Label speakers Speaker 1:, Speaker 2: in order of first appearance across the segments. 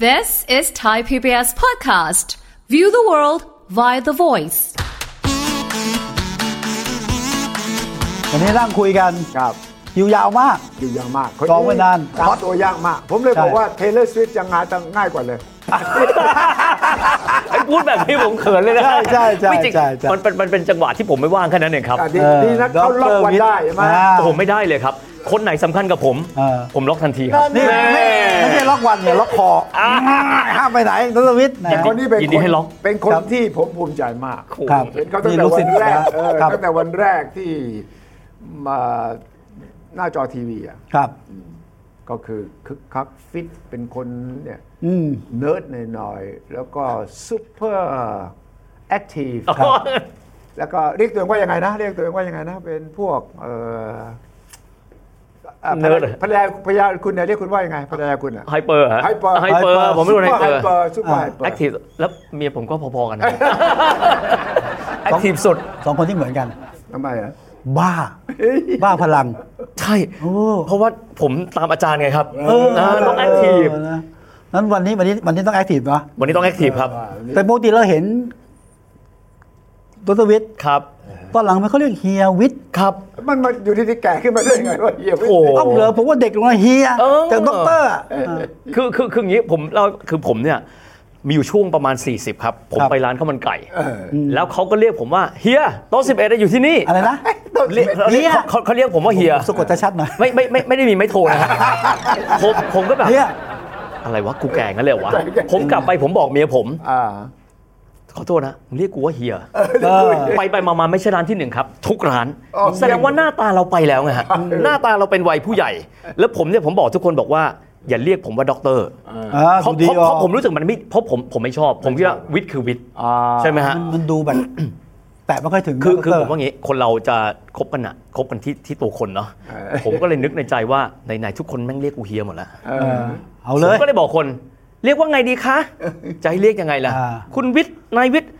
Speaker 1: This is Thai PBS Podcast. View the world via the voice.
Speaker 2: วันนี้นั่งคุยกัน
Speaker 3: ครับ
Speaker 2: คิวยาวมาก
Speaker 3: อยู่ยากมาก
Speaker 2: จองไว้นาน
Speaker 3: ตามตัวยากมาก ผมเลย
Speaker 2: ใช่
Speaker 3: บอกว่าเทเลอร์สวิตจะงานตั้งง่ายกว่าเลย
Speaker 4: พูดแบบนี้ผมเขินเลยนะ
Speaker 2: ใช่ใช่ใช่
Speaker 4: ไม่จริง
Speaker 2: ใช่ใช่
Speaker 4: มันเป็นมันเป็นจังหวะที่ผมไม่ว่างแค่นั้นเองครับ
Speaker 3: อ่ะดี
Speaker 2: เออ
Speaker 3: ดีนะเขาล็อกวันได้ใช่ไหม
Speaker 2: อ่า
Speaker 4: ผมไม่ได้เลยครับ คนไหนสำคัญกับผม
Speaker 2: เออ
Speaker 4: ผมล็อกทันทีครับ
Speaker 2: นี่ไม่ไม่ใช่ล็อกวัน เนี่ยล็อกคออห้ามไปไหนนัทวิทย์นะ
Speaker 4: อย่าง
Speaker 3: คนนี้เป็น
Speaker 4: ยินดี
Speaker 3: คน
Speaker 4: ให้ล็อก
Speaker 3: เป็นคน
Speaker 2: ครับ
Speaker 3: ที่ผมภูมิใจมาก
Speaker 2: ครับ
Speaker 3: เห็นเขาตั้งแต่
Speaker 2: นี่ลูกศิ
Speaker 3: วั
Speaker 2: ษย์
Speaker 3: นแรกเออ
Speaker 2: ครับ
Speaker 3: ตั้งแต่วันแรกที่มาหน้าจอทีวีอ่ะ
Speaker 2: ครับ
Speaker 3: ก็คือคึกคักฟิตเป็นคนเนี่ย
Speaker 2: อืม
Speaker 3: เนิร์ดหน่อยๆแล้วก็ซูเปอร์แอคทีฟ
Speaker 2: ครับ
Speaker 3: แล้วก็เรียกตัวเองว่ายังไงนะเรียกตัวเองว่ายังไงนะ เป็นพวกเอออ่ะภรร
Speaker 4: เนิร์
Speaker 3: ยา
Speaker 4: ดเหรอ
Speaker 3: ภรรยาภรรยาคุณเนี่ยเรียกคุณว่ายังไงภรรยาคุณอ่ะ
Speaker 4: ไฮเปอร์ฮะ
Speaker 3: Hyper
Speaker 4: ไฮเปอร์ ผมไม่รู้ไฮเปอร์
Speaker 3: ซูเปอร์ไฮเปอ
Speaker 4: แอ
Speaker 3: ร์
Speaker 4: คทีฟ แล้วเมียผมก็พอๆกันนะแอคทีฟสุด
Speaker 2: สองคนที่เหมือนกัน
Speaker 3: ทำไมอ่ะ
Speaker 2: บ้า บ้าพลัง
Speaker 4: ใช่
Speaker 2: โอ้
Speaker 4: เพราะว่าผมตามอาจารย์ไงครับนะต้องแอคทีฟ
Speaker 2: เออนะนั้นวันนี้วันนี้วันนี้ต้องแอคทีฟเนาะ
Speaker 4: วันนี้ต้องแอคทีฟครับ
Speaker 2: แต่ปกติเราเห็นนัทวิทย์
Speaker 4: ครับ
Speaker 2: ตอนหลังมันเขาเรียกเฮียวิทย์
Speaker 4: ครับ
Speaker 3: มันมาอยู่ที่ที่แก่ขึ้นมาได้ยังไงวะเหี้ย
Speaker 4: โอ้
Speaker 2: เอ้าเหรอผมว่าเด็กลงมาเฮีย
Speaker 4: เออ
Speaker 2: จากด็อกเตอร์อะเออ
Speaker 4: คือคือคืออย่างนี้ผมเล่าคือผมเนี่ยมีอยู่ช่วงประมาณ 40 ครับ ผม
Speaker 2: ครับ
Speaker 4: ไปร้านข้าวมันไก่
Speaker 3: เอออื
Speaker 4: แล้วเขาก็เรียกผมว่าเฮียโต๊ะสิบเอ็ดอยู่ที่นี่
Speaker 2: อะไรนะ
Speaker 4: เรียกเขาเรียกเขาเขาเรียกผมว่าเฮีย
Speaker 2: สะกดจะชัดหน่อย
Speaker 4: ไม่ไม่ไม่ไม่ได้มีไม้โทรนะฮะผมผมก็แบบ
Speaker 2: เฮีย
Speaker 4: อะไรวะกูแก่งั้นเลยเหรอวะ
Speaker 3: ใช่ใช่
Speaker 4: ผมกลับไปผมบอกเมียผม
Speaker 3: อ่า
Speaker 4: ขอโทษนะมึงเรียกกูว่าเฮีย
Speaker 2: เออ
Speaker 4: ไปไปมามาไม่ใช่ร้านที่หนึ่งครับ ทุกร้าน
Speaker 3: อ๋อ
Speaker 4: แสดงว่าหน้าตาเราไปแล้วไงฮะหน้าตาเราเป็นวัยผู้ใหญ่ แล้วผมเนี่ยผมบอกทุกคนบอกว่า อย่าเรียกผมว่าด็อกเตอร์
Speaker 2: อ่า
Speaker 4: เพราะ
Speaker 2: ดูดี
Speaker 4: เพราะ
Speaker 2: ออก
Speaker 4: เพราะผมรู้สึกมันไม่เพราะผมผมไม่ชอบ ผมคิดว่าวิทย์คือวิทย์
Speaker 3: อ่า
Speaker 4: ใช่ไหมฮะ
Speaker 2: มันดูแบบ แตะไม่ค่อยถึง
Speaker 4: คือ
Speaker 2: นะ
Speaker 4: คือ
Speaker 2: ดร
Speaker 4: ผมว่างี้คนเราจะคบกันอะคบกันที่ที่ตัวคนเนาะ
Speaker 3: เออ
Speaker 4: ผมก็เลยนึกในใจว่าไหนๆทุกคนแม่งเรียกกูเฮียหมดแล้ว
Speaker 3: เอ
Speaker 2: เอ
Speaker 3: อ
Speaker 2: อเอาเลย
Speaker 4: ผมก็เลยบอกคน เรียกว่าไงดีคะจะให้เรียกยังไงล่ะ
Speaker 2: อ่า
Speaker 4: คุณวิทย์นายวิทย์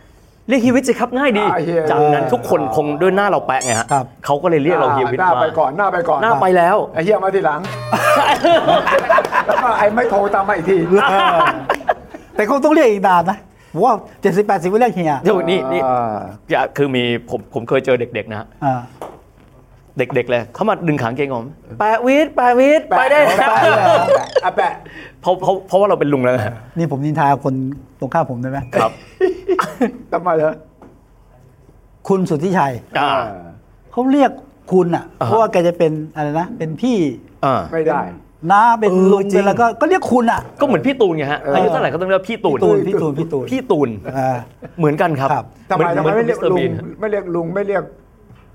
Speaker 4: เรียกเฮียวิทย์สิครับง่ายดี
Speaker 3: อ่าเฮีย
Speaker 4: จากนั้นทุกคนคงด้วยหน้าเราแปะไงฮะ
Speaker 2: ครับ
Speaker 4: เขาก็เลยเรียกเราเฮียวิท
Speaker 3: ห
Speaker 4: ย์
Speaker 3: น้า
Speaker 4: มา
Speaker 3: ไปก่อนหน้าไปก่อน
Speaker 4: หน้าไปแล้ว
Speaker 3: ไอ้เหี้ยมาทีหลัง แล้วก็ไอ้ไม่โทรตามมาอีกที
Speaker 2: เออแต่คงต้องเรียกอีกนานนะผมว่าเจ็ดสิบแปดสิบเรียกเฮีย
Speaker 4: เดี๋ยวนี่นี่
Speaker 3: อ่า
Speaker 4: อย่าคือมีผมผมเคยเจอเด็กๆนะฮะ
Speaker 2: อ่า
Speaker 4: เด็กๆเลยเขามาดึงขางเกงผมแปะวิทย์แปะวิทย์ไปได้
Speaker 3: แปะ
Speaker 4: แล้ว
Speaker 3: แปะแปะอ่ะแปะ
Speaker 4: เพราะเพราะเพราะว่าเราเป็นลุงแล้วไง
Speaker 2: นี่ผมนินทาคนตรงข้ามผมได้ไหม
Speaker 4: ครับ
Speaker 3: ทำไมเหรอ
Speaker 2: คุณสุทธิชัย
Speaker 4: อ่า
Speaker 2: เขาเรียกคุณอ่ะ
Speaker 4: อ่า
Speaker 2: เพราะว่าแกจะเป็นอะไรนะ เป็นพี่
Speaker 4: อ่า
Speaker 3: ไม่ได้
Speaker 2: น้าเป็น
Speaker 4: เออ
Speaker 2: ลุง
Speaker 4: จริ
Speaker 2: เป็น
Speaker 4: ง
Speaker 2: แล้วก็ก็เรียกคุณอ่ะ
Speaker 4: ก็เหมือนพี่ตูนไงฮะอายุเท่าไหร่ก็ต้องเรียกว่าพี่ตูน
Speaker 2: พี่ตูนพี่ตูนพี่ตูน
Speaker 4: พี่ตูน
Speaker 2: อ่า
Speaker 4: เหมือนกันครับ
Speaker 2: ครับ
Speaker 3: ทำไม
Speaker 4: เหมือน
Speaker 3: ทำ
Speaker 4: เห
Speaker 3: ไม
Speaker 4: มือน
Speaker 3: ไม่เรี
Speaker 4: มิ
Speaker 3: ยก
Speaker 4: สเตอร์
Speaker 3: ลุง
Speaker 4: บีน
Speaker 3: ไม่เรียกลุงไม่เรียก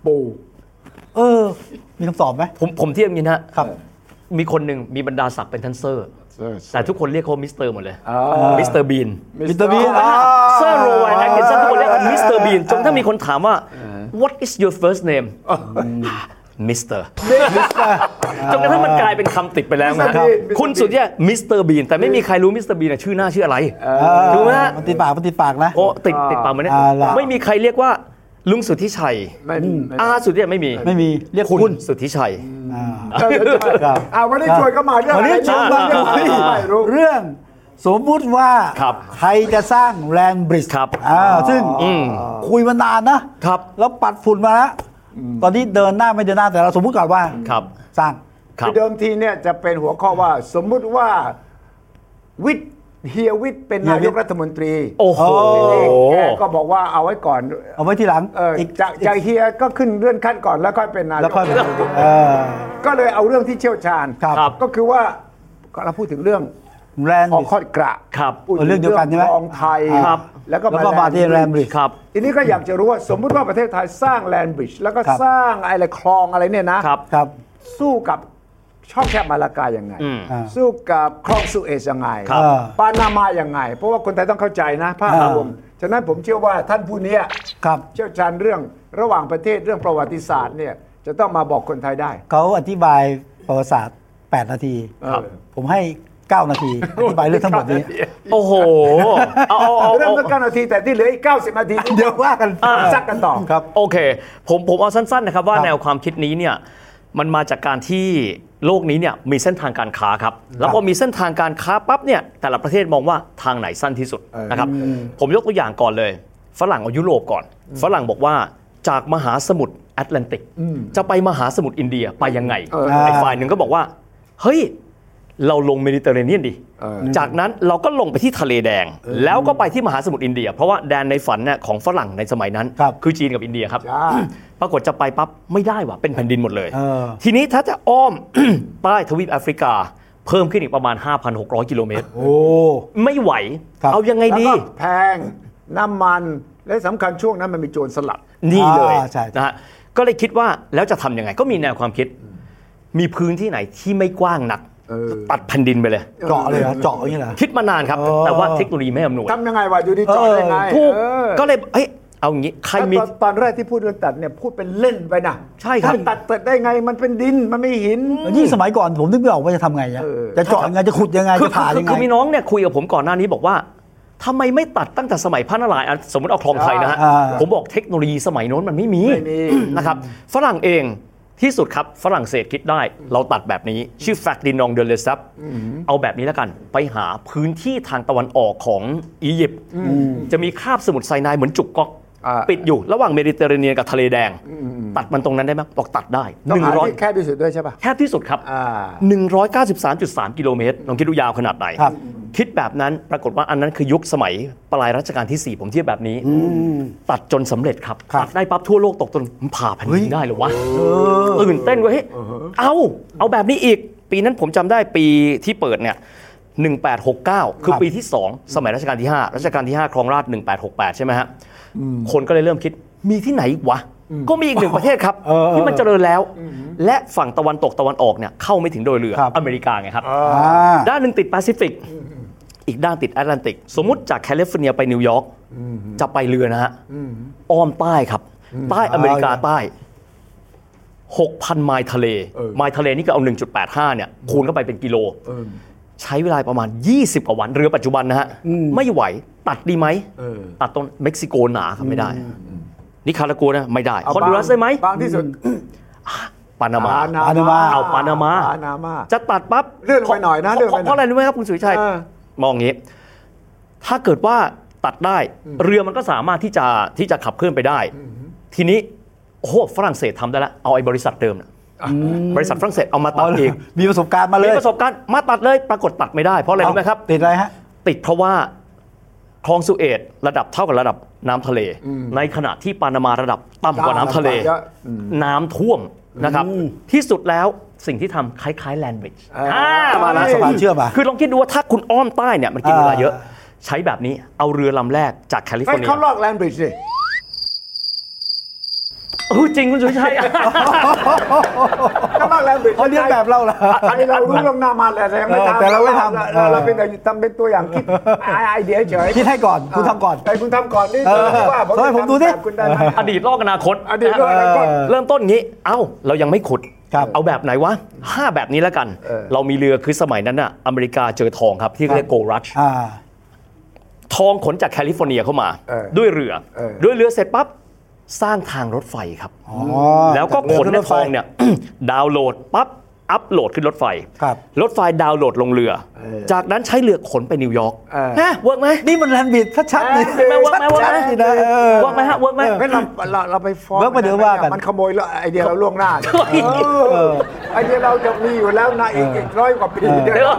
Speaker 3: ปู่
Speaker 2: เออ มีคำตอบไหม
Speaker 4: ผมผมเทียบอย่างนี้นะฮะ
Speaker 2: ครับ
Speaker 4: มีคนหนึ่งมีบรรดาศักดิ์เป็นทันเซอร์ แต่ทุกคนเรียกเขามิสเตอร์หมดเลย
Speaker 3: อ่า
Speaker 4: มิสเตอร์บีน
Speaker 2: มิสเตอร์บีนอ่า
Speaker 4: เซอร์โรวันแอคเกนเซอร์ทุกคนเรียกมิสเตอร์บีนจนถ้ามีคนถามว่า what is your first name มิสเตอร์ จนกระทั่งมันกลายเป็นคำติดไปแล้ว
Speaker 3: มิ
Speaker 4: นะ
Speaker 3: สเตอร์บีน
Speaker 4: คุณสุดเนี่ยมิสเตอร์บีนแต่ไม่มีใครรู้มิสเตอร์บีนอะชื่อหน้าชื่ออะไร ถูกไหมฮะ
Speaker 2: มันติดปากมันติดปากนะ
Speaker 4: เพราะติดติดปากมันเนี่ย
Speaker 2: อ่าล่ะ
Speaker 4: ไม่มีใครเรียกว่าลุงสุทธิชัย
Speaker 3: ไม่ไม่
Speaker 4: อาสุดเนี่ยไม่มี
Speaker 2: ไม่มีเรียก
Speaker 4: คุ
Speaker 2: คุณ
Speaker 4: ณสุทธิชัย
Speaker 2: อ่า
Speaker 3: เออ
Speaker 2: ครับ
Speaker 3: เอาวันนี้ชวนก็มาเรื่อง
Speaker 2: วันนี้ชวนมา
Speaker 3: เรื่องอะไรไม่รู้
Speaker 2: เรื่องสมมุติว่า
Speaker 4: ครับ
Speaker 2: ใครจะสร้างแลนบริดจ์
Speaker 4: ครับ
Speaker 2: อ่าซึ่ง
Speaker 4: อืม
Speaker 2: คุยมานานนะครับแล้วปัดฝุ่นมาแล้วตอนนี้เดินหน้าไม่เดินหน้าแต่เราสมมุติก่อนว่า
Speaker 4: ครับ
Speaker 2: สร้าง
Speaker 4: ครับ
Speaker 3: เดิมทีเนี่ยจะเป็นหัวข้อว่าสมมุติว่าวิทย์เฮียวิทย์เป็นนายกรัฐมนตรี
Speaker 4: โอ้โห
Speaker 3: แกก็บอกว่าเอาไว้ก่อน
Speaker 2: เอาไว้ทีหลัง
Speaker 3: เออจะจะเฮียก็ขึ้นเลื่อนขั้นก่อนแล้วค่อยเป็นนาย
Speaker 2: แล้ว
Speaker 3: ก
Speaker 2: ค่อยเออ
Speaker 3: ก็เลยเอาเรื่องที่เชี่ยวชาญ
Speaker 2: ครับ
Speaker 4: ครับ
Speaker 3: ก็คือว่าเราพูดถึงเรื่อง
Speaker 2: แลน
Speaker 3: ออ
Speaker 2: ริ
Speaker 3: บ
Speaker 2: ดจ์
Speaker 3: กข้อกระ
Speaker 4: ครับ
Speaker 3: พูถึ
Speaker 2: เออเรื่องเดียวกันใช่ไหม
Speaker 3: คลองไทย
Speaker 2: ครับ
Speaker 3: แล้วก็
Speaker 2: แล้วก็มาที่แลนบริดจ์
Speaker 4: ครับ
Speaker 3: ทีนี้ก็อยากจะรู้ว่าสมมุติว่าประเทศไทยสร้างแลนบริดจ์แล้วก็
Speaker 2: ครับ
Speaker 3: สร้างอะไรคลองอะไรเนี่ยนะ
Speaker 4: ครับ
Speaker 2: ครับ
Speaker 3: สู้กับช่องแคบมาลากายังไง
Speaker 4: อืม
Speaker 2: อ่า
Speaker 3: สู้กับคลองสุเอซยังไง
Speaker 2: ครับ
Speaker 3: ปานามายังไง เพราะว่าคนไทยต้องเข้าใจนะภาพรวมฉะนั้นผมเชื่อว่าท่านผู้เนี้ย
Speaker 2: ครับ
Speaker 3: เชี่ยวชาญเรื่องระหว่างประเทศเรื่องประวัติศาสตร์เนี่ยจะต้องมาบอกคนไทยได้
Speaker 2: เขาอธิบายประวัติศาสตร์ 8 นาที
Speaker 3: ครับ
Speaker 2: ผมให้ 9 นาที อธิบายเรื่องทั้งหมดนี้
Speaker 4: โอ้โหเอาเอาเอา
Speaker 3: เริ่ม
Speaker 4: เอา
Speaker 3: ต้นเก้านาทีแต่ที่เหลืออีก 90นาที
Speaker 2: เดี๋ยวว่ากัน
Speaker 4: อ่า
Speaker 3: ซักกันต่อ
Speaker 2: ครับ
Speaker 4: โอเค ผมผมเอาสั้นๆนะครับว่า
Speaker 2: ครับ
Speaker 4: แนวความคิดนี้เนี่ยมันมาจากการที่ โลกนี้เนี่ยมีเส้นทางการค้าครับ แล้วพอมีเส้นทางการค้าปั๊บเนี่ยแต่ละประเทศมองว่าทางไหนสั้นที่สุดนะครับ ผมยกตัวอย่างก่อนเลย ฝรั่งเอายุโรปก่อน ฝรั่งบอกว่าจากมหาสมุทรแอตแลนติก จะไปมหาสมุทรอินเดียไปยังไง
Speaker 3: เออ
Speaker 4: ไอ้ฝ่ายหนึ่งก็บอกว่า เฮ้ย เราลงเมดิเตอร์เรเนียนดิ
Speaker 3: เออ
Speaker 4: จากนั้นเราก็ลงไปที่ทะเลแดง แล้วก็ไปที่มหาสมุทรอินเดีย เพราะว่าแดนในฝันเนี่ยของฝรั่งในสมัยนั้น
Speaker 2: ครับ
Speaker 4: อจีนกับอินเดียครับ
Speaker 3: ใช่
Speaker 4: ปรากฏจะไปปั๊บไม่ได้ว่ะเป็นแผ่นดินหมดเลย
Speaker 2: เออ
Speaker 4: ทีนี้ถ้าจะอ้อม ใต้ทวีปแอฟริกา เพิ่มขึ้นอีกประมาณ 5,600 กิโลเมตร
Speaker 2: โอ้
Speaker 4: ไม่ไหว
Speaker 2: ครับ
Speaker 4: เอายังไง
Speaker 3: แล้ว
Speaker 4: ดี
Speaker 3: ก็แพงน้ำมันและสำคัญช่วงนั้นมันมีโจรสลัด
Speaker 4: นี่เลย
Speaker 2: อ่าใช่
Speaker 4: นะฮะก็เลยคิดว่าแล้วจะทำยังไง ก็มีแนวความคิด มีพื้นที่ไหนที่ไม่กว้างนัก
Speaker 3: เออ
Speaker 4: ตัดแผ่นดินไปเลย
Speaker 2: เจาะเลยเหรอเจาะอย่างนี้เหรอ
Speaker 4: คิดมานานครับ
Speaker 2: อ๋อ
Speaker 4: แต่ว่าเทคโนโลยีไม่อำนวย
Speaker 3: ทำยังไงวะอยู่ดีจอดได้ไง
Speaker 4: ถูก
Speaker 3: เออ
Speaker 4: ก็เลยเอ้ยเอางี้ใคร
Speaker 3: ตอน
Speaker 4: มี
Speaker 3: ตอนแรกที่พูดเรื่องตัดเนี่ยพูดเป็นเล่นไปนะ
Speaker 4: ใช่ครับ
Speaker 3: มันตัดเสร็จได้ไงมันเป็นดินมันไม่หิน
Speaker 2: ยิ่งสมัยก่อนผมนึกไม่ออกว่าจะทำไงอะ
Speaker 3: เออ
Speaker 2: จะเจาะยังไงจะขุดยังไง
Speaker 4: คือ
Speaker 2: จะผ่า
Speaker 4: คือ
Speaker 2: ยังไง
Speaker 4: คือมีน้องเนี่ยคุยกับผมก่อนหน้านี้บอกว่าทำไมไม่ตัดตั้งแต่สมัยพระนารายณ์อ่ะสมมติเอาคลองไทยนะฮะ
Speaker 2: อ่า
Speaker 4: ผมบอกเทคโนโลยีสมัยโน้นมันไม่มี
Speaker 3: ไม่มี
Speaker 4: นะครับฝรั่งเองที่สุดครับฝรั่งเศสคิดได้เราตัดแบบนี้ ชื่อแฟกดินองเดลเลซับเอาแบบนี้แล้วกัน ไปหาพื้นที่ทางตะวันออกของอียิปต์จะมีคาบสมุทรไซนายเหมือนจุกก๊อก
Speaker 3: อ่า
Speaker 4: ปิดอยู่ระหว่างเมดิเตอร์เรเนียนกับทะเลแดง ตัดมันตรงนั้นได้ไหมบอกตัดได้
Speaker 3: ต้อง
Speaker 4: หนึ่ง
Speaker 3: หา
Speaker 4: ร้อย
Speaker 3: ที่แคบที่สุดด้วยใช่ป่ะ
Speaker 4: แคบที่สุดครับ
Speaker 3: อ่า
Speaker 4: 193.3 กิโลเมตรลองคิดดูยาวขนาดไหน
Speaker 2: ครับ
Speaker 4: คิดแบบนั้นปรากฏว่าอันนั้นคือยุคสมัยปลายรัชกาลที่ 4 ผมเทียบแบบนี้ ตัดจนสำเร็จครับ ตัดได้ปั๊บทั่วโลกตกตนมันผ่าแผ่นดินได้เหรอวะตื่นเต้นเว้ยเอาเอาแบบนี้อีก ปีนั้นผมจำได้ปีที่เปิดเนี่ย 1869 คือปีที่ 2 สมัยรัชกาลที่ 5 รัชกาลที่ 5 ครองราช 1868 ใช่ไหมฮะคนก็เลยเริ่มคิดมีที่ไหนอีกวะ ก็มีอีกหนึ่งประเทศครับ
Speaker 2: เออเออ
Speaker 4: ที่มันเจริญแล้ว และฝั่งตะวันตกตะวันออกเนี่ยเข้าไม่ถึงโดยเรือ
Speaker 2: ครับ
Speaker 4: อเมริกาไงครับ
Speaker 2: อ่า
Speaker 4: ด้านหนึ่งติดแปซิฟิก อีกด้านติดแอตแลนติก สมมุติจากแคลิฟอร์เนียไปนิวยอร์กจะไปเรือนะฮะ อ้อมใต้ครับ ใต้อเมริกาใต้ 6,000 ไมล์ทะเล ไมล์ทะเลนี่ก็เอา 1.85 เนี่ย คูณเข้าไปเป็นกิโล ใช้เวลาประมาณ 20 กว่าวัน เรือปัจจุบันนะฮะ ไม่ไหวตัดดีไหม
Speaker 3: เออ
Speaker 4: ตัดต้นเม็กซิโกหนาครับไม่ได้ นิคารากัวนะไม่ได้
Speaker 3: เอา
Speaker 4: คอนดูรัส
Speaker 3: บาง
Speaker 4: ได้ไหม
Speaker 3: บางที่สุด
Speaker 4: ปานามา
Speaker 2: ปานามา
Speaker 4: เอาปานามา
Speaker 3: ปานามา
Speaker 4: จะตัดปั๊บ
Speaker 3: เลื่อนลงไปหน่อยนะ
Speaker 4: เพ
Speaker 3: เลื่อนล
Speaker 4: ราะ
Speaker 3: งไปหน่อย
Speaker 4: เพราะอะไรรู้ไหมครับคุณสุวิชัย
Speaker 3: เออ
Speaker 4: มองอย่างนี้ ถ้าเกิดว่าตัดได้ เรือมันก็สามารถที่จะที่จะขับเคลื่อนไปได้ ทีนี้โอ้โหฝรั่งเศสทำได้แล้วเอาไอ้บริษัทเดิมนะบริษัทฝรั่งเศสเอามาตั
Speaker 2: เอา
Speaker 4: ด
Speaker 2: เลย
Speaker 4: อีก
Speaker 2: มีประสบการณ์มาเล
Speaker 4: มี
Speaker 2: ย
Speaker 4: ประสบการณ์มาตัดเลย ปรากฏตัดไม่ได้เพราะอะไรรู้ไหมครับ
Speaker 2: เาติดอะไรฮะ
Speaker 4: ติดเพราะว่าคลองสุเอตระดับเท่ากับระดับน้ำทะเล ในขณะที่ปานามาระดับต่ำกว่าน้ำทะเล
Speaker 3: ต่ำกว่าเยอะอืม
Speaker 4: น้ำท่วมนะครับ ที่สุดแล้วสิ่งที่ทำคล้ายๆแลนด์บริดจ์
Speaker 3: เอออ่
Speaker 4: ามาแล้ว
Speaker 3: เอ้ย
Speaker 2: สะพานเชื่อมอ่ะ
Speaker 4: คือลองคิดดูว่าถ้าคุณอ้อมใต้เนี่ยมันกินเวลา
Speaker 2: อ่า
Speaker 4: เยอะ ใช้แบบนี้เอาเรือลำแรกจากแคลิฟอ
Speaker 3: ให้
Speaker 4: ร์เนี
Speaker 3: เขาล
Speaker 4: ย
Speaker 3: อกแลนบริดจ์สิ
Speaker 4: เออจริงคุณสุ ชัย
Speaker 3: เขาลอกแลนบริดจ์
Speaker 2: เขาเรียนแบบเราเหรอ
Speaker 3: อันนี้เรารู้ลวงหน้ามาแล้วแต่ยังไม่
Speaker 2: เออ
Speaker 3: ทำ
Speaker 2: แต่เราไม่ทำ
Speaker 3: เร
Speaker 2: เออ
Speaker 3: เราเป็นแต่ทำเป็นตัวอย่างคิดไอเดียเฉย
Speaker 2: คิดให้ก่อนคุณทำก่อน
Speaker 3: แต่คุณทำก่อนนี่
Speaker 2: เออ
Speaker 3: ผมว่าผม
Speaker 2: เฮ้ยผมดูดิ
Speaker 3: แบบคุณได้ไหม
Speaker 4: อดีตลอกอนาคต
Speaker 3: อดีตด้วยแล้วก็
Speaker 4: เริ่มต้นงี้ เอ้า เรายังไม่ขุด
Speaker 2: ครับ
Speaker 4: เอาแบบไหนวะห้าแบบนี้แล้วกัน
Speaker 3: เออ
Speaker 4: เรามีเรือคือสมัยนั้นน่ะ อเมริกาเจอทองครับ ที่เรียกโกรัช
Speaker 2: อ่า
Speaker 4: ทองขนจากแคลิฟอร์เนียเข้ามา
Speaker 3: เออ
Speaker 4: ด้วยเรือ
Speaker 3: เออ
Speaker 4: ด้วยเรือเสร็จปั๊บ สร้างทางรถไฟครับ
Speaker 2: อ๋อ
Speaker 4: แล้วก็ขน
Speaker 2: จาก
Speaker 4: ใน
Speaker 2: เรือ
Speaker 4: ทอ
Speaker 2: รถ
Speaker 4: ง
Speaker 2: ไฟ
Speaker 4: เนี่ย ดาวน์โหลดปั๊บ อัพโหลดขึ้นรถไฟ
Speaker 2: ครับ
Speaker 4: รถไฟดาวน์โหลดลงเรือ จากนั้นใช้เรือขนไปนิวยอร์ก
Speaker 3: เออ
Speaker 4: ฮะเวิร์กไหม
Speaker 2: นี่มันแลนบิดชัดๆเลย
Speaker 3: แลนบิด
Speaker 4: เวิร์กไหมเวิร์กไหม
Speaker 2: ชัดๆสินะเออ
Speaker 4: เวิร์กไหมฮะเวิร์กไหม
Speaker 3: ไม่เราเราเราไปฟ้อง
Speaker 2: เวิร์กไปเดี๋ยวว่ากัน
Speaker 3: มันขโมยไอเดียเราล่วงหน้า
Speaker 4: เฮ้ย
Speaker 3: เออไอเดียเราจะมีอยู่แล้วนะอีกอีกร้อยกว่าปีเดี๋ยว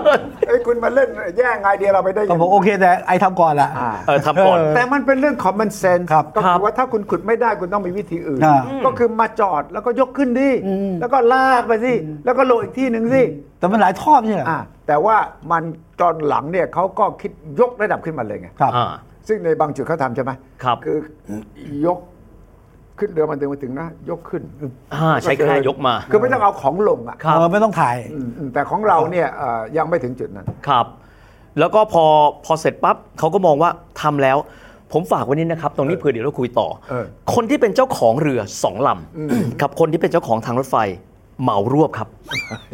Speaker 3: ไอ้คุณมาเล่นแย่งไอเดียเราไปได้
Speaker 2: ก็
Speaker 3: ยั
Speaker 2: บ
Speaker 3: งไง
Speaker 2: อกโอเคแต่ไอทำก่อนละ
Speaker 3: อ่า
Speaker 4: เออทำก่อน
Speaker 3: แต่มันเป็นเรื่อง common sense
Speaker 2: ครับ
Speaker 3: ก็
Speaker 4: ครั
Speaker 3: คื
Speaker 4: บ
Speaker 3: อว่าถ้าคุณขุดไม่ได้คุณต้องมีวิธีอื่น
Speaker 2: อ่า
Speaker 3: ก็คือมาจอดแล้วก็ยกขึ้นดิแล้วก็ลากไปสิแล้วก็ลงอีกที่หนึ่งสิ
Speaker 2: แต่มันหลายทอดนี่แหละ
Speaker 3: อ่าแต่ว่ามันตอนหลังเนี่ยเขาก็คิดยกระดับขึ้นมาเลยไง
Speaker 2: ครับ
Speaker 4: อ่า
Speaker 3: ซึ่งในบางจุดเขาทำใช่ไหม
Speaker 4: ครับ
Speaker 3: คือยกขึ้นเรือมันถึงมาถึงนะ ยกขึ้น
Speaker 4: อ่าใช้แค่ยกมา
Speaker 3: คือไม่ต้องเอาของลงอ่ะ
Speaker 4: ครับ
Speaker 2: เออไม่ต้องถ่าย
Speaker 3: อืมแต่ของเราเนี่ยเอ่อยังไม่ถึงจุดนั้น
Speaker 4: ครับ แล้วก็พอพอเสร็จปั๊บเขาก็มองว่าทำแล้ว ผมฝากไว้นิดนะครับ ตรงนี้เผื่อเดี๋ยวเราคุยต่อ
Speaker 3: เออ
Speaker 4: คนที่เป็นเจ้าของเรือสองลำกับคนที่เป็นเจ้าของทางรถไฟเหมารวบครับ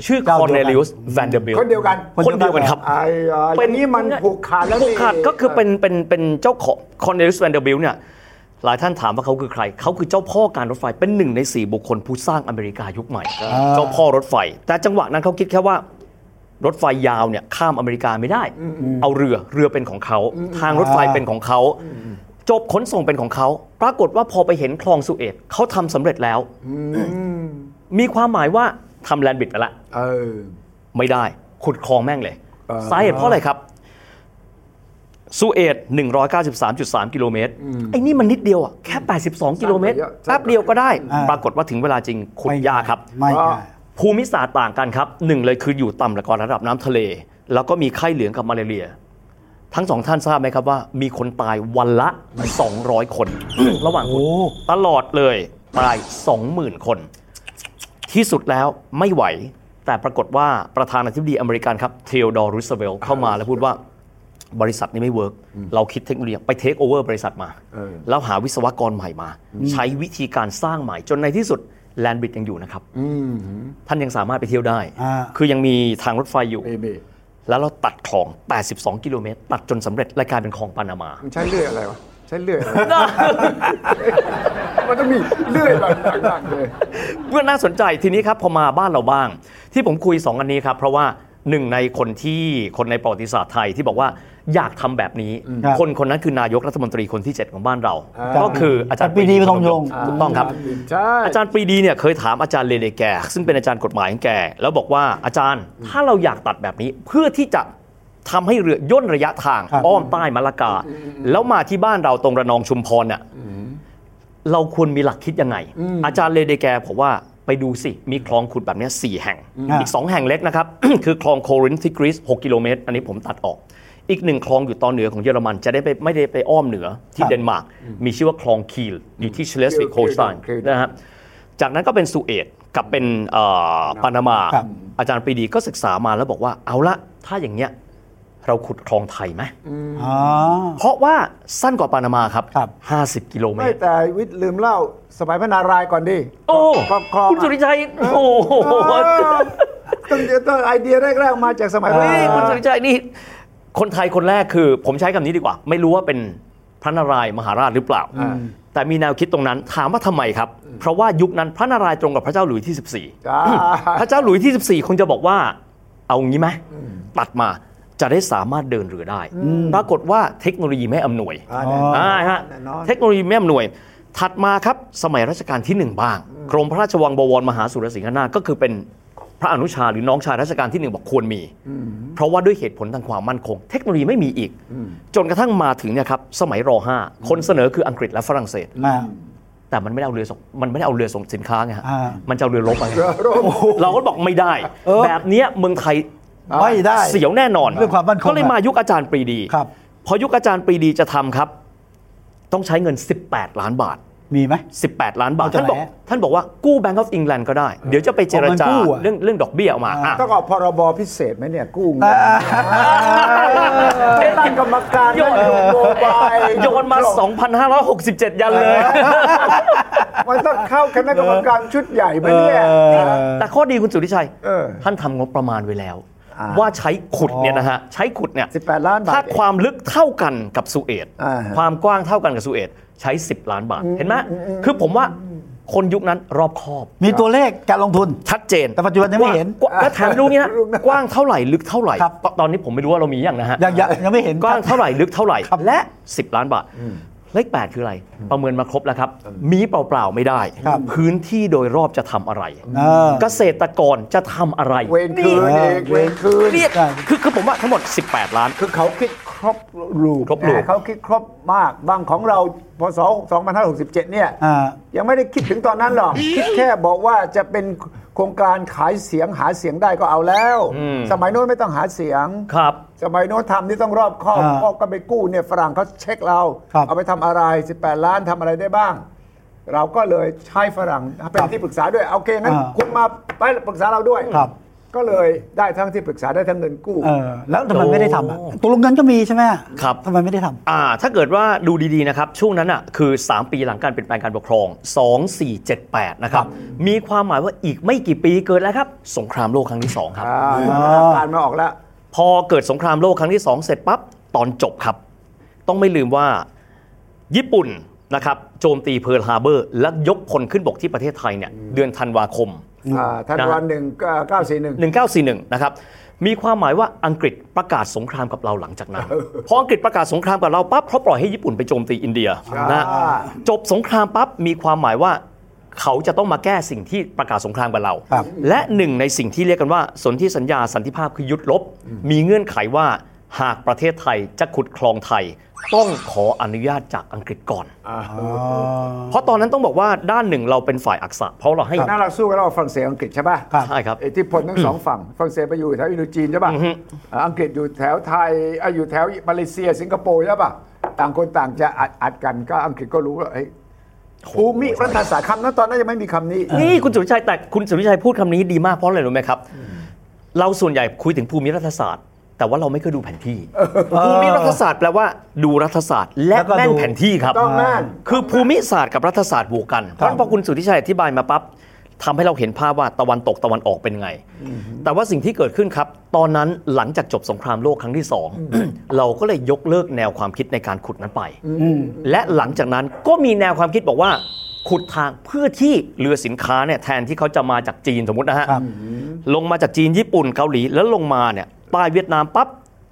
Speaker 4: ชื่อค
Speaker 2: เจ้าเดียวกั
Speaker 4: อ
Speaker 2: น
Speaker 4: นเนลิอุสแวนเดอร์บิล
Speaker 3: คนเดียวกัน
Speaker 4: คนเดียวกันครับ
Speaker 3: ไอ้อ่ะอย่างนี้มันผูกขาดแล้ว
Speaker 4: ผูกขาด
Speaker 3: นี่
Speaker 4: ก็คือเป็นเป็นเป็นเจ้าของคอนเนลิอุสแวนเดอร์บิลเนี่ย หลายท่านถามว่าเขาคือใคร เขาคือเจ้าพ่อการรถไฟเป็นหนึ่งในสี่บุคคลผู้สร้างอเมริกายุคใหม่ เจ้าพ่อรถไฟ แต่จังหวะนั้นเขาคิดแค่ว่า รถไฟยาวเนี่ยข้ามอเมริกาไม่ได้ เอาเรือเรือเป็นของเขา ทางรถไฟเป็นของเขา จบขนส่งเป็นของเขา ปรากฏว่าพอไปเห็นคลองสุเอตเขาทำสำเร็จแล้ว มีความหมายว่าทำแลนด์บริดจ์ไปละ
Speaker 3: เออ
Speaker 4: ไม่ได้ขุดคลองแม่งเลย
Speaker 3: เออ
Speaker 4: สาเหตุเพราะอะไรครับสุเอต193.3 กิโลเมตรไอ้นี่มันนิดเดียวอ่ะแค่ 82 กิโลเมตรแป๊บเดียวก็ได้
Speaker 2: อ่า
Speaker 4: ปรากฏว่าถึงเวลาจริงขุดยากครับ
Speaker 2: ไม่
Speaker 3: อ๋อ
Speaker 2: ได้
Speaker 4: ภูมิศาสตร์ต่างกันครับหนึ่งเลยคืออยู่ต่ำกว่าระดับน้ำทะเล แล้วก็มีไข้เหลืองกับมาลาเรีย ทั้งสองท่านทราบไหมครับว่า มีคนตายวันละ 200 คน ระหว่างคุณ
Speaker 2: โอ้
Speaker 4: ตลอดเลย ตาย 20,000 คน ที่สุดแล้วไม่ไหว แต่ปรากฏว่าประธานาธิบดีอเมริกันครับเทโอดอร์รูสเวลเข้ามาแล้วพูดว่าบริษัทนี้ไม่เวิร์กเราคิดเทคโนโลยีไปเทคโอเวอร์บริษัทมา
Speaker 3: เออ
Speaker 4: แล้วหาวิศวกรใหม่มา ใช้วิธีการสร้างใหม่จนในที่สุดแลนบิดยังอยู่นะครับ
Speaker 3: อืม
Speaker 4: ท่านยังสามารถไปเที่ยวได้
Speaker 2: อ่า
Speaker 4: คือยังมีทางรถไฟอยู่
Speaker 3: เบเบ
Speaker 4: แล้วเราตัดคลอง 82 กิโลเมตร ตัดจนสำเร็จรายกลารเป็นคลองปานามา
Speaker 3: มันใช้เลื่อยอะไรวะ ใช้เลื่อยอะไรวะ มันต้องมีเลื่อยแบบต่างๆเลย
Speaker 4: เพื่อนน่าสนใจทีนี้ครับพอมาบ้านเราบ้าง ที่ผมคุย 2 อันนี้ครับ เพราะว่าหนึ่งในคนที่คนในประวัติศาสตร์ไทยที่บอกว่าอยากทำแบบนี้
Speaker 2: ครับ
Speaker 4: คนคนนั้นคือนายกรัฐมนตรีคนที่ 7 ของบ้านเรา
Speaker 3: อ่า
Speaker 4: ก็คืออาจารย์
Speaker 2: ปรีดีพนมยงค์
Speaker 4: ถูกต้องครับ
Speaker 3: ใช่
Speaker 4: อาจารย์ปรีดีเนี่ยเคยถามอาจารย์เลเนแกร์ซึ่งเป็นอาจารย์กฎหมายของแกแล้วบอกว่าอาจารย์ถ้าเราอยากตัดแบบนี้เพื่อที่จะทำให้เรือย่นระยะทาง
Speaker 2: ครับ
Speaker 4: อ้อมใต้มะละกา แล้วมาที่บ้านเราตรงระนองชุมพรเนี่ยเราควรมีหลักคิดยังไง อาจารย์เลเนแกร์บอกว่าไปดูสิ มีคลองขุดแบบเนี้ยสี่แห่ง อีกสองแห่งเล็กนะครับ คือคลองโครินธ์ที่กรีซ6กิโลเมตร อันนี้ผมตัดออก อีกหนึ่งคลองอยู่ตอนเหนือของเยอรมันจะได้ไปไม่ได้ไปอ้อมเหนือที่เดนมาร์กมีชื่อว่าคลองคีลอยู่ที่เชลสวิกโฮลสไตน์นะฮะ จากนั้นก็เป็นสุเอตกับเป็นเอ่อปานามา
Speaker 2: ครับ
Speaker 4: อาจารย์ปรีดีก็ศึกษามาแล้วบอกว่าเอาละถ้าอย่างเนี้ยเราขุดคลองไทยไหม
Speaker 2: อ๋อ
Speaker 4: เพราะว่าสั้นกว่าปานามาครับ
Speaker 2: ครับ
Speaker 4: 50 กิโลเม
Speaker 3: ไม่
Speaker 4: ตร
Speaker 3: แต่วิทย์ลืมเล่าสมัยพระนารายณ์ก่อนดิ
Speaker 4: โอ้
Speaker 3: ครอบครอง
Speaker 4: คุณสุริชัย โอ้โห
Speaker 3: ต้องต้องไอเดียแรกๆมาจากสมัยพระนา
Speaker 4: เฮ้ย
Speaker 3: รา
Speaker 4: คุณสุ
Speaker 3: ย
Speaker 4: ริ
Speaker 3: ณ์
Speaker 4: ชัยนี่ คนไทยคนแรกคือ ผมใช้คำนี้ดีกว่า ไม่รู้ว่าเป็นพระนารายณ์มหาราชหรือเปล่า แต่มีแนวคิดตรงนั้นถามว่าทำไมครับ เพราะว่ายุคนั้นพระนารายณ์ตรงกับพระเจ้าหลุยส์ที่ 14
Speaker 3: จ้า
Speaker 4: พระเจ้าหลุยส์ที่ 14 คงจะบอกว่า เอางี้ไหมตัดมาจะได้สามารถเดินเรือได้ ปรากฏว่าเทคโนโลยีไม่อำนวย
Speaker 3: อ่าแน่นอน
Speaker 4: อ่าฮะ
Speaker 3: แน่นอน
Speaker 4: เทคโนโลยีไม่อำนวย ถัดมาครับสมัยรัชกาลที่หนึ่งบ้าง กรมพระราชวังบวรมหาสุรสิงหนาถก็คือเป็นพระอนุชาหรือน้องชายรัชกาลที่หนึ่งบอกควรมี เพราะว่าด้วยเหตุผลทางความมั่นคง เทคโนโลยีไม่มีอีก จนกระทั่งมาถึงเนี่ยครับสมัยรห้าคนเสนอคืออังกฤษและฝรั่งเศส
Speaker 2: มา
Speaker 4: แต่มันไม่ได้เอาเรือส่งมันไม่ได้เอาเรือส่งสินค้าไงฮะ
Speaker 2: อ่ามั
Speaker 4: มันจะเอาเรือรบมาไง
Speaker 3: เรือรบ
Speaker 4: เราก็บอกไม่ได้
Speaker 2: เออ
Speaker 4: แบบเนี้ยเมืองไทย
Speaker 2: ไม่ได้
Speaker 4: เสียวแน่นอน
Speaker 2: เรื่องความมั่นคง
Speaker 4: ก็เลย
Speaker 2: อะ
Speaker 4: มายุคอาจารย์ปรีดี
Speaker 2: ครับ
Speaker 4: พอยุคอาจารย์ปรีดีจะทำครับ ต้องใช้เงิน 18 ล้านบาท
Speaker 2: มีไหม
Speaker 4: 18 ล้านบาท
Speaker 2: เอาจาก
Speaker 4: ท่านบ
Speaker 2: ไหน
Speaker 4: อก
Speaker 2: อะ
Speaker 4: ท่านบอกว่ากู้แบงก์ออฟอิงแลนด์ก็ได้ เดี๋ยวจะไปเจรจา
Speaker 2: เอาเงินกู้อะ
Speaker 4: เรื่องเรื่องดอกเบี้ยออกมาอ่ะ
Speaker 3: ต้องออกพรบพิเศษไหมเนี่ยกู้เงินเอ๊ะตั้งกรรมการ
Speaker 4: โยน
Speaker 3: ตั้งโยบาย
Speaker 4: โยนมา 2,567 ยันเลย
Speaker 3: มันต้องเข้าคณะกรรมการชุดใหญ่ไหมเนี่ย
Speaker 4: แต่ข้อดีคุณสุทธิชัย
Speaker 3: เออ
Speaker 4: ท่านทำงบประมาณไว้แล้ว
Speaker 3: อ่า
Speaker 4: ว่าใช้ขุดเนี่ยนะฮะ ใช้ขุดเนี่ย
Speaker 3: 18ล้านบาท
Speaker 4: ถ้าความลึกเท่ากันกับสุเอต
Speaker 3: อ่าฮะ
Speaker 4: ความกว้างเท่ากันกับสุเอตใช้ 10 ล้านบาท เห็นไหมคือผมว่าคนยุคนั้นรอบคอบ
Speaker 2: มีตัวเลขการลงทุน
Speaker 4: ชัดเจน
Speaker 2: แต่ปัจจุบันยังไม่เห็น
Speaker 4: กว้างแล้วถามลูกเนี้ย
Speaker 3: ลูกนะ
Speaker 4: กว้างเท่าไหร่ลึกเท่าไหร่
Speaker 2: ครับ
Speaker 4: ตอนนี้ผมไม่รู้ว่าเรามีอย่างนะฮะ
Speaker 2: ยังยังยังไม่เห็น
Speaker 4: กว้างเท่าไหร่ลึกเท่าไหร่
Speaker 2: ครับ
Speaker 4: และ 10 ล้านบาท เลข 8 คืออะไร ประเมินมาครบแล้วครับ มีเปล่า ๆ ไม่ได้
Speaker 2: ครับ
Speaker 4: พื้นที่โดยรอบจะทำอะไร
Speaker 2: เออ
Speaker 4: เกษตรกรจะทำอะไร
Speaker 3: เวรคืนเองเวรคืน
Speaker 4: เรียกคือคือผมว่าทั้งหมด 18 ล้าน
Speaker 3: คือเขาคิดครบรูป
Speaker 4: ครบรูป
Speaker 3: นะเขาคิดครบมาก บางของเราพศ2567 เนี่ย
Speaker 2: อ่า
Speaker 3: ยังไม่ได้คิดถึงตอนนั้นหร อก คิดแค่บอกว่าจะเป็นโครงการขายเสียงหาเสียงได้ก็เอาแล้ว สมัยโน้นไม่ต้องหาเสียง
Speaker 4: ครับ
Speaker 3: สมัยโน้นทำนี่ต้องรอบคอบ
Speaker 2: อ่า
Speaker 3: ก็ก็ไปกู้เนี่ยฝรั่งเขาเช็คเรา
Speaker 2: ครับ
Speaker 3: เอาไปทำอะไร 18 ล้านทำอะไรได้บ้าง เราก็เลยใช้ฝรั่งเป็นที่ปรึกษาด้วยโอเคงั้น
Speaker 2: อ่า
Speaker 3: คุณมาไปปรึกษาเราด้วย
Speaker 2: ครับ
Speaker 3: ก็เลยได้ทั้งที่ปรึกษาได้ทั้งเงินกู้
Speaker 2: เออแล้วทำไมไม่ได้ทำอ่ะตัวลงเงินก็มีใช่ไหมอะ
Speaker 4: ครับ
Speaker 2: ทำไมไม่ได้ทำ
Speaker 4: อ่าถ้าเกิดว่าดูดีๆนะครับช่วงนั้นอ่ะคือ 3 ปีหลังการเปลี่ยนแปลงการปกครอง 2478 นะครับ มีความหมายว่าอีกไม่กี่ปีเกิดแล้วครับ สงครามโลกครั้งที่สองครับ
Speaker 3: อ่าการมาออกแล้ว
Speaker 4: พอเกิดสงครามโลกครั้งที่ 2 เสร็จปั๊บ ตอนจบครับ ต้องไม่ลืมว่า ญี่ปุ่น นะครับโจมตีเพิร์ลฮาร์เบอร์ และยกพลขึ้นบกที่ประเทศไทยเนี่ยเดือนธันวาคม
Speaker 3: อ่าธันวาหนึ่งเก้าสี่หนึ่ง
Speaker 4: 1941 นะครับ มีความหมายว่าอังกฤษประกาศสงครามกับเราหลังจากนั้น พออังกฤษประกาศสงครามกับเราปั๊บเขาปล่อยให้ญี่ปุ่นไปโจมตีอินเดียนะ
Speaker 3: อ่า
Speaker 4: จบสงครามปั๊บมีความหมายว่าเขาจะต้องมาแก้สิ่งที่ประกาศสงครามกับเรา
Speaker 2: ครับ
Speaker 4: และหนึ่งในสิ่งที่เรียกกันว่า สนธิสัญญาสันติภาพคือยุดลบ มีเงื่อนไขว่าหากประเทศไทยจะขุดคลองไทย ต้องขออนุญาตจากอังกฤษก่อน เพราะตอนนั้นต้องบอกว่าด้านหนึ่งเราเป็นฝ่ายอักษะเพราะเราให้
Speaker 3: นั่นเราสู้กันระหว่างฝรั่งเศสกับอังกฤษใช่ป่ะ
Speaker 2: ครับ
Speaker 4: ใช่ครับ
Speaker 3: อิทธิพลทั้งสองฝั่งฝรั่งเศสไปอยู่แถวอินโดจีนใช่ป่ะอ่าอังกฤษอยู่แถวไทยอ่ะอยู่แถวมาเลเซียสิงคโปร์ใช่ป่ะต่างคนต่างจะอัดอัดกันก็อังกฤษก็รู้ว่าเฮ้ยภูมิรัฐศาสตร์คำนั้นตอนนั้นยังไม่มีคำนี้
Speaker 4: นี่คุณสุวิชัยแต่คุณสุวิชัยพูดคำนี้ดีมากเพราะอะไรรู้ไหมครับ เราส่วนใหญ่คุยถึงภูมิรัฐศาสตร์ แต่ว่าเราไม่เคยดูแผนที่ภูมิรัฐศาสตร์แปลว่าดูรัฐศาสตร์ และ
Speaker 2: แล้วก็ดู
Speaker 4: แม่นแผนที่ครับ
Speaker 3: ต้องแม่น
Speaker 4: คือภูมิศาสตร์กับรัฐศาสตร์บวกกันเพราะฉะนั้นพอคุณสุทธิชัยอธิบายมาปั๊บทำให้เราเห็นภาพว่าตะวันตกตะวันออกเป็นไง แต่ว่าสิ่งที่เกิดขึ้นครับ ตอนนั้นหลังจากจบสงครามโลกครั้งที่สองเราก็เลยยกเลิกแนวความคิดในการขุดนั้นไป และหลังจากนั้นก็มีแนวความคิดบอกว่า ขุดทางเพื่อที่เรือสินค้าเนี่ยแทนที่เขาจะมาจากจีนสมมตินะฮะ
Speaker 2: ครับ
Speaker 4: ลงมาจากจีนญี่ปุ่นเกาหลีแล้วลงมาเนี่ยใต้เวียดนามปั๊บ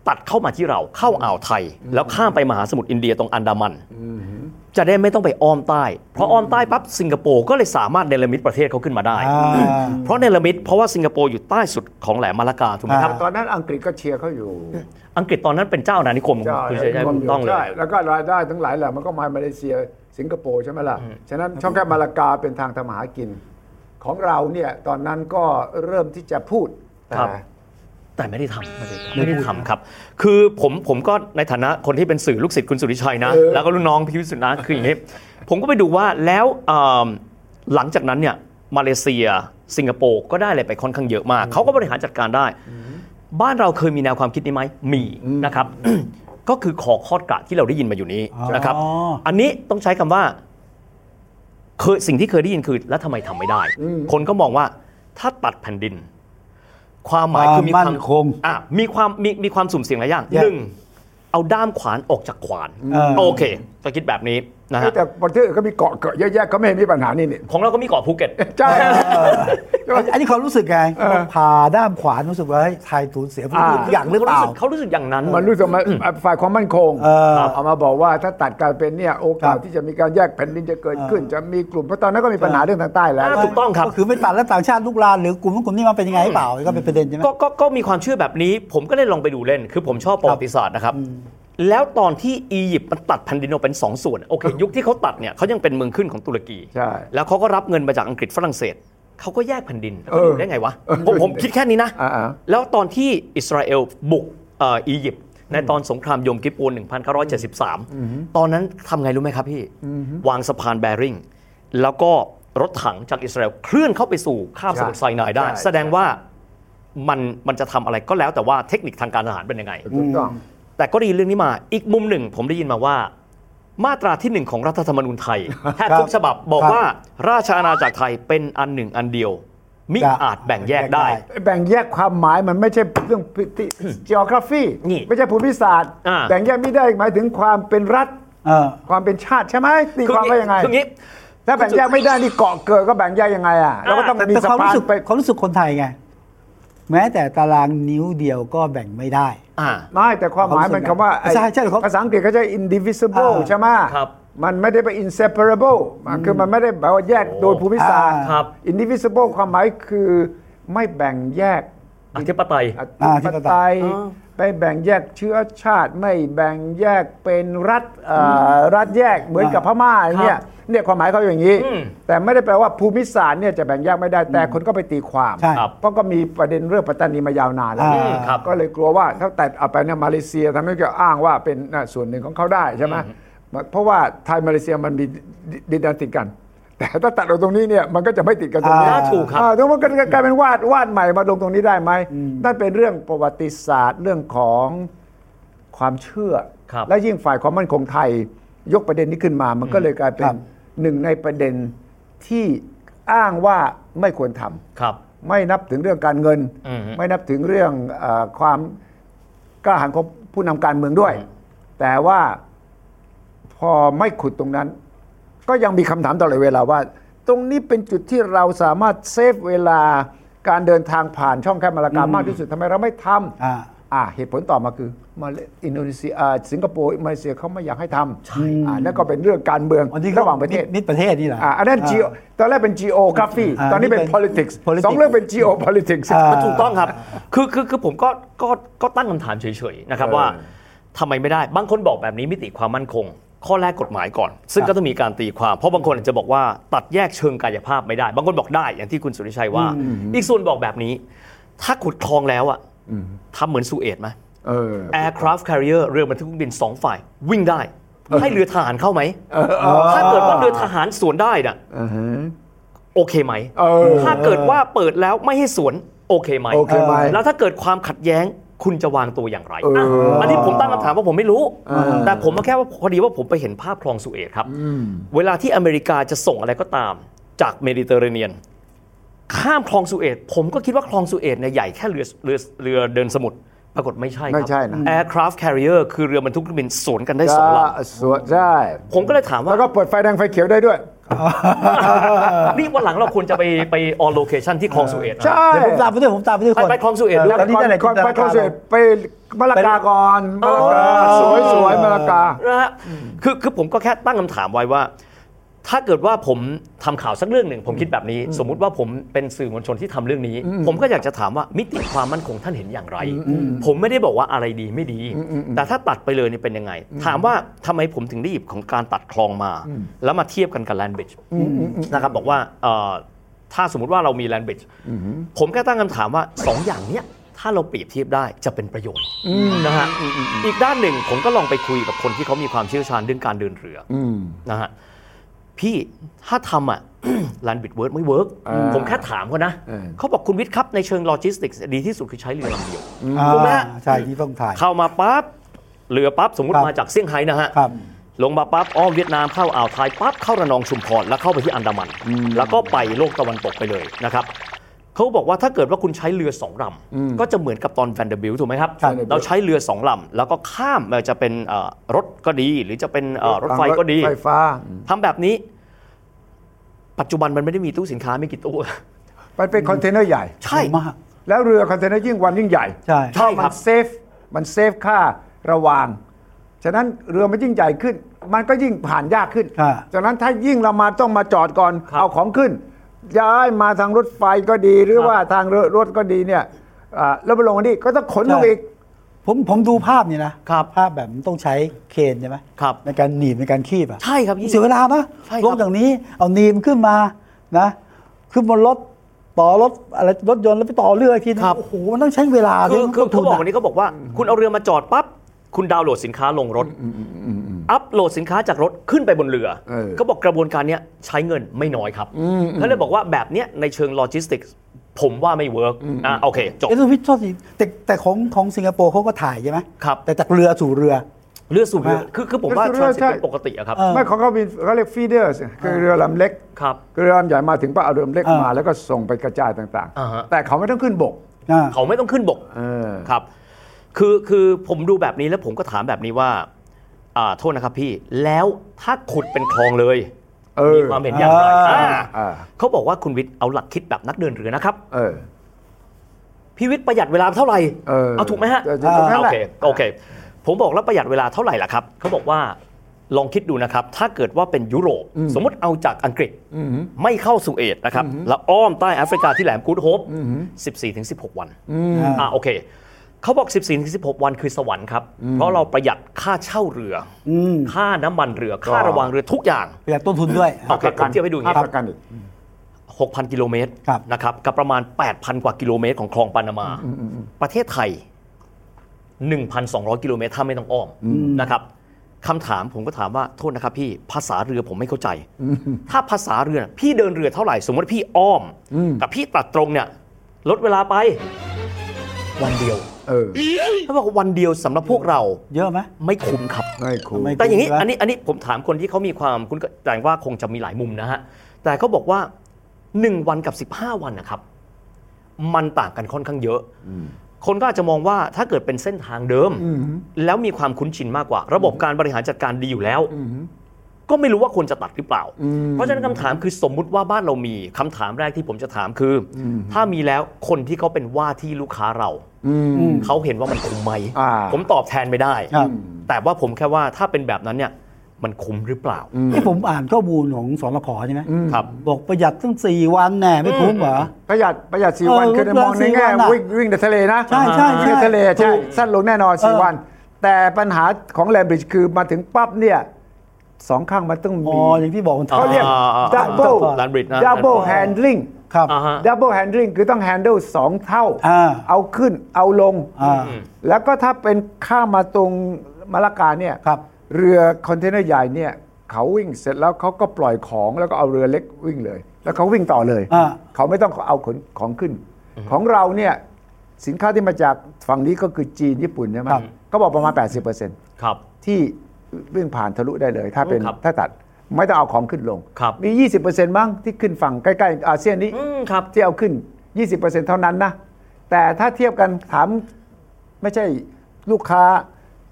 Speaker 4: ตัดเข้ามาที่เราเข้าอ่าวไทย แล้วข้ามไปมหาสมุทรอินเดียตรงอันดามัน จะได้ไม่ต้องไปอ้อมใต้ เพราะอ้อมใต้ปั๊บสิงคโปร์ก็เลยสามารถเนรมิตประเทศเขาขึ้นมาได้
Speaker 2: อ่า
Speaker 4: เพราะเนรมิตเพราะว่าสิงคโปร์อยู่ใต้สุดของแหลมมาลากาถูกไหมครับ
Speaker 3: ตอนนั้นอังกฤษก็เชียร์เขาอยู่
Speaker 4: อังกฤษตอนนั้นเป็นเจ้าอาณานิคมของคุณชัยชัย
Speaker 3: ใช่
Speaker 4: ถูกต้องเล
Speaker 3: ใช่
Speaker 4: ย
Speaker 3: แล้วก็รายได้ทั้งหลายแหละมันก็มามาเลเซียสิงคโปร์ใช่ไหมล่ะ ฉะนั้นช่องแคบมาลากาเป็นทางทำมาหากิน ของเราเนี่ยตอนนั้นก็เริ่มที่จะพูดแต่
Speaker 4: ครับ แต่ไม่ได้ทำไม่ได้ทำครับ คือผมผมก็ในฐานะคนที่เป็นสื่อลูกศิษย์คุณสุริชัยนะ แล้วก็รุ่นน้องพี่วิสุทธิ์นะคืออย่างนี้ ผมก็ไปดูว่าแล้วเอิ่มหลังจากนั้นเนี่ยมาเลเซีย สิงคโปร์ก็ได้อะไรไปค่อนข้างเยอะมากเขาก็บริหารจัดการได้ บ้านเราเคยมีแนวความคิดนี้ไหมมีนะครับ ก็คือขอคอดกระที่เราได้ยินมาอยู่นี้นะครับ
Speaker 2: อ๋อ
Speaker 4: อันนี้ต้องใช้คำว่า เคยสิ่งที่เคยได้ยินคือแล้วทำไมทำไม่ได้ คนก็มองว่าถ้าตัดแผ่นดิน ความหมายคือมี
Speaker 2: ความมั่นคง
Speaker 4: อ่ะมีความมีมีความสุ่มเสี่ยงหลายอย่าง
Speaker 2: อย่าง
Speaker 4: หนึ่งเอาด้ามขวานออกจากขวาน
Speaker 2: เออ
Speaker 4: โอเคจะคิดแบบนี้นะฮะ
Speaker 3: แต่ประเทศอื่นก็มีเกาะเกาะเยอะแยะก็ไม่เห็นมีปัญหานี่นี่
Speaker 4: ของเราก็มีเกาะภูเก็ต
Speaker 3: ใช่
Speaker 2: อันนี้เขามรู้สึกไงผ่าด้ามขวานรู้สึกว่าเฮ้ยไทยสูญเสียพื้นที่ทุกอย่างหรือเปล่า
Speaker 4: ขสึกเขารู้สึกอย่างนั้น
Speaker 3: มันรู้สึกมาฝ่ายความมั่นคง
Speaker 2: เออ
Speaker 3: เอามาบอกว่าถ้าตัดการเป็นเนี่ยโอกาส
Speaker 2: ครับ
Speaker 3: ที่จะมีการแยกแผ่นดินจะเกิดขึ้น จะมีกลุ่มเพราะตอนนั้นก็มีปัญหาเรื่องทางใต้แล้ว
Speaker 4: อ่าถูก ต้องครับ
Speaker 2: ก็คือไม่ตัดแล้วต่างชาติลูกลานหรือกลุ่มนู้นกลุ่มนี้มันเป็นยังไงหรือเปล่าก็เป็นประเด็นใช่ไหม
Speaker 4: ก็ก็ก็มีความเชื่อแบบนี้ ผมก็เลยลองไปดูเล่น คือผมชอบประวัติศาสตร์นะครับ แล้วตอนที่อียิปต์มันตัดแผ่นดินออกเป็นสองส่วนโอเคยุคที่เขาตัดเนี่ยเขายังเป็นเมืองขึ้นของตุรกี
Speaker 3: ใช่
Speaker 4: แล้วเขาก็รับเงินมาจากอังกฤษฝรั่งเศสเขาก็แยกแผ่นดินแล้วเขาอยู่ได้ไงวะ
Speaker 3: เออ
Speaker 4: ผมผมคิดแค่นี้นะ
Speaker 3: อ่า
Speaker 4: แล้วตอนที่อิสราเอลบุกเอ่ออียิปต์ในตอนสงครามยมกิปปูน1973 ตอนนั้นทำไงรู้ไหมครับพี่ วางสะพานแบริ่งแล้วก็รถถังจากอิสราเอลเคลื่อนเข้าไปสู่คาบสมุทรไซนายได้
Speaker 3: ใช่
Speaker 4: แสดงว่า มันมันจะทำอะไรก็แล้วแต่ว่าเทคนิคทางการทหารเป็นยังไง
Speaker 3: ถูกต้อง
Speaker 4: แต่ก็ได้ยินเรื่องนี้มาอีกมุมหนึ่ง ผมได้ยินมาว่า มาตราที่หนึ่งของรัฐธรรมนูญไทยแทบทุกฉบับบอก
Speaker 2: ครับ
Speaker 4: ว่าราชอาณาจักรไทยเป็นอันหนึ่งอันเดียวมิ
Speaker 2: จะ
Speaker 4: อาจแบ่งแยกได้
Speaker 2: แยกได้
Speaker 3: แบ่งแยกความหมายมันไม่ใช่เรื่องพิธี geography
Speaker 4: นี่
Speaker 3: ไม่ใช่ภูมิศาสตร์
Speaker 4: อ่า
Speaker 3: แบ่งแยกไม่ได้หมายถึงความเป็นรัฐ
Speaker 2: เออ
Speaker 3: ความเป็นชาติใช่ไหมตีความว่ายังไง
Speaker 4: คืออย่างนี้
Speaker 3: ถ้าแบ่งแยกไม่ได้นี่เกาะเกิดก็แบ่งแยกยังไงอ่ะเราก็ต้อง
Speaker 2: แต่
Speaker 3: มี
Speaker 2: แต่
Speaker 3: สะ
Speaker 2: เขาม
Speaker 3: พา
Speaker 2: รู้
Speaker 3: น
Speaker 2: สึก
Speaker 3: ไป
Speaker 2: เขามรู้สึกคนไทยไง แม้แต่ตารางนิ้วเดียวก็แบ่งไม่ได้
Speaker 4: อ่า
Speaker 3: ไม่แต่ความหมายมันคำว่าไอ้
Speaker 2: ใช่ใช่ครับ
Speaker 3: ภาษาอังกฤษเขาใช้ indivisible
Speaker 2: อ่า
Speaker 3: ใช่ไหม
Speaker 4: ครับ
Speaker 3: มันไม่ได้ไป inseparable มันคือมันไม่ได้แปลว่าแยกโดยภูมิศาสตร์
Speaker 2: อ่า
Speaker 4: ครับ
Speaker 3: indivisible ความหมายคือไม่แบ่งแยก
Speaker 4: อธิปไตย
Speaker 2: อ่า
Speaker 3: อธิปไตยไปแบ่งแยกเชื้อชาติ ไม่แบ่งแยกเป็นรัฐเอ่อรัฐแยกเหมือนกับพม่าเนี่ยเนี่ยความหมายเขาอย่างนี้
Speaker 4: อืม
Speaker 3: แต่ไม่ได้แปลว่าภูมิศาสตร์เนี่ยจะแบ่งแยกไม่ได้แต่คนก็ไปตีความ
Speaker 2: ใช่
Speaker 4: ครับ
Speaker 3: เพราะก็มีประเด็นเรื่องปัตตานีมายาวนานแล้ว
Speaker 2: อ่า
Speaker 4: ครับ
Speaker 3: ก็เลยกลัวว่าถ้าแต่เอาไปเนี่ยมาเลเซียทำให้ก็อ้างว่าเป็นน่ะส่วนหนึ่งของเขาได้ใช่ไหมเพราะว่าไทยมาเลเซียมันมีดิดินแดนติดกัน แต่ถ้าตัดออกตรงนี้เนี่ยมันก็จะไม่ติดกันตรงนี้
Speaker 4: อ่าถูกครับ
Speaker 3: อ่าตรงมันก็กลายเป็นวาดวาดใหม่มาลงตรงนี้ได้ไหมนั่นเป็นเรื่องประวัติศาสตร์เรื่องของความเชื่อ
Speaker 4: ครับ
Speaker 3: และยิ่งฝ่ายความมั่นคงไทยยกประเด็นนี้ขึ้นมา มันก็เลยกลายเป็น
Speaker 2: ครับ
Speaker 3: หนึ่งในประเด็นที่อ้างว่าไม่ควรทำ
Speaker 4: ครับ
Speaker 3: ไม่นับถึงเรื่องการเงิน
Speaker 4: อืม
Speaker 3: ไม่นับถึงเรื่องเออความกล้าหาญของผู้นำการเมืองด้วย แต่ว่าพอไม่ขุดตรงนั้น ก็ยังมีคำถามตลอดเวลาว่า ตรงนี้เป็นจุดที่เราสามารถเซฟเวลาการเดินทางผ่านช่องแคบมาลากามากที่สุดทำไมเราไม่ทำ
Speaker 2: อ่า
Speaker 3: อ่าเหตุผลต่อมาคือมาเลอินโดนีเซียอ่าสิงคโปร์มาเลเซียเขาไม่อยากให้ทำอ่านั่นก็เป็นเรื่องการเมือง
Speaker 2: อันนี้ก็
Speaker 3: ระหว่างประเทศ
Speaker 2: นิดประเทศนี่แหละ
Speaker 3: อ่ะอันนั้น geo ตอนแรกเป็น geography
Speaker 2: อ่า
Speaker 3: ตอนนี้เป็น
Speaker 2: นี่เป็น
Speaker 3: politics
Speaker 2: politics
Speaker 3: สองเรื่องเป็น geopolitics
Speaker 2: อ่า
Speaker 4: ถูกต้องครับ คือคือคือผมก็ก็ก็ตั้งคำถามเฉยๆนะครับ
Speaker 3: เออ
Speaker 4: ว่าทำไมไม่ได้ บางคนบอกแบบนี้มิติความมั่นคง ข้อแรกกฎหมายก่อน ซึ่งก็ต้องมีการตีความ เพราะบางคนอาจจะบอกว่าตัดแยกเชิงกายภาพไม่ได้ บางคนบอกได้อย่างที่คุณสุริชัยว่า อีกส่วนบอกแบบนี้ ถ้าขุดคลองแล้วอ่ะทำเหมือนสูเอตไหม
Speaker 3: เออ
Speaker 4: aircraft carrier เรือบรรทุกเครื่องบินสองฝ่าย วิ่งได้ ให้เรือทหารเข้าไหมถ้าเกิดว่าเรือทหารสวนได้น่ะโอเคไหม
Speaker 3: เออ
Speaker 4: ถ้าเกิดว่าเปิดแล้วไม่ให้สวนโอเคไหม
Speaker 3: โอเคไหม
Speaker 4: แล้วถ้าเกิดความขัดแย้งคุณจะวางตัวอย่างไร
Speaker 3: เอออ่
Speaker 4: ะอันนี้ผมตั้งคำถามว่าผมไม่รู้
Speaker 3: เออ
Speaker 4: แต่ผมก็แค่ว่าพอดีว่าผมไปเห็นภาพคลองสุเอตครับ เวลาที่อเมริกาจะส่งอะไรก็ตามจากเมดิเตอร์เรเนียน ข้ามคลองสุเอตผมก็คิดว่าคลองสุเอตเนี่ยใหญ่แค่เรือเรือเรือเดินสมุทรปรากฏไม่ใช่ครับ
Speaker 3: ไม่ใช่นะ
Speaker 4: aircraft carrier คือเรือบรรทุกเครื่องบินสวนกันได้สองล
Speaker 3: สวนใช่
Speaker 4: ำผมก็เลยถามว่า
Speaker 3: แล้วก็เปิดไฟแดงไฟเขียวได้ด้วย
Speaker 4: นี่วันหลังเราควรจะไปไป on location ที่คลองสุเอตนะ
Speaker 3: ใช่
Speaker 2: เดี๋ยวผมตามไปด้วยผมตามไปด้วยคน
Speaker 4: ไปคลองสุเอตด้วย
Speaker 2: ตอนนี้ได้ไหน
Speaker 3: ก่อนไป
Speaker 2: จินต
Speaker 3: คอน
Speaker 2: นาาร
Speaker 3: เสิร์ตไปมาลากาก่อนมาลากาสวยสวยมาลากา
Speaker 4: นะฮะคือคือผมก็แค่ตั้งคำถามไว้ว่า ถ้าเกิดว่าผมทำข่าวสักเรื่องหนึ่งผมคิดแบบนี้ สมมุติว่าผมเป็นสื่อมวลชนที่ทำเรื่องนี้ ผมก็อยากจะถามว่ามิติความมั่นคงท่านเห็นอย่างไร ผมไม่ได้บอกว่าอะไรดีไม่ดี แต่ถ้าตัดไปเลยเนี่ยเป็นยังไง ถามว่าทำไมผมถึงได้หยิบของการตัดคลองมา แล้วมาเทียบกันกับแลนบริดจ์นะครับบอกว่าเอ่อถ้าสมมุติว่าเรามีแลนบริดจ์ผมแค่ตั้งคำถามว่าสองอย่างเนี้ยถ้าเราเปรียบเทียบได้จะเป็นประโยชน์นะฮะอีกด้านหนึ่งผมก็ลองไปคุยกับคนที่เขามีความเชี่ยวชาญเรื่องการเดินเรืออนะฮะพี่ถ้าทำอ่ะ แลนบิดเวิร์ดไม่เวิร์กผมแค่ถามเขานะ
Speaker 3: เออ
Speaker 4: เขาบอกคุณวิทย์ครับในเชิงโลจิสติกส์ดีที่สุดคือใช้เรือลำเดียว
Speaker 2: อ่า
Speaker 4: ถูกไหมฮะ
Speaker 2: ใช่ที่ต้องถ่าย
Speaker 4: เข้ามาปั๊บเรือปั๊บสมมติ
Speaker 2: ครับ
Speaker 4: มาจากเซี่ยงไฮ้นะฮะ
Speaker 2: ครับ
Speaker 4: ลงมาปั๊บอ้อมเวียดนามเข้าอ่าวไทยปั๊บเข้าระนองชุมพรแล้วเข้าไปที่อันดามัน แล้วก็ไปโลกตะวันตกไปเลยนะครับเขาบอกว่าถ้าเกิดว่าคุณใช้เรือสองลำก็จะเหมือนกับตอนแวนเดอร์บิลถูกไหมครับ
Speaker 2: ใช่
Speaker 4: เราใช้เรือสองลำแล้วก็ข้ามไมันจะเป็นเอ่อรถก็ดี หรือจะเป็นเอ่อรถไฟก็ดี
Speaker 3: ไฟฟ้า
Speaker 4: ทำแบบนี้ ปัจจุบันมันไม่ได้มีตู้สินค้าไม่กี่ตู้
Speaker 3: มันเป็นคอนเทนเนอร์ใหญ่
Speaker 4: ใช่
Speaker 2: มาก
Speaker 3: แล้วเรือคอนเทนเนอร์ยิ่งวันยิ่งใหญ่
Speaker 2: ใช่
Speaker 4: ใช่ค
Speaker 3: มั
Speaker 4: รั
Speaker 3: น
Speaker 4: บ
Speaker 3: เซฟมันเซฟค่าระวาง ฉะนั้นเรือมันยิ่งใหญ่ขึ้น มันก็ยิ่งผ่านยากขึ้น
Speaker 2: ค่ะ
Speaker 3: ฉะนั้นถ้ายิ่งเรามาต้องมาจอดก่อน
Speaker 4: ครับ
Speaker 3: เอาของขึ้น ย้ายมาทางรถไฟก็ดีหรือว่าทางเรือรถก็ดีเนี่ยอ่าแล้วไปลงอันนี้ก็ต้องขนลงอีก
Speaker 2: ผมผมดูภาพนี่นะครับ ภาพแบบมันต้องใช้เคนใช่ไหม
Speaker 4: ครับ
Speaker 2: ในการหนีบในการคีบอะ
Speaker 4: ใช่ครับ
Speaker 2: เสียเวลาปะ
Speaker 4: ใช่ครับ
Speaker 2: ลงจากนี้เอาหนีบขึ้นมานะขึ้นบนรถต่อรถอะไรรถยนต์แล้วไปต่อเรืออีกทีนึงโอ้โหมันต้องใช้เวลา
Speaker 4: คื
Speaker 2: ด้
Speaker 4: อ
Speaker 2: วย
Speaker 4: คือ
Speaker 2: ต้
Speaker 4: เขา
Speaker 2: ง
Speaker 4: บอก
Speaker 2: ทุ
Speaker 4: วัน
Speaker 2: นะ
Speaker 4: นี้เขาบอกว่า คุณเอาเรือมาจอดปั๊บคุณดาวน์โหลดสินค้าลงรถ อัพโหลดสินค้าจากรถขึ้นไปบนเรือ
Speaker 3: เออ
Speaker 4: เขาบอกกระบวนการเนี้ยใช้เงินไม่น้อยครับเขาเลยบอกว่าแบบเนี้ยในเชิงโลจิสติกส์ผมว่าไม่เวิร์กอ่ะโอเคจบ
Speaker 2: เอ้ยพี่โทษทีแต่แต่ของของสิงคโปร์เขาก็ถ่ายใช่ไหม
Speaker 4: ครับ
Speaker 2: แต่จากเรือสู่เรือ
Speaker 4: เรือสูบเรือคือคือผมว่า
Speaker 3: เรือ
Speaker 4: ทราน
Speaker 3: สู
Speaker 4: สิ
Speaker 3: บเรือใช่
Speaker 4: เป็นปกติอะครับ
Speaker 2: เอ
Speaker 3: ไม่ของเขาเป็นเขาเรียกฟีเดอร์คือเรือลำเล็ก
Speaker 4: ครับ
Speaker 3: เรือลำใหญ่มาถึงก็เอาเรือลำเล็ก
Speaker 2: อ่าม
Speaker 3: มาแล้วก็ส่งไปกระจายต่าง
Speaker 4: อ่าฮะ
Speaker 3: ๆ แต่เขาไม่ต้องขึ้นบก
Speaker 2: อ่า
Speaker 4: เขาไม่ต้องขึ้นบก
Speaker 3: เออ
Speaker 4: ครับ คือคือผมดูแบบนี้แล้วผมก็ถามแบบนี้ว่าอ่าโทษนะครับพี่แล้วถ้าขุดเป็นคลองเลย
Speaker 3: เออ
Speaker 4: มีความเห็นอย่างไร
Speaker 2: อ่า
Speaker 4: อ่าเขาบอกว่าคุณวิทย์เอาหลักคิดแบบนักเดินเรือนะครับ
Speaker 3: เออ
Speaker 4: พี่วิทย์ประหยัดเวลาเท่าไหร่
Speaker 3: เออ
Speaker 4: เอาถูกไหมฮะ
Speaker 3: เออถูกนั่น
Speaker 4: โอ
Speaker 3: แหละ
Speaker 4: เคโอเค ผมบอกแล้วประหยัดเวลาเท่าไหร่ล่ะครับ เขาบอกว่าลองคิดดูนะครับ ถ้าเกิดว่าเป็นยุโรป สมมติเอาจากอังกฤษไม่เข้าสุเอตนะครับ แล้วอ้อมใต้แอฟริกาที่แหลมกูดโฮป14ถึง16 วันอ่าโอเค เขาบอก 14ถึง16 วันคือสวรรค์ครับ เพราะเราประหยัดค่าเช่าเรืออ
Speaker 2: ม
Speaker 4: ค่าน้ำมันเรือ ค่าระวังเรือทุกอย่าง
Speaker 2: ประหยัดต้นทุนด้วย
Speaker 4: โอเคผมเทียบให้ดูอย่างนี้
Speaker 3: ภาพประกันอีก
Speaker 4: 6,000 กิโลเมตร
Speaker 2: ครับ
Speaker 4: นะครับกับประมาณ 8,000 กว่ากิโลเมตรของคลองปานามา ประเทศไทย 1,200 กิโลเมตรถ้าไม่ต้องอ้อมนะครับคำถามผมก็ถามว่าโทษนะครับพี่ภาษาเรือผมไม่เข้าใจ ถ้าภาษาเรือน่ะพี่เดินเรือเท่าไหร่ สมมติพี่อ้อม กับพี่ตัดตรงเนี่ยลดเวลาไปวันเดียว
Speaker 3: เออ
Speaker 4: ถ้าบอกว่าวันเดียวสำหรับพวกเรา
Speaker 2: เยอะไหม
Speaker 4: ไม่คุ้มครับ
Speaker 3: ไม่คุ้ม
Speaker 2: ไม่
Speaker 4: แต่อย่างนี้
Speaker 2: ใช่ไหม
Speaker 4: อันนี้อันนี้ผมถามคนที่เขามีความคุณก็แต่ว่าคงจะมีหลายมุมนะฮะ แต่เขาบอกว่า 1 วันกับ 15 วันนะครับ มันต่างกันค่อนข้างเยอะ คนก็อาจจะมองว่าถ้าเกิดเป็นเส้นทางเดิม แล้วมีความคุ้นชินมากกว่า ระบบการบริหารจัดการดีอยู่แล้ว ก็ไม่รู้ว่าควรจะตัดหรือเปล่า เพราะฉะนั้นคำถามคือสมมุติว่าบ้านเรามีคำถามแรกที่ผมจะถามคืออถ้ามีแล้วคนที่เขาเป็นว่าที่ลูกค้าเราเขาเห็นว่ามันคุ้มไหม
Speaker 3: อ่า
Speaker 4: ผมตอบแทนไม่ได้
Speaker 2: ครับ
Speaker 4: แต่ว่าผมแค่ว่าถ้าเป็นแบบนั้นเนี่ยมันคุ้มหรือเปล่า
Speaker 2: ที่ผมอ่านข้อมูลของสรขอใช่ไหม
Speaker 4: ครับ
Speaker 2: บอกประหยัดตั้งสี่วันแน่ไม่คุ้มเหรอ
Speaker 3: ประหยัดประหยัดสี่วัน
Speaker 2: เออ
Speaker 3: คือในมองในแง่
Speaker 2: ประหยัดสี่วันอะ
Speaker 3: วิ่งวิ่งในทะเลนะ
Speaker 2: ใช่ใช่
Speaker 3: วิ่งใน
Speaker 2: ใช่
Speaker 3: ทะเล
Speaker 2: ถู
Speaker 3: ใช่
Speaker 2: ก
Speaker 3: สั้นลงแน่นอนสี่
Speaker 2: เออ
Speaker 3: วัน แต่ปัญหาของแลมบริดจ์คือมาถึงปั๊บเนี่ยสองข้างมันต้อง
Speaker 2: อ๋
Speaker 3: มี
Speaker 2: ออย่างที่บอกมัน
Speaker 4: อ๋
Speaker 2: เขา
Speaker 4: อ
Speaker 3: เขาเรียก double
Speaker 4: Lambridge นะ
Speaker 3: double handling
Speaker 2: ครับ
Speaker 4: อ่าฮะ
Speaker 3: double handling คือต้อง handle สองเท่า
Speaker 2: อ่า
Speaker 3: เอาขึ้นเอาลง
Speaker 2: อ่า
Speaker 3: แล้วก็ถ้าเป็นข้ามมาตรงมะละกาเนี่ย
Speaker 2: ครับ
Speaker 3: เรือคอนเทนเนอร์ใหญ่เนี่ยเขาวิ่งเสร็จแล้วเขาก็ปล่อยของแล้วก็เอาเรือเล็กวิ่งเลย แล้วเขาวิ่งต่อเลย
Speaker 2: อ่า
Speaker 3: เขาไม่ต้องเอาขนของขึ้น ของเราเนี่ยสินค้าที่มาจากฝั่งนี้ก็คือจีนญี่ปุ่นใช่ไหม
Speaker 2: ครับ
Speaker 3: ก็บอกประมาณ 80%
Speaker 4: ครับ
Speaker 3: ที่วิ่งผ่านทะลุได้เลย ถ้าเป็น
Speaker 4: ครับ
Speaker 3: ถ้าตัดไม่ต้องเอาของขึ้นลง
Speaker 4: ครับ
Speaker 3: มี 20%มั้งที่ขึ้นฝั่งใกล้ๆอาเซียนนี้
Speaker 4: อืมครับ
Speaker 3: ที่เอาขึ้น 20%เท่านั้นนะ แต่ถ้าเทียบกันถามไม่ใช่ลูกค้า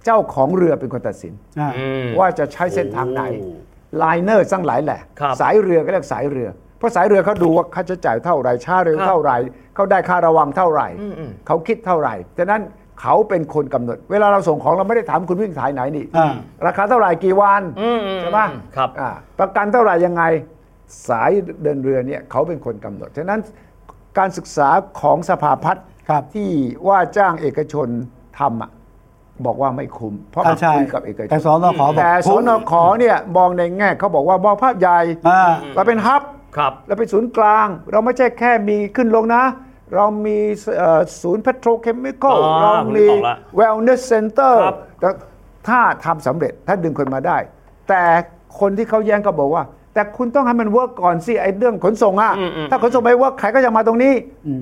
Speaker 3: เจ้าของเรือเป็นคนตัดสิน
Speaker 2: อ่า
Speaker 3: ว่าจะใช้เส้นทางไหน
Speaker 4: โอ้
Speaker 3: ไลเนอร์สั้งหลายแหละ
Speaker 4: ครับ
Speaker 3: สายเรือก็เรียกสายเรือ เพราะสายเรือเขาดูว่าค่าใช้จ่ายเท่าไหร่ช้าเร็ว
Speaker 4: ครับ
Speaker 3: เท่าไหร่เขาได้ค่าระวังเท่าไหร่
Speaker 4: อืมอืม
Speaker 3: เขาคิดเท่าไหร่ฉะนั้นเขาเป็นคนกำหนด เวลาเราส่งของเราไม่ได้ถามคุณวิ่งสายไหนนี่
Speaker 2: อ่า
Speaker 3: ราคาเท่าไหร่กี่วันใช่ไหม
Speaker 4: ครับ
Speaker 3: อ่าประกันเท่าไหร่ยังไงสายเดินเรือเนี่ยเขาเป็นคนกำหนด ฉะนั้นการศึกษาของสภาพัฒน์
Speaker 2: ครับ
Speaker 3: ที่ว่าจ้างเอกชนทำอ่ะบอกว่าไม่คุ้ม เพราะ
Speaker 2: อ่าใช่
Speaker 3: คุยกับเอกชน
Speaker 2: แต่สนขบอก
Speaker 3: แต่ส
Speaker 2: คุ้ม
Speaker 3: นขเนี่ยมองในแง่เขาบอกว่ามองภาพใหญ่
Speaker 2: อ่า
Speaker 3: เราเป็นฮับ
Speaker 4: ครับ
Speaker 3: เราเป็นศูนย์กลาง เราไม่ใช่แค่มีขึ้นลงนะ เรามีเอ่อศูนย์ petrochemical
Speaker 4: อ่า
Speaker 3: เรา
Speaker 4: ผมนึ
Speaker 3: มี
Speaker 4: กออกละ
Speaker 3: wellness center
Speaker 4: ครับ
Speaker 3: แต่ถ้าทำสำเร็จถ้าดึงคนมาได้ แต่คนที่เขาแย้งก็บอกว่า แต่คุณต้องให้มันเวิร์กก่อนสิไอ้เรื่องขนส่งอะถ้าขนส่งไม่เวิร์กใครก็จะมาตรงนี้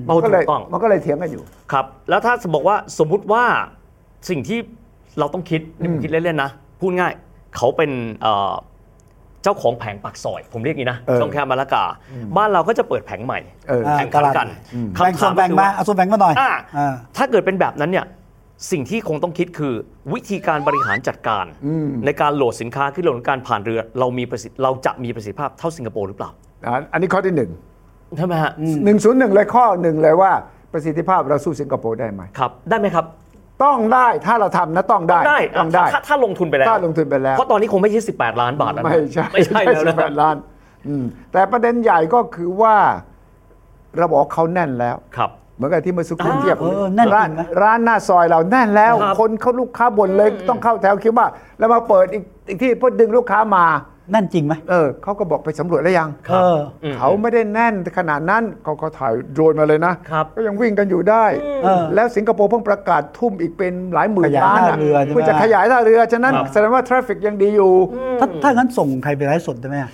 Speaker 4: เอา
Speaker 3: ก็
Speaker 4: ถู
Speaker 3: เลย
Speaker 4: กต้อง
Speaker 3: มันก็เลยเถียงกันอยู่
Speaker 4: ครับ แล้วถ้าบอกว่าสมมุติว่าสิ่งที่เราต้องคิดนี่ผมคิดเล่น ๆ นะ พูดง่ายเขาเป็นเอ่อเจ้าของแผงปากซอย ผมเรียกอย่างนี้นะ
Speaker 3: เออ
Speaker 4: ช่องแคบมะละกา บ้านเราก็จะเปิดแผงใหม่
Speaker 3: เออ
Speaker 2: อ่า
Speaker 4: แข่งขันกัน
Speaker 2: แบ่ง
Speaker 4: คำ
Speaker 2: ส่
Speaker 4: ถาว ม
Speaker 2: นแบ่ง
Speaker 4: ก็คือ
Speaker 2: มา
Speaker 4: ว่า
Speaker 2: เอาส่วนแบ่งมาหน่อย
Speaker 4: อ่า
Speaker 2: อ่า
Speaker 4: ถ้าเกิดเป็นแบบนั้นเนี่ยสิ่งที่คงต้องคิดคือวิธีการบริหารจัดการ ในการโหลดสินค้าขึ้นลงการผ่านเรือ เรามีประสิทธิเราจะมีประสิทธิภาพเท่าสิงคโปร์หรือเปล่า
Speaker 3: อ่าอันนี้ข้อที่หนึ่ง
Speaker 4: ใช่ไหมฮะ
Speaker 3: หนึ่งศูนย์หนึ่งเลยข้อหนึ่งเลยว่าประสิทธิภาพเราสู้สิงคโปร์ได้ไหม
Speaker 4: ครับ ได้ไหมครับ
Speaker 3: ต้องได้ถ้าเราทำนะต้องได้ต้องได้
Speaker 4: ถ้าถ้าลงทุนไปแล้ว
Speaker 3: ถ้าลงทุนไปแล้ว
Speaker 4: เพราะตอนนี้คงไม่ใช่ 18 ล้านบาทแล้วนะ
Speaker 3: ไม่ใช่
Speaker 4: ไม่ใช่แล้วนะ
Speaker 3: แปดล้านอืมแต่ประเด็นใหญ่ก็คือว่าระบอกเขาแน่นแล้ว
Speaker 4: ครับ
Speaker 3: เหมือนกับที่เมื่อสักครู่
Speaker 4: อ่า
Speaker 3: เทียบ
Speaker 2: เออแน่นจริงนะ
Speaker 3: ร้านร้านหน้าซอยเราแน่นแล้ว
Speaker 4: ครับ
Speaker 3: คนเข้าลูกค้าบ่นเลยต้องเข้าแถวคิดว่า แล้วมาเปิดอีกอีกที่เพื่อดึงลูกค้ามา
Speaker 2: นั่นจริงไหม
Speaker 3: เออเขาก็บอกไปสำรวจแล้วยัง
Speaker 2: เออ
Speaker 3: เขาไม่ได้แน่นขนาดนั้นเขาก็ถ่ายโดรนมาเลยนะ
Speaker 4: ครับ
Speaker 3: ก็ยังวิ่งกันอยู่ได้
Speaker 2: เออ
Speaker 3: แล้วสิงคโปร์เพิ่งประกาศทุ่มอีกเป็นหลายหมื่น
Speaker 2: ขยาย
Speaker 3: ล้านอะ
Speaker 2: ท่าเรือใช่ไหม
Speaker 3: เพื่อจะขยายท่าเรือฉะนั้น
Speaker 4: ครับ
Speaker 3: แสดงว่าทราฟฟิกยังดีอยู่
Speaker 2: ถ้าถ้างั้นส่งใครไปไลฟ์สดได้ไหมอะ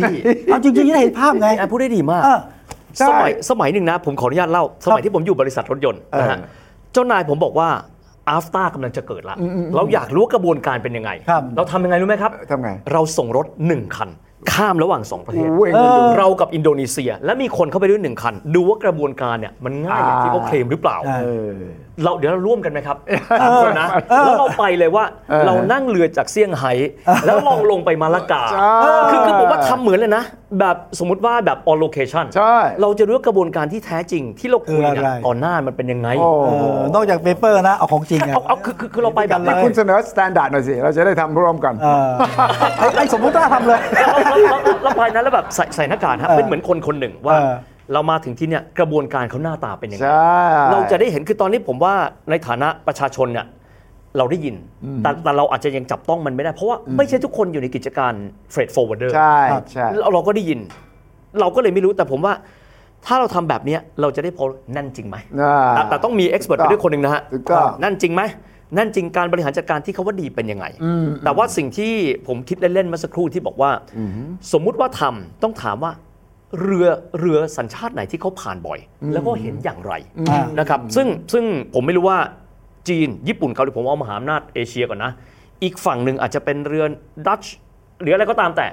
Speaker 4: ดี
Speaker 2: เอาจริงๆจะได้เห็นภาพไง
Speaker 4: แอนพูดได้ดีมาก
Speaker 2: เออ
Speaker 3: ใช่
Speaker 4: สมัยสมัยหนึ่งนะ ผมขออนุญาตเล่า สมัยที่ผมอยู่บริษัทรถยนต์นะฮะ
Speaker 3: เออ
Speaker 4: เจ้านายผมบอกว่าอัฟตากำลังจะเกิดละเราอยากรู้ว่ากระบวนการเป็นยังไง
Speaker 2: ครับ
Speaker 4: เราทำยังไงรู้ไหมครับ
Speaker 3: ทำไง
Speaker 4: เราส่งรถ 1 คัน ข้ามระหว่าง 2 ประเทศ
Speaker 3: โอ้ยเงินอยู่
Speaker 4: เรากับอินโดนีเซีย และมีคนเข้าไปด้วย 1 คัน ดูว่ากระบวนการเนี่ยมันง่ายอย่างที่เขาเคลมหรือเปล่า
Speaker 2: อ่า
Speaker 3: เออ
Speaker 4: เราเดี๋ยวเราร่วมกันไหมครับสามคนนะแล้วเราไปเลยว่า
Speaker 3: เออ
Speaker 4: เรานั่งเรือจากเซี่ยงไฮ้แล้วลองลงไปมาละกา
Speaker 3: ใช่
Speaker 4: คือคือผมว่าทำเหมือนเลยนะ แบบสมมติว่าแบบ on location
Speaker 3: ใช่
Speaker 4: เราจะรู้ว่ากระบวนการที่แท้จริงที่เราคุย
Speaker 2: คือ
Speaker 4: กั
Speaker 2: อะ
Speaker 4: น
Speaker 2: ไร
Speaker 4: ก่อนหน้ามันเป็นยังไง
Speaker 3: โอ้
Speaker 2: เออนอกจากเปเปอร์นะ เอาของจริงไง
Speaker 4: เอาเอาคือคือคือเราไปแบบ
Speaker 2: เล
Speaker 4: ไม่
Speaker 2: ย
Speaker 3: คุ
Speaker 4: คุ
Speaker 3: ณ ณเสนอสแตนดาร์ดหน่อยสิ เราจะได้ทำร่วมกัน
Speaker 2: เออไอ้ไอ้สมมุติว่าทำเลย
Speaker 4: เราเราเราไปนั้นแล้วแบบใส่ใส่หน้ากากฮะ
Speaker 2: เออ
Speaker 4: เป็นเหมือนคนคนหนึ่งว่า
Speaker 2: เออ
Speaker 4: เรามาถึงที่เนี่ยกระบวนการเขาหน้าตาเป็นยังไง
Speaker 3: ใช่
Speaker 4: เราจะได้เห็นคือตอนนี้ผมว่าในฐานะประชาชนเนี่ยเราได้ยิน แต่แต่เราอาจจะยังจับต้องมันไม่ได้ เพราะว่าไม่ใช่ทุกคนอยู่ในกิจการเฟรดโฟ f o เดอร์
Speaker 3: ใช่ใช่
Speaker 4: เราก็ได้ยิน เราก็เลยไม่รู้แต่ผมว่า ถ้าเราทำแบบเนี้ยเราจะได้พอแน่นจริงไหม
Speaker 3: อ่า
Speaker 4: แต่แต่ต้องมีเอ็กซ์เพรสไปด้วยคนหนึ่งนะฮะ
Speaker 3: ถูกต้อง
Speaker 4: แนั่นจริงไหมแนั่นจริงการบริหารจัดการที่เขาว่าดีเป็นยังไง แต่ว่าสิ่งที่ผมคิดเล่นๆเมื่อสักครู่ที่บอกว่า สมมุติว่าทำต้องถามว่าเรือเรือสัญชาติไหนที่เขาผ่านบ่อย แล้วก็เห็นอย่างไร
Speaker 2: อ่า
Speaker 4: นะครับซึ่งซึ่งผมไม่รู้ว่าจีน ญี่ปุ่นเกาหลีผมเอามหาอำนาจเอเชียก่อนนะ อีกฝั่งหนึ่งอาจจะเป็นเรือนดัตช์หรืออะไรก็ตามแต่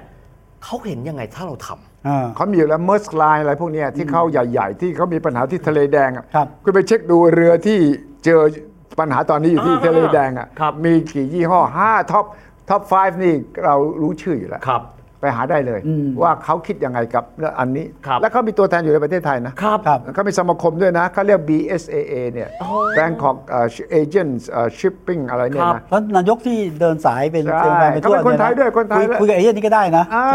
Speaker 4: เขาเห็นยังไงถ้าเราทำ
Speaker 2: เออ
Speaker 3: เขามีอยู่แล้วเมอร์สไลน์อะไรพวกเนี้ยที่เขาใหญ่ ๆ ที่เขามีปัญหาที่ทะเลแดงอะ
Speaker 2: ครับ
Speaker 3: คุณไปเช็คดูเรือที่เจอปัญหาตอนนี้อยู่ที่
Speaker 4: อ่า
Speaker 3: ทะเลแดงอ่ะ
Speaker 4: ครับ
Speaker 3: มีกี่ยี่ห้อห้าท็อป ท็อป 5 นี่เรารู้ชื่ออยู่แล้ว
Speaker 4: ครับ
Speaker 3: ไปหาได้เลย ว่าเขาคิดยังไงกับเรื่องอันนี้
Speaker 4: ครับ
Speaker 3: และเขามีตัวแทนอยู่ในประเทศไทยนะ
Speaker 4: ครับ
Speaker 2: ครับ
Speaker 3: เขามีสมาคมด้วยนะเขาเรียก BSAA เนี่ย Bangkok เอ่อ Agents เอ่อ Shipping อะไรเนี่ย
Speaker 4: ครับ
Speaker 3: นะ
Speaker 2: เพราะนายกที่เดินสายเป็น
Speaker 3: ใช่
Speaker 2: เซลแมนไปทั่ว
Speaker 3: เขาเป็นคนไทยด้วยคนไทยด้วย
Speaker 2: คุยกับไอ้เหี้ยนี่ก็ได้นะ
Speaker 3: อ่า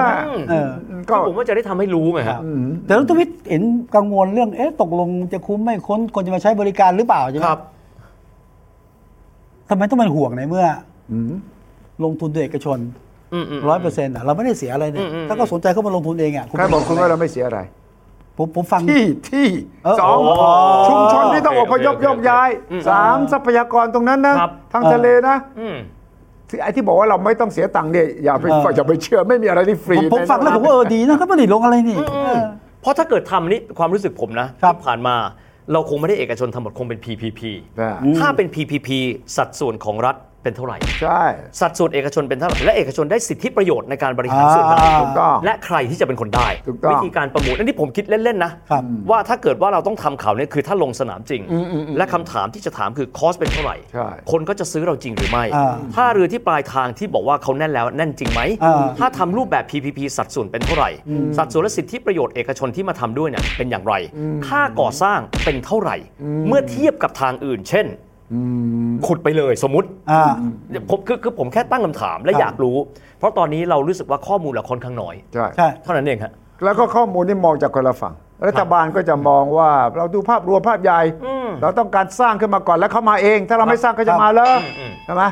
Speaker 2: เออ
Speaker 3: ก็
Speaker 4: ผมว่าจะได้ทำให้รู้ไงฮะ
Speaker 2: แต่รัฐวิทย์เห็นกังวลเรื่องเอ๊ะตกลงจะคุ้มไม่ค้นคนจะมาใช้บริการหรือเปล่าใช่ไหมทำไมต้องเป็นห่วงในเมื่ออลงทุนโดยเอกชน
Speaker 4: อืมอืม
Speaker 2: ร้อยเปอร์เซ็นต์อ่ะเราไม่ได้เสียอะไรเนี่ย
Speaker 4: อืมอืม
Speaker 2: ถ้าเขาสนใจเข้ามาลงทุนเองอ่ะ
Speaker 3: ใครบอกคุณว่าเราไม่เสียอะไร
Speaker 2: ผมผมฟัง
Speaker 3: ที่ที่
Speaker 2: เออ
Speaker 3: สอง
Speaker 2: อ๋อ
Speaker 3: ชุมชนที่ต้องอ
Speaker 4: โอเค
Speaker 3: พยพ
Speaker 4: โอเค
Speaker 3: ยกย้าย
Speaker 4: อืม
Speaker 3: สามทรัพยากรตรงนั้นนะครับ ทาง
Speaker 2: เออ
Speaker 3: ทะเลนะ
Speaker 4: อืม
Speaker 3: ที่ไอ้ที่บอกว่าเราไม่ต้องเสียตังค์เนี่ยอย่าไป
Speaker 2: เอออ
Speaker 3: อย่าไปเชื่อไม่มีอะไรที่ฟรี
Speaker 2: ผมผม
Speaker 3: ใน
Speaker 2: ฟังแล้วผมว่าเออดีนะเขาไม่ได้ลงอะไรนี่เออ
Speaker 4: เพราะถ้าเกิดทำนี่ความรู้สึกผมนะครับ ที่ผ่านมาเราคงไม่ได้เอกชนทำหมดคงเป็น PPP
Speaker 3: อ่า
Speaker 4: ถ้าเป็น PPP สัดส่วนของรัฐเป็นเท่าไหร่
Speaker 3: ใช่
Speaker 4: สัดส่วนเอกชนเป็นเท่าไหร่และเอกชนได้สิทธิประโยชน์ในการบริหารส่วนนั้น
Speaker 3: ถูกต้อง
Speaker 4: และใครที่จะเป็นคนได้
Speaker 3: ถูกต้อง
Speaker 4: วิธีการประมูลอันนี้ผมคิดเล่น ๆ นะ
Speaker 2: ครับ
Speaker 4: ว่าถ้าเกิดว่าเราต้องทำข่าวเนี่ยคือถ้าลงสนามจริง และคำถามที่จะถามคือคอสเป็นเท่าไหร่
Speaker 3: ใช่
Speaker 4: คนก็จะซื้อเราจริงหรือไม่
Speaker 2: อ่า
Speaker 4: ถ้าเรือที่ปลายทางที่บอกว่าเขาแน่นแล้วแน่นจริงไหม
Speaker 2: อ่า
Speaker 4: ถ้าทำรูปแบบ PPP สัดส่วนเป็นเท่าไหร่ สัดส่วนและสิทธิประโยชน์เอกชนที่มาทำด้วยเนี่ยเป็นอย่างไร ค่าก่อสร้างเป็นเท่าไหร่ เมื่อเทียบกับทางอื่น เช่นขุดไปเลยสมมติ
Speaker 2: อ่า
Speaker 4: ผมคือคือผมแค่ตั้งคำถามและ
Speaker 2: ครับ
Speaker 4: อยากรู้ เพราะตอนนี้เรารู้สึกว่าข้อมูลเราค่อนข้างน้อย
Speaker 3: ใช่
Speaker 2: ใช่
Speaker 4: เท่านั้นเองฮะ
Speaker 3: แล้วก็ข้อมูลนี่มองจากคนละฝั่ง รัฐบาลก็จะมองว่าเราดูภาพรวมภาพใหญ่ เราต้องการสร้างขึ้นมาก่อนแล้วเขามาเอง ถ้าเราไม่สร้างเขาจะมาแล้วใช่ไหม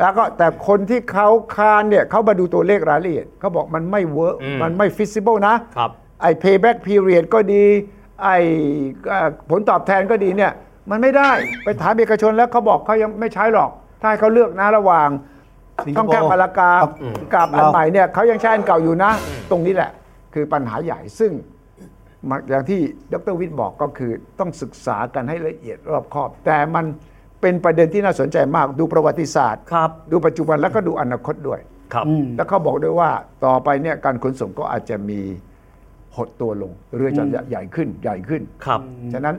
Speaker 3: แล้วก็แต่คนที่เขาคานเนี่ยเขามาดูตัวเลขรายละเอียดเขาบอกมันไม่เวิร์ก
Speaker 4: อืม
Speaker 3: มันไม่ฟิสิเบิลนะครับ ไอ้ payback period ก็ดี ไอ้เอ่อผลตอบแทนก็ดีเนี่ย มันไม่ได้ไปถามเอกชนแล้วเขาบอกเขายังไม่ใช้หรอก ถ้าให้เขาเลือกนะระหว่าง
Speaker 2: สิงคโปร์
Speaker 3: ต้องแก้พารากราฟ
Speaker 2: ครับ
Speaker 3: กับอันใหม่ เนี่ยเขายังใช้อันเก่าอยู่นะ ตรงนี้แหละ คือปัญหาใหญ่ซึ่งมันอย่างที่ดรวิทย์บอกก็คือต้องศึกษากันให้ละเอียดรอบคอบ แต่มันเป็นประเด็นที่น่าสนใจมากดูประวัติศาสตร์
Speaker 4: ครับ
Speaker 3: ดูปัจจุบันแล้วก็ดูอนาคตด้วย
Speaker 4: ครับ
Speaker 3: แล้วเขาบอกด้วยว่าต่อไปเนี่ยการขนส่งก็อาจจะมีหดตัวลง เรือจะใหญ่ขึ้นใหญ่ขึ้น
Speaker 4: ครับ
Speaker 3: ฉะนั้น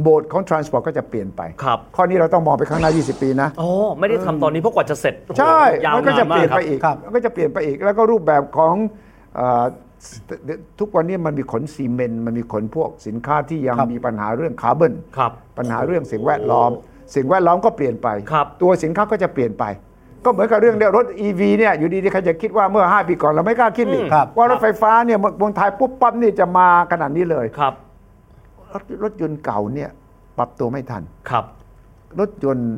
Speaker 3: โหมดของ transport ก็จะเปลี่ยนไป
Speaker 4: ครับ
Speaker 3: ข้อนี้เราต้องมองไปข้างหน้า 20 ปีนะ
Speaker 4: โอ้ไม่ได้ทำตอนนี้เพราะกว่าจะเสร็จโอ้โห
Speaker 3: ใช่
Speaker 4: ยาว
Speaker 3: มันก็
Speaker 4: นา
Speaker 3: จะ
Speaker 4: น
Speaker 3: เป
Speaker 4: มา
Speaker 3: ลี่ยน
Speaker 4: กครั
Speaker 3: ไป
Speaker 4: บ
Speaker 3: อีก
Speaker 2: ครับ
Speaker 3: มันก็จะเปลี่ยนไปอีก แล้วก็รูปแบบของเอ่อทุกวันนี้มันมีขนซีเมนต์ มันมีขนพวกสินค้าที่ยัง
Speaker 2: ครับ
Speaker 3: มีปัญหาเรื่องคาร์บอน
Speaker 4: ครับ
Speaker 3: ปัญหาเรื่องสิ่งแวดล้อม สิ่งแวดล้อมก็เปลี่ยนไป
Speaker 4: ครับ
Speaker 3: ตัวสินค้าก็จะเปลี่ยนไป ก็เหมือนกับเรื่องเนี่ยรถ E ีวีเนี่ยอยู่ดีๆใครจะคิดว่าเมื่อ 5 ปีก่อนเราไม่กล้าคิดนี่
Speaker 2: ครับ
Speaker 3: ว่ารถไฟฟ้าเนี่ยเมืองไทยปุ๊บปั๊บนี่จะมาขนาดนี้เลย
Speaker 4: ครับ
Speaker 3: รถรถยนต์เก่าเนี่ยปรับตัวไม่ทัน
Speaker 4: ครับ
Speaker 3: รถยนต์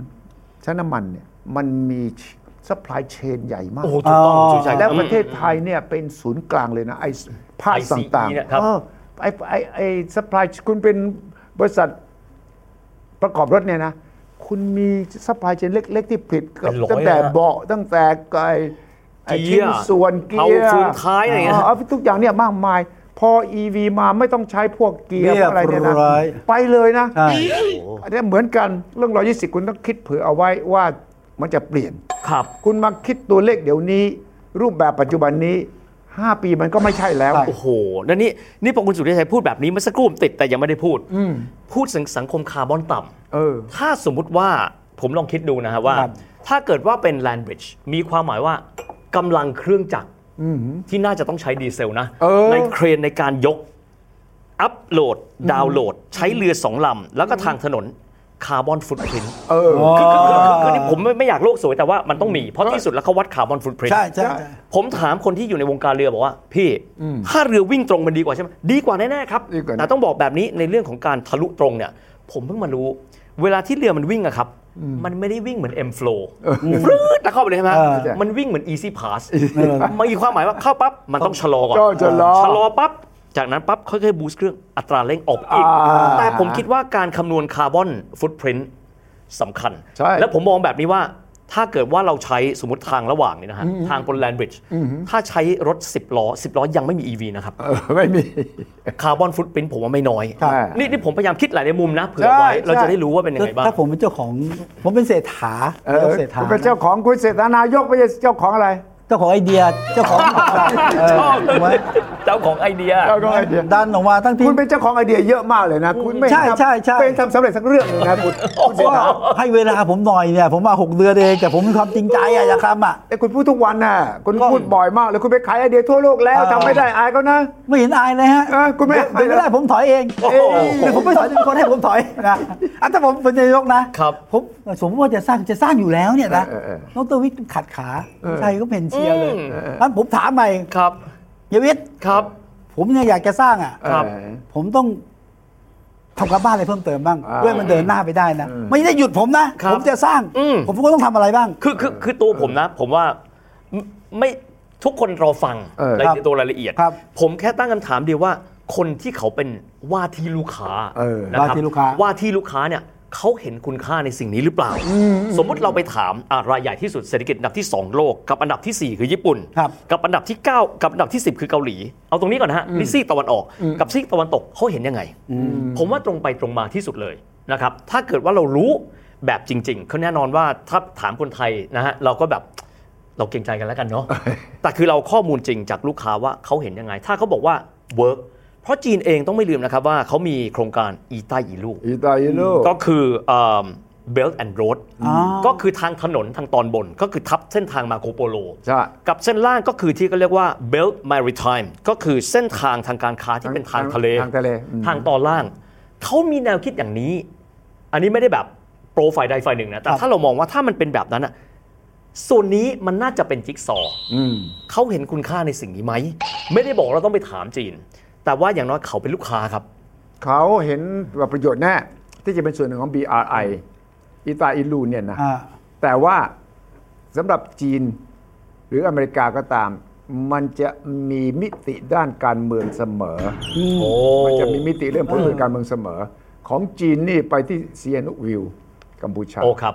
Speaker 3: ใช้น้ำมันเนี่ยมันมีซัพพลายเชนใหญ่มาก
Speaker 4: โอ้โหถูกต้อง
Speaker 2: อ๋อ
Speaker 4: สุชัย
Speaker 3: แล้วประเทศไทยเนี่ยเป็นศูนย์กลางเลยนะไอ้ภาค
Speaker 4: ICE
Speaker 3: ต่าง
Speaker 4: เนี่ยครั
Speaker 3: ๆ
Speaker 4: บ
Speaker 3: เออไอ้ไอ้ไอ้สปายคุณเป็นบริษัทประกอบรถเนี่ยนะ คุณมีสปายเชนเล็ก ๆ ที่ผลิตกับ
Speaker 4: เป็นร้อย
Speaker 3: ตั้งแต่
Speaker 4: นะ
Speaker 3: เบาะตั้งแต่ไอ้ไอ้
Speaker 4: เกียร์
Speaker 3: ชิ้นส่วนเกียร์
Speaker 4: เอาฟืนท้ายอะไรอย่างเงี้ย
Speaker 3: เอาทุกอย่างเนี่ยมากมาย พอ EV มาไม่ต้องใช้พวกเกียร์พวกอะไรเนี่ยนะ
Speaker 2: เรียบร้อย
Speaker 3: ไปเลยนะ
Speaker 2: ใช่
Speaker 3: อันเนี้ยเหมือนกันเรื่อง 120 คุณต้องคิดเผื่อเอาไว้ว่ามันจะเปลี่ยน
Speaker 4: ครับ
Speaker 3: คุณมาคิดตัวเลขเดี๋ยวนี้ รูปแบบปัจจุบันนี้ 5 ปีมันก็ไม่ใช่แล้ว
Speaker 2: ใช่
Speaker 4: โอ้โหนั่นนี่นี่พอคุณสุริชัยพูดแบบนี้เมื่อสักครู่ผมติดแต่ยังไม่ได้พูด พูดถึงสังคมคาร์บอนต่ำ
Speaker 3: เออ
Speaker 4: ถ้าสมมุติว่าผมลองคิดดูนะฮะว่า
Speaker 2: ครับ
Speaker 4: ถ้าเกิดว่าเป็น land bridge มีความหมายว่ากำลังเครื่องจักรที่น่าจะต้องใช้ดีเซลนะ
Speaker 3: เออ
Speaker 4: ในเครนในการยก อัพโหลด ดาวน์โหลด ใช้เรือสองลำ แล้วก็ทางถนนคาร์บอนฟุตพิ้น
Speaker 3: เออ
Speaker 4: คือคือคือคือนี่ผมไม่ไม่อยากโลกสวยแต่ว่ามันต้องมี เพราะที่สุดแล้วเขาวัดคาร์บอนฟุตพิ้น
Speaker 2: ใช่ใช่ใช่
Speaker 4: ผมถามคนที่อยู่ในวงการเรือบอกว่า พี่ ถ้าเรือวิ่งตรงมันดีกว่าใช่ไหมดีกว่าแน่ๆครับ
Speaker 3: ดีกว่าแน่
Speaker 4: แต่ต้องบอกแบบนี้ในเรื่องของการทะลุตรงเนี่ย ผมเพิ่งมารู้ เวลาที่เรือมันวิ่งอะครับ มันไม่ได้วิ่งเหมือน M flow ฟรืดแล้วเข้าไปเลยใช่ไหม
Speaker 2: เออ
Speaker 4: มันวิ่งเหมือน easy pass
Speaker 2: เออ
Speaker 4: มันมีความหมายว่าเข้าปั๊บมันต้องชะลอก่อน
Speaker 3: ก็จะรอ
Speaker 4: ชะลอปั๊บ จากนั้นปั๊บค่อยๆบูสต์เครื่องอัตราเร่งออกอีก
Speaker 3: อ่า
Speaker 4: แต่ผมคิดว่าการคำนวณคาร์บอนฟุตพิ้นสำคัญ
Speaker 3: ใช่
Speaker 4: และผมมองแบบนี้ว่าถ้าเกิดว่าเราใช้สมมติทางระหว่างนี่นะฮะ ทางบนแลนบริดจ์ถ้าใช้รถ 10 ล้อ 10 ล้อยังไม่มี EV นะครับ
Speaker 3: เออไม่มี
Speaker 4: คาร์บอนฟุตพิ้นผมว่าไม่น้อย
Speaker 3: ใช่
Speaker 4: นี่นี่ผมพยายามคิดหลายในมุมนะเผื่อ
Speaker 3: ใช่
Speaker 4: ไว้ เรา
Speaker 3: ใช่
Speaker 4: จะได้รู้ว่าเป็นยังไงบ้าง
Speaker 2: ถ้าผมเป็นเจ้าของผมเป็นเศรษฐา
Speaker 3: เอ
Speaker 2: เจ้า
Speaker 3: อ
Speaker 2: เศรษฐา
Speaker 3: คุณเป็นเจ้าของคุณเศรษฐานายกไม่ใช่เจ้าของอะไร
Speaker 2: เจ้าของไอเดียเจ้าของ เออถูกไหม
Speaker 4: เจ้าของไอเดีย
Speaker 3: เจ้าของไอเดีย
Speaker 2: ดันออกมาทั้งที่
Speaker 3: คุณเป็นเจ้าของไอเดียเยอะมากเลยนะ คุณไม่
Speaker 2: ใช่ใช่ใช่
Speaker 3: ทำเป็นทำสำเร็จสักเรื่องเลยนะคุณคุณเศรษฐา
Speaker 2: ให้เวลาผมหน่อยเนี่ย ผมมาหกเดือนเองแต่ผมมีความจริงใจอะอยากทำอะ
Speaker 3: แต่คุณพูดทุกวันน่ะคุณพูดบ่อยมากเลยคุณไปขายไอเดียทั่วโลกแล้วทำไม่ได้อายเขานะ
Speaker 2: ไม่เห็นอายเลยฮะ
Speaker 3: เออคุณไม่อาย
Speaker 2: เป็นไม่ได้ผมถอยเอง
Speaker 3: โอ้โห
Speaker 2: หรือผมไม่ถอยจะมีคนให้ผมถอยนะอ่ะถ้าผมเป็นนายกนะครับ ผมสมมติว่าจะสร้างจะสร้างอยู่แล้วเนี่ยนะ
Speaker 3: เออเออเออ
Speaker 2: น้องตวิทย์ขัดขาใครก็เห็นเชียร์เลยนั้นผมถามใหม่
Speaker 4: ครับ
Speaker 2: ยวิทย์
Speaker 4: ครับ
Speaker 2: ผมเนี่ยอยากจะสร้างอ่ะ
Speaker 4: ครับ
Speaker 3: เออ
Speaker 2: ผมต้องทำกับบ้านอะไรเพิ่มเติมบ้าง
Speaker 3: อ่า
Speaker 2: เพื่อให้มันเดินหน้าไปได้นะ ไม่ได้หยุดผมนะ
Speaker 4: ครับ
Speaker 2: ผมจะสร้าง
Speaker 4: อืม
Speaker 2: ผมก็ต้องทำอะไรบ้าง
Speaker 4: คือคือคือตัวผมนะ ผมว่าไม่ไม่ทุกคนรอฟัง
Speaker 3: เออ
Speaker 4: ราย
Speaker 2: ค
Speaker 4: ละเอียด
Speaker 2: รับ
Speaker 4: ตัวรายละเอียด
Speaker 2: ครับ
Speaker 4: ผมแค่ตั้งคำถามเดียวว่า คนที่เขาเป็นว่าที่ลูกค้า
Speaker 3: เออ
Speaker 4: นะครับ
Speaker 2: ว่าที่ลูกค้า
Speaker 4: ว่าที่ลูกค้าเนี่ยเขาเห็นคุณค่าในสิ่งนี้หรือเปล่า สมมุติเราไปถามอ่ะรายใหญ่ที่สุดเศรษฐกิจอันดับที่ 2 โลก กับอันดับทีสี่ 4 คือญี่ปุ่น
Speaker 2: ครับ
Speaker 4: กับอันดับที่ 9 กับอันดับที่ 10 คือเกาหลี เอาตรงนี้ก่อนนะฮะนี่ซีกตะวันออก กับซีกตะวันตกเขาเห็นยังไง ผมว่าตรงไปตรงมาที่สุดเลยนะครับ ถ้าเกิดว่าเรารู้แบบจริงๆเขาแน่นอนว่าถ้าถามคนไทยนะฮะเราก็แบบเราเกรงใจกันแล้วกันเนาะ แต่คือเราข้อมูลจริงจากลูกค้าว่าเขาเห็นยังไง ถ้าเขาบอกว่า work เพราะจีนเองต้องไม่ลืมนะครับว่าเขามีโครงการอีใต้อีลูก
Speaker 3: อีตาอีโลก
Speaker 4: ก็คือเอิ่ม Belt and Road
Speaker 2: อ่า
Speaker 4: ก็คือทางถนนทางตอนบน ก็คือทับเส้นทางมาโกโปโล
Speaker 3: ใช่
Speaker 4: กับเส้นล่างก็คือที่ก็เรียกว่า Belt Maritime ก็คือเส้นทางทางการค้าที่เป็นทางทะเล
Speaker 3: ทางทะเลอืม
Speaker 4: ทางตอนล่าง เขามีแนวคิดอย่างนี้ อันนี้ไม่ได้แบบโปรไฟล์ใดฝ่ายหนึ่งนะ แต่
Speaker 2: ครับ
Speaker 4: ถ้าเรามองว่าถ้ามันเป็นแบบนั้นอ่ะส่วนนี้มันน่าจะเป็นจิ๊กซอว์
Speaker 3: อืม
Speaker 4: เขาเห็นคุณค่าในสิ่งนี้ไหม ไม่ได้บอกเราต้องไปถามจีน แต่ว่าอย่างน้อยเขาเป็นลูกค้าครับ
Speaker 3: เขาเห็นว่าประโยชน์แน่ที่จะเป็นส่วนหนึ่งของ BRI อีตาอีลูเนี่ยนะ
Speaker 2: อ่า
Speaker 3: แต่ว่าสำหรับจีนหรืออเมริกาก็ตาม มันจะมีมิติด้านการเมืองเสมอ
Speaker 4: โอ้
Speaker 3: มันจะมีมิติเรื่องผลประโยชน์การเมืองเสมอ ของจีนนี่ไปที่เซียนวิวกัมพูชา
Speaker 4: โอ้ครับ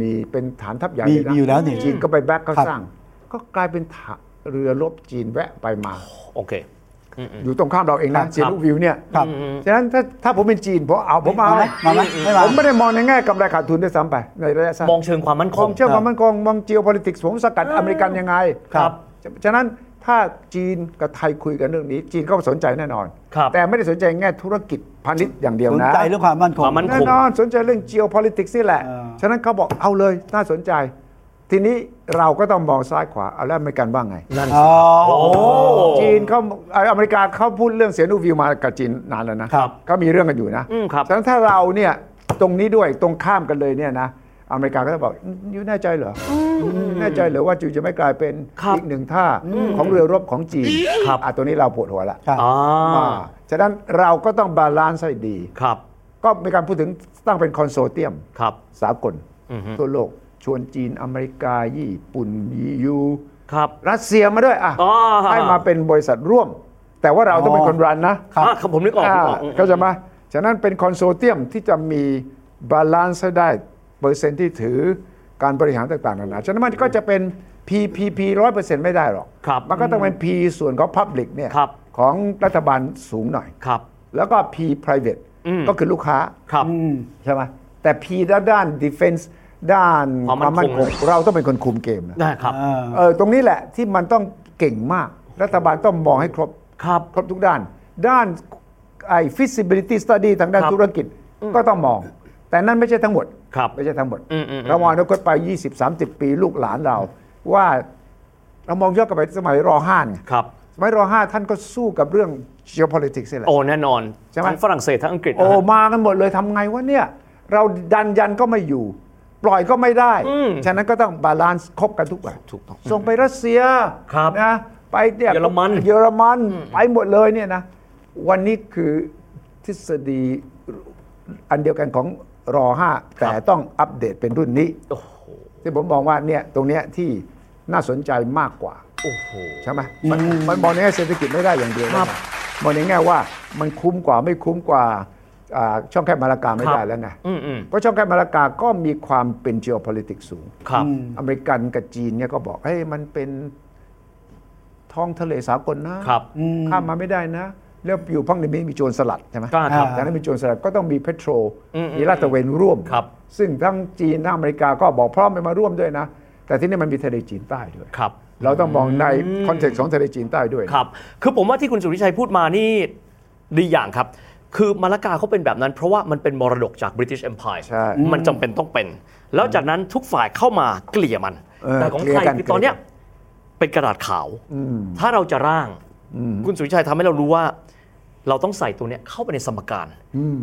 Speaker 3: มีเป็นฐานทัพใหญ่
Speaker 2: มี
Speaker 3: เะ
Speaker 2: มีอยู่แล้วนี่
Speaker 3: จีนก็ไปแบ็กเขา
Speaker 2: ครับ
Speaker 3: สร้าง ก็กลายเป็นฐานเรือรบจีนแวะไปมา
Speaker 4: โอเค
Speaker 3: อยู่ตรงข้ามเราเอง
Speaker 2: ครั
Speaker 3: นะ
Speaker 2: บ
Speaker 3: เซียนวิวเนี่ย
Speaker 2: ครับ
Speaker 3: ฉะนั้นถ้าถ้าผมเป็นจีนผมเอาผม
Speaker 2: มา
Speaker 3: เอา
Speaker 2: ไหมมาไหมไม่มา
Speaker 3: ผมไม่ได้มองในแง่กำไรขาดทุนด้วยซ้ำไปในระยะสั้น
Speaker 4: มองเชิงความมั่นค
Speaker 3: ควา
Speaker 4: ง
Speaker 3: มเชื่อความมั่นคงมอง geopolitics ผมสกัดอเมริกันยังไง
Speaker 4: ครับ
Speaker 3: ฉะฉะนั้นถ้าจีนกับไทยคุยกันเรื่องนี้ จีนก็สนใจแน่นอน
Speaker 4: ครับ
Speaker 3: แต่ไม่ได้สนใจแง่ธุรกิจพาณิชย์อย่างเดียว
Speaker 2: สน
Speaker 3: นะ
Speaker 2: ใจเรื่องความมั่นคง
Speaker 4: ความมั่
Speaker 3: แน่นอนสนใจเรื่อง geopolitics นี่แหละ
Speaker 2: เออ
Speaker 3: ฉะนั้นเขาบอกเอาเลยน่าสนใจ ทีนี้เราก็ต้องมองซ้ายขวาเอาแล้วอเมริกันว่าไง
Speaker 4: นั่น
Speaker 2: อ๋อ
Speaker 3: จีนเขาเอ่ออเมริกาเขาพูดเรื่องเสียนูวิวมากับจีนนานแล้วนะครับ ก็มีเรื่องกันอยู่นะ
Speaker 4: อืมครับ
Speaker 3: ฉะนั้นถ้าเราเนี่ยตรงนี้ด้วยตรงข้ามกันเลยเนี่ยนะอเมริกาก็จะบอกอืมยูแน่ใจเหรออแน่ใจเหรอว่าจูจะไม่กลายเป็น
Speaker 4: ครับ
Speaker 3: อีกหนึ่งท่าของเรือรบของจีน
Speaker 4: ครับ
Speaker 3: อ่ะตัวนี้เราปวดหัวละ
Speaker 2: ครับ
Speaker 4: อ่า
Speaker 3: อ่าฉะนั้นเราก็ต้องบาลานซ์ให้ดี
Speaker 4: ครับ
Speaker 3: ก็มีการพูดถึงตั้งเป็นคอนโซเทียม
Speaker 4: ครับ
Speaker 3: สากล
Speaker 4: อือฮึ
Speaker 3: ทั่วโลก ชวนจีนอเมริกาญี่ปุ่นยู
Speaker 4: ครับ
Speaker 3: รัสเซียมาด้วยอ่ะ
Speaker 4: อ๋อ
Speaker 3: ให้มาเป็นบริษัทร่วม แต่ว่าเราต้องเป็นคนรันนะครับ
Speaker 4: อ่ะครับผมนึกออกผมนึกออก
Speaker 3: อ่าเข้าใจไหมฉะนั้นเป็นคอนโซเทียมที่จะมีบาลานซ์ให้ได้เปอร์เซ็นต์ที่ถือการบริหารต่างๆนานาฉะนั้นมันก็จะเป็น PPP ร้อยเปอร์เซ็นต์ไม่ได้หรอก
Speaker 4: ครับ
Speaker 3: มันก็ต้องเป็น P ส่วนของ Public เนี่ย
Speaker 4: ครับ
Speaker 3: ของรัฐบาลสูงหน่อย
Speaker 4: ครับ
Speaker 3: แล้วก็ P private
Speaker 4: อืม
Speaker 3: ก็คือลูกค้า
Speaker 4: ครับ
Speaker 3: ใช่ไหมแต่ P ด้านด้าน defense ด้าน
Speaker 4: ความมั่นคง
Speaker 3: เราต้องเป็นคนคุมเกมนะ
Speaker 4: ได้ครับ
Speaker 2: อ่า
Speaker 3: เออตรงนี้แหละที่มันต้องเก่งมาก รัฐบาลต้องมองให้ครบ
Speaker 4: ครับ
Speaker 3: ครบทุกด้าน ด้านไอ้ feasibility study ทางด้าน
Speaker 4: ครับ
Speaker 3: ธุรกิจก็ต้องมอง แต่นั่นไม่ใช่ทั้งหมด
Speaker 4: ครับ
Speaker 3: ไม่ใช่ทั้งหมด
Speaker 4: อืมอืมอืม
Speaker 3: เรามองอนาคตไป 20 30 ปีลูกหลานเรา ว่าเรามองย้อนกลับไปสมัยรอห้าไง
Speaker 4: ครับ
Speaker 3: สมัยรอห้าท่านก็สู้กับเรื่อง geopolitics นี่แหละ
Speaker 4: โอ้แน่นอน
Speaker 3: ใช่ไหม
Speaker 4: ทั้งฝรั่งเศสทั้งอังกฤษนะ
Speaker 3: โอ้
Speaker 4: ฮะ
Speaker 3: มากันหมดเลยทำไงวะเนี่ย เราดันยันก็ไม่อยู่ ปล่อยก็ไม่ได้
Speaker 4: อืม
Speaker 3: ฉะนั้นก็ต้องบาลานซ์ครบกันทุกอย่าง
Speaker 4: ถูกต้อง
Speaker 3: ส่งไปรัสเซีย
Speaker 4: ครับ
Speaker 3: นะไปเนี่ย
Speaker 4: เยอรมัน
Speaker 3: เยอรมันไปหมดเลยเนี่ยนะ วันนี้คือทฤษฎีอันเดียวกันของรอห้าแต่ต้องอัปเดตเป็นรุ่นนี้
Speaker 4: โอ้โห
Speaker 3: ที่ผมมองว่าเนี่ยตรงเนี้ยที่น่าสนใจมากกว่า
Speaker 4: โอ้โห
Speaker 3: ใช่ไหมมันมันมองในแง่เศรษฐกิจไม่ได้อย่างเดียว
Speaker 4: ครับ
Speaker 3: นะมองในแง่ว่ามันคุ้มกว่าไม่คุ้มกว่าอ่าช่องแคบมาลากาไม่
Speaker 4: ครับ
Speaker 3: ได้แล้วไง
Speaker 4: อืมอืม
Speaker 3: เพราะช่องแคบมาลากาก็มีความเป็น geopolitics สูง
Speaker 4: ครับ
Speaker 3: อเมริกันกับจีนเนี่ยก็บอกเฮ้ยมันเป็นท้องทะเลสากลนะครับ ข้ามมาไม่ได้นะ แล้วอยู่พังในนี้มีโจรสลัดใช่ไหม
Speaker 4: กล้าครับ
Speaker 3: จากนั้นมีโจรสลัดก็ต้องมีเพโตรมีลาดตระเวนร่วม
Speaker 4: ครับ
Speaker 3: ซึ่งทั้งจีนทั้งอเมริกาก็บอกพร้อมไปมาร่วมด้วยนะ แต่ที่นี่มันมีทะเลจีนใต้ด้วย
Speaker 4: ครับ
Speaker 3: เราต้องมองในคอนเทกต์ของทะเลจีนใต้ด้วย
Speaker 4: ครับ คือผมว่าที่คุณสุริชัยพูดมานี่ดีอย่างครับ คือมาละกาเขาเป็นแบบนั้น เพราะว่ามันเป็นมรดกจาก British Empire
Speaker 3: ใช่
Speaker 4: มันจำเป็นต้องเป็น แล้วจากนั้นทุกฝ่ายเข้ามาเกลี่ยมัน
Speaker 3: เออ
Speaker 4: แต่ของไทย
Speaker 3: เกลี่ยกัน
Speaker 4: คือตอนเนี้ยเป็นกระดาษขาว ถ้าเราจะร่าง คุณสุริชัยทำให้เรารู้ว่า เราต้องใส่ตัวเนี้ยเข้าไปในสมการ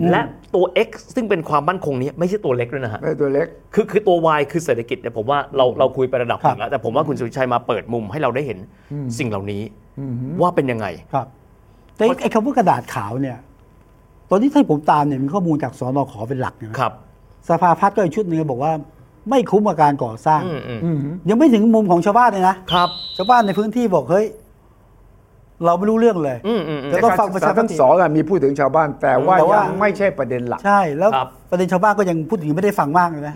Speaker 4: และตัว x ซึ่งเป็นความมั่นคงเนี้ยไม่ใช่ตัวเล็กด้วยนะฮะ
Speaker 3: ไม่ตัวเล็ก
Speaker 4: คือคือตัว Y คือเศรษฐกิจเนี่ยผมว่าเราเราคุยไประดับหนึ่งแล้วแต่ผมว่าคุณสุริชัยมาเปิดมุมให้เราได้เห็นสิ่งเหล่านี้ว่าเป็นยังไง
Speaker 2: ครับแต่ไอ้ไอ้คำว่ากระดาษขาวเนี่ย ตอนนี้ที่ผมตามเนี่ยมีข้อมูลจากสอนอขอเป็นหลักนะครับ สภาพัฒน์ก็อีกชุดหนึ่งบอกว่า ไม่คุ้มกับการก่อสร้าง
Speaker 4: อืมอืม
Speaker 2: ยังไม่ถึงมุมของชาวบ้านเลยนะครับ ชาวบ้านในพื้นที่บอกเฮ้ยเราไม่รู้เรื่องเลย
Speaker 4: อืมอืมอืม
Speaker 2: จะต้องฟังประชาช
Speaker 3: ทั้
Speaker 2: น
Speaker 3: งสองอะมีพูดถึงชาวบ้าน แต่ว่า
Speaker 2: แต่ว่า
Speaker 3: ยังไม่ใช่ประเด็นหลัก
Speaker 2: ใช่แล้ว
Speaker 4: ครับ
Speaker 2: ประเด็นชาวบ้านก็ยังพูดถึงไม่ได้ฟังมากเลยนะ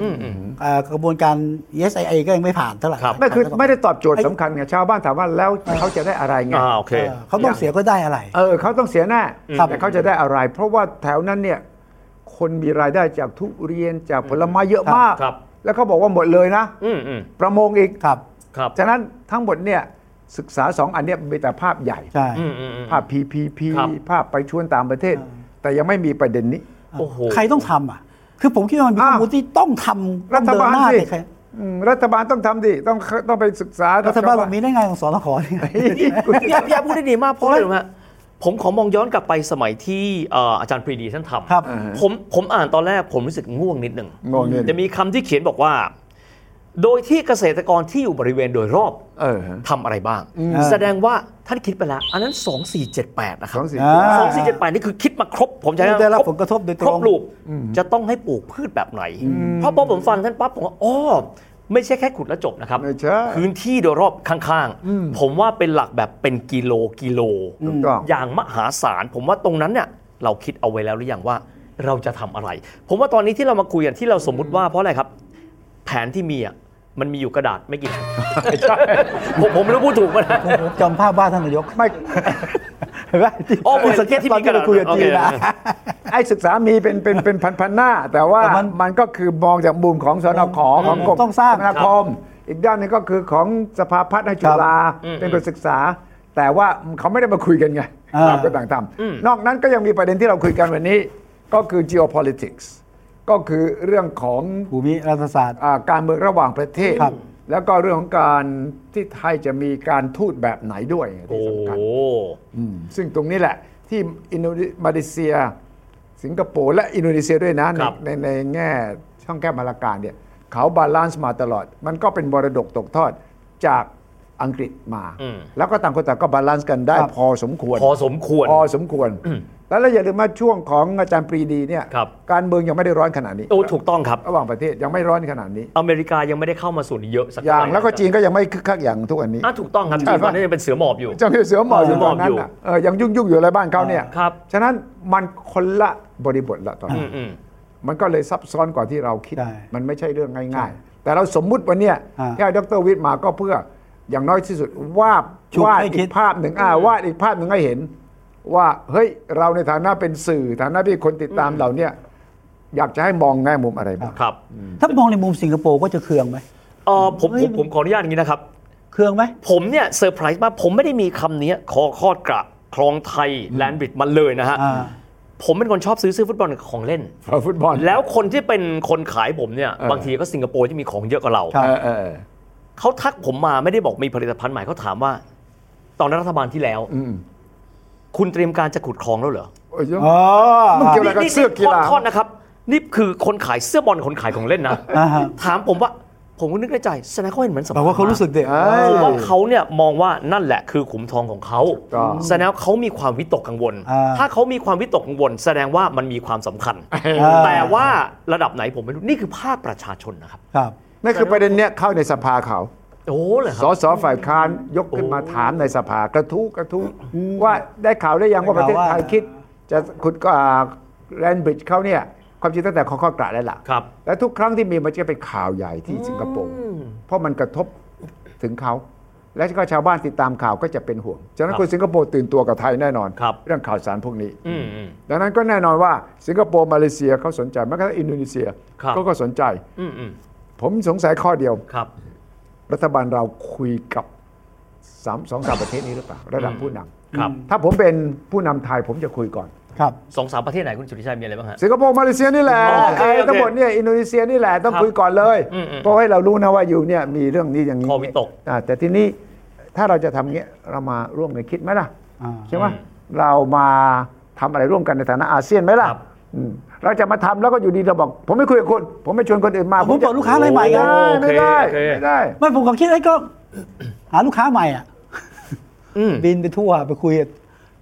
Speaker 2: เอ่อกระบวนการ ESIA ก็ยังไม่ผ่านเท่าไหร่
Speaker 4: ครับ
Speaker 3: ไม่คือไม่ได้ตอบโจทย์สำคัญไงชาวบ้านถามว่าแล้วเขาจะได้อะไรไง
Speaker 4: อ่าโอเค
Speaker 2: เออเขาต้องเสียก็ได้อะไร
Speaker 3: เออเขาต้องเสียหน้า
Speaker 2: ครับ
Speaker 3: แต่เขาจะได้อะไร เพราะว่าแถวนั้นเนี่ยคนมีรายได้จากทุเรียนจากผลไม้เยอะมาก
Speaker 4: ครับ
Speaker 3: แล้วเขาบอกว่าหมดเลยนะ
Speaker 4: อืมอืม
Speaker 3: ประมงอีก
Speaker 2: ครับ
Speaker 4: ครับ
Speaker 3: ฉะนั้นทั้งหมดเนี่ยศึกษาสองอันเนี้ยมีแต่ภาพใหญ่
Speaker 2: ใช่
Speaker 4: อืมอืมอืม
Speaker 3: ภาพ PPP
Speaker 4: ครับ
Speaker 3: ภาพไปชวนต่างประเทศ แต่ยังไม่มีประเด็นนี้
Speaker 4: โอ้โห
Speaker 2: ใครต้องทำอ่ะ คือผมคิดว่ามันมี
Speaker 3: อ้าว
Speaker 2: ข้อมูลที่ต้องทำ
Speaker 3: รั
Speaker 2: ต้องเดิน
Speaker 3: ฐบาล
Speaker 2: หน้า
Speaker 3: สิ
Speaker 2: แต่ใคร
Speaker 3: อืมรัฐบาลต้องทำดิต้องต้องไปศึกษา
Speaker 2: รัฐบาล
Speaker 3: ชว
Speaker 2: บอกมีได้ไงของสอนขอเนี่ย
Speaker 4: พี่อาพี่อาพูดได้ดีมากเพราะอะไรรู้ไหมฮะผมขอมองย้อนกลับไปสมัยที่เอ่ออาจารย์ปรีดีท่านทำ
Speaker 2: ครับ
Speaker 4: ผมผมอ่านตอนแรกผมรู้สึกง่วงนิดหนึ่ง
Speaker 3: งงเงิน
Speaker 4: จะมีคำที่เขียนบอกว่า โดยที่เกษตรกรที่อยู่บริเวณโดยรอบ
Speaker 3: เออ
Speaker 4: ทำอะไรบ้าง แสดงว่าท่านคิดไปแล้ว อันนั้น 2478 นะ
Speaker 3: ส
Speaker 4: ครั
Speaker 3: อบ งสี่
Speaker 2: อ่า
Speaker 4: สองสี่เจ็ดแปดนี่คือคิดมาครบ ผมจะ
Speaker 2: ได้รับผลกระทบโดยตรง
Speaker 4: ครบรูปจะต้องให้ปลูกพืชแบบไหน เพราะพอผมฟังท่านปั๊บผมว่าอ๋อไม่ใช่แค่ขุดแล้วจบนะครับ
Speaker 3: ไม่ใช่
Speaker 4: พื้นที่โดยรอบข้างๆ ผมว่าเป็นหลักแบบเป็นกิโลกิโล
Speaker 3: ถูกต้อง
Speaker 4: อย่างมหาศาล ผมว่าตรงนั้นเนี่ยเราคิดเอาไว้แล้วหรือยังว่าเราจะทำอะไร ผมว่าตอนนี้ที่เรามาคุยกันที่เราสมมุติว่าเพราะอะไรครับ แผนที่มีอ่ะมันมีอยู่กระดาษไม่กี่แผ่นผมผมไม่รู้พูดถูกป่ะนะ
Speaker 2: ผมจำภาพบ้านท่านนายกไม่เห็นไหมที่
Speaker 4: อ๋อเหมือน
Speaker 2: สเก็ต
Speaker 4: ที่
Speaker 2: ตอน
Speaker 4: มีก
Speaker 2: ที่
Speaker 4: ระดาษ
Speaker 2: เราคุยกับจีนนะ
Speaker 4: โอเค
Speaker 3: ไอ้ศึกษามีเป็นเป็นเป็นพันพันๆหน้า แต่ว่า
Speaker 2: แต่มั
Speaker 3: มัน นก็คือมองจากมุมของสนขของกรม
Speaker 2: ต้องสร้าง
Speaker 3: คมนาคม อีกด้านหนึงก็คือของสภาพัฒน์ในจุฬาเป็นคนศึกษา แต่ว่าเขาไม่ได้มาคุยกันไงต่างคนต่างทำนอกนั้นก็ยังมีประเด็นที่เราคุยกันวันนี้ ก็คือ geopolitics ก็คือเรื่องของ
Speaker 2: ภูมิรัฐศาสตร์
Speaker 3: อาการเมืองระหว่างประเทศ
Speaker 2: ครับ
Speaker 3: แล้วก็เรื่องของการที่ไทยจะมีการทูตแบบไหนด้วย
Speaker 4: โอ้
Speaker 3: ที่สำคัญ
Speaker 4: โห
Speaker 3: อืมซึ่งตรงนี้แหละที่อินโดนีมาเลเซีย สิงคโปร์และอินโดนีเซียด้วยนะใน
Speaker 4: ครับ
Speaker 3: ในในแง่ช่องแก้มาลาการเนี่ยเขาบาลานซ์มาตลอด มันก็เป็นมรดกตกทอดจากอังกฤษมา แล้วก็ต่างคนต่างก็บาลานซ์กันได้
Speaker 2: ครับ
Speaker 3: พอสมควร
Speaker 4: พอสมควร
Speaker 3: พอสมควร แล้วเราอย่าลืมว่าช่วงของอาจารย์ปรีดีเนี่ย
Speaker 4: ครับ
Speaker 3: การเมืองยังไม่ได้ร้อนขนาดนี้
Speaker 4: โอ้ถูกต้องครับ
Speaker 3: ระหว่างประเทศยังไม่ร้อนขนาดนี้
Speaker 4: อเมริกายังไม่ได้เข้ามาส่วนเยอะสัก
Speaker 3: อย่างแล้วก็จี
Speaker 4: น
Speaker 3: นก็ยังไม่คึกคักอย่างทุกวันนี้
Speaker 4: ถูกต้องครับจีนตอนนี้ยังเป็นเสือหมอบอยู่
Speaker 3: เจ้าพี่เสือหมอบอยู่
Speaker 4: เสือห
Speaker 3: ต
Speaker 4: มอ
Speaker 3: อบ นนั้
Speaker 4: อยู่
Speaker 3: นน่ะเออยังยุ่งยุ่งๆอยู่อะไรบ้านเขาเนี่ย
Speaker 4: ครับ
Speaker 3: ฉะนั้นมันคนละบริบทละตอนนี้
Speaker 4: อืม
Speaker 3: มันก็เลยซับซ้อนกว่าที่เราคิด
Speaker 2: ใช่
Speaker 3: มันไม่ใช่เรื่องง่ายๆ แต่เราสมมุติวันเนี้ย
Speaker 2: อ่า
Speaker 3: ที่ให้ดรวิทย์มาก็เพื่ออย่างน้อยที่สุดวาด
Speaker 2: ชุบ
Speaker 3: วาด
Speaker 2: ให้คิ
Speaker 3: อี
Speaker 2: ด
Speaker 3: กภาพหนึ่งอ่าวาดอีกภาพหนึ่งให้เห็น ว่าเฮ้ยเราในฐานะเป็นสื่อฐานะที่คนติดตามเราเนี่ยอยากจะให้มองแง่มุมอะไรบ้าง
Speaker 4: ครับ
Speaker 2: ถ้ามองในมุมสิงคโปร์ก็จะเคืองไหม
Speaker 4: เอ่อผมผมผมขออนุญาตอย่างนี้นะครับ
Speaker 2: เคืองไหม
Speaker 4: ผมเนี่ยเซอร์ไพรส์มากผมไม่ได้มีคำนี้คอคอดกระคลองไทยแลนด์บริดจ์มันเลยนะฮะ
Speaker 2: อ่า
Speaker 4: ผมเป็นคนชอบซื้อเสื้อฟุตบอลกับของเล่น
Speaker 3: เพราะฟุตบอล
Speaker 4: แล้วคนที่เป็นคนขายผมเนี่ย บางทีก็สิงคโปร์ที่มีของเยอะกว่าเรา
Speaker 2: ครับ
Speaker 3: เออเออเออ
Speaker 4: เขาทักผมมาไม่ได้บอกมีผลิตภัณฑ์ใหม่เขาถามว่า ตอนรัฐบาลที่แล้ว
Speaker 3: อืม
Speaker 4: คุณเตรียมการจะขุดคลองแล้วเหรอ
Speaker 3: โอ้ยเยอะ
Speaker 2: อ๋อ
Speaker 3: มึงเกี่ยว อะไรบ
Speaker 4: นี่
Speaker 3: สื้อกีฬา
Speaker 4: นี่โทษนะครับ นี่คือคนขายเสื้อบอลคนขายของเล่นนะ
Speaker 2: อ่าฮะ
Speaker 4: ถามผมว่า ผมก็นึกในใจแสดงเขาเห็นเหมือนสำคัญ
Speaker 2: แปลว่าเขารู้สึกเด็ก
Speaker 3: เอ้ย
Speaker 4: ผมว่าเขาเนี่ยมองว่านั่นแหละคือขุมทองของเขา
Speaker 3: ต้อง
Speaker 4: แสดงว่าเขามีความวิตกกังวล
Speaker 2: อ่า
Speaker 4: ถ้าเขามีความวิตกกังวล แสดงว่ามันมีความสำคัญ แต่ว่าระดับไหนผมไม่รู้นี่คือภาคประชาชนนะครับ
Speaker 2: ครับ
Speaker 3: นั่นคือประเด็นเนี้ยเข้าในสภาเขา
Speaker 4: โอ้เหรอ
Speaker 3: ส
Speaker 4: ครับ
Speaker 3: สฝ่ายค้านยกขึ้นมาถามในสภากระทู้กระทู้ว่าได้ข่าวได้ยังว่าประเทศไทย
Speaker 2: ว่า
Speaker 3: คิด จะขุดก็แลนบริดจ์เขาเนี่ย ความจริงตั้งแต่ข้อข้อกระแล้วล่ะ
Speaker 4: ครับ
Speaker 3: และทุกครั้งที่มีมันจะเป็นข่าวใหญ่ที่สิงคโปร์เพราะมันกระทบถึงเขา และก็ชาวบ้านติดตามข่าวก็จะเป็นห่วงฉะนั้นคนสิงคโปร์ตื่นตัวกับไทยแน่นอน
Speaker 4: ครับ
Speaker 3: เรื่องข่าวสารพวกนี้
Speaker 4: อืมอืม
Speaker 3: ดังนั้นก็แน่นอนว่าสิงคโปร์มาเลเซียเขาสนใจแม้กระทั่งอินโดนีเซีย
Speaker 4: ครับ
Speaker 3: เขาก็สนใจ
Speaker 4: อืมอืม
Speaker 3: ผมสงสัยข้อเดียว
Speaker 4: ครับ
Speaker 3: รัฐบาลเราคุยกับสามสองสามประเทศนี้หรือเปล่าระดับผู้นำ
Speaker 4: ครับ
Speaker 3: ถ้าผมเป็นผู้นำไทยผมจะคุยก่อน
Speaker 2: ครับ
Speaker 4: สองสามประเทศไหนคุณสุทธิชัยมีอะไรบ้างฮะ
Speaker 3: สิงคโปร์มาเลเซียนี่แหละ
Speaker 4: อ๋อโอเค
Speaker 3: ไอ้
Speaker 4: โอเค
Speaker 3: ทั้งหมดเนี่ยอินโดนีเซียนี่แหละต้อง
Speaker 4: ครับ
Speaker 3: คุยก่อนเลย
Speaker 4: อืมอืม
Speaker 3: เพราะให้เรารู้นะว่าอยู่เนี่ยมีเรื่องนี้อย่างนี้
Speaker 4: ข้อวิตก
Speaker 3: อ่าแต่ทีนี้ถ้าเราจะทำเงี้ยเรามาร่วมกันคิดไหมล่ะ
Speaker 2: อ่า
Speaker 3: ใช่ไหมเรามาทำอะไรร่วมกันในฐานะอาเซียนไหมล่ะอืมเราจะมาทำแล้วก็อยู่ดีเราบอก ผมไม่คุยกับคุณผมไม่ชวนคนอื่นมา
Speaker 2: ผม
Speaker 3: จะ
Speaker 2: เปิดลูกค้ารายใหม่กัน
Speaker 3: ไม่ได้
Speaker 4: โอเคโอเค
Speaker 3: ไม่ได้
Speaker 2: ไม่ผมก็คิดไอ้ยก็ หาลูกค้าใหม่อ่ะ
Speaker 4: อืม
Speaker 2: บินไปทั่วไปคุยกับ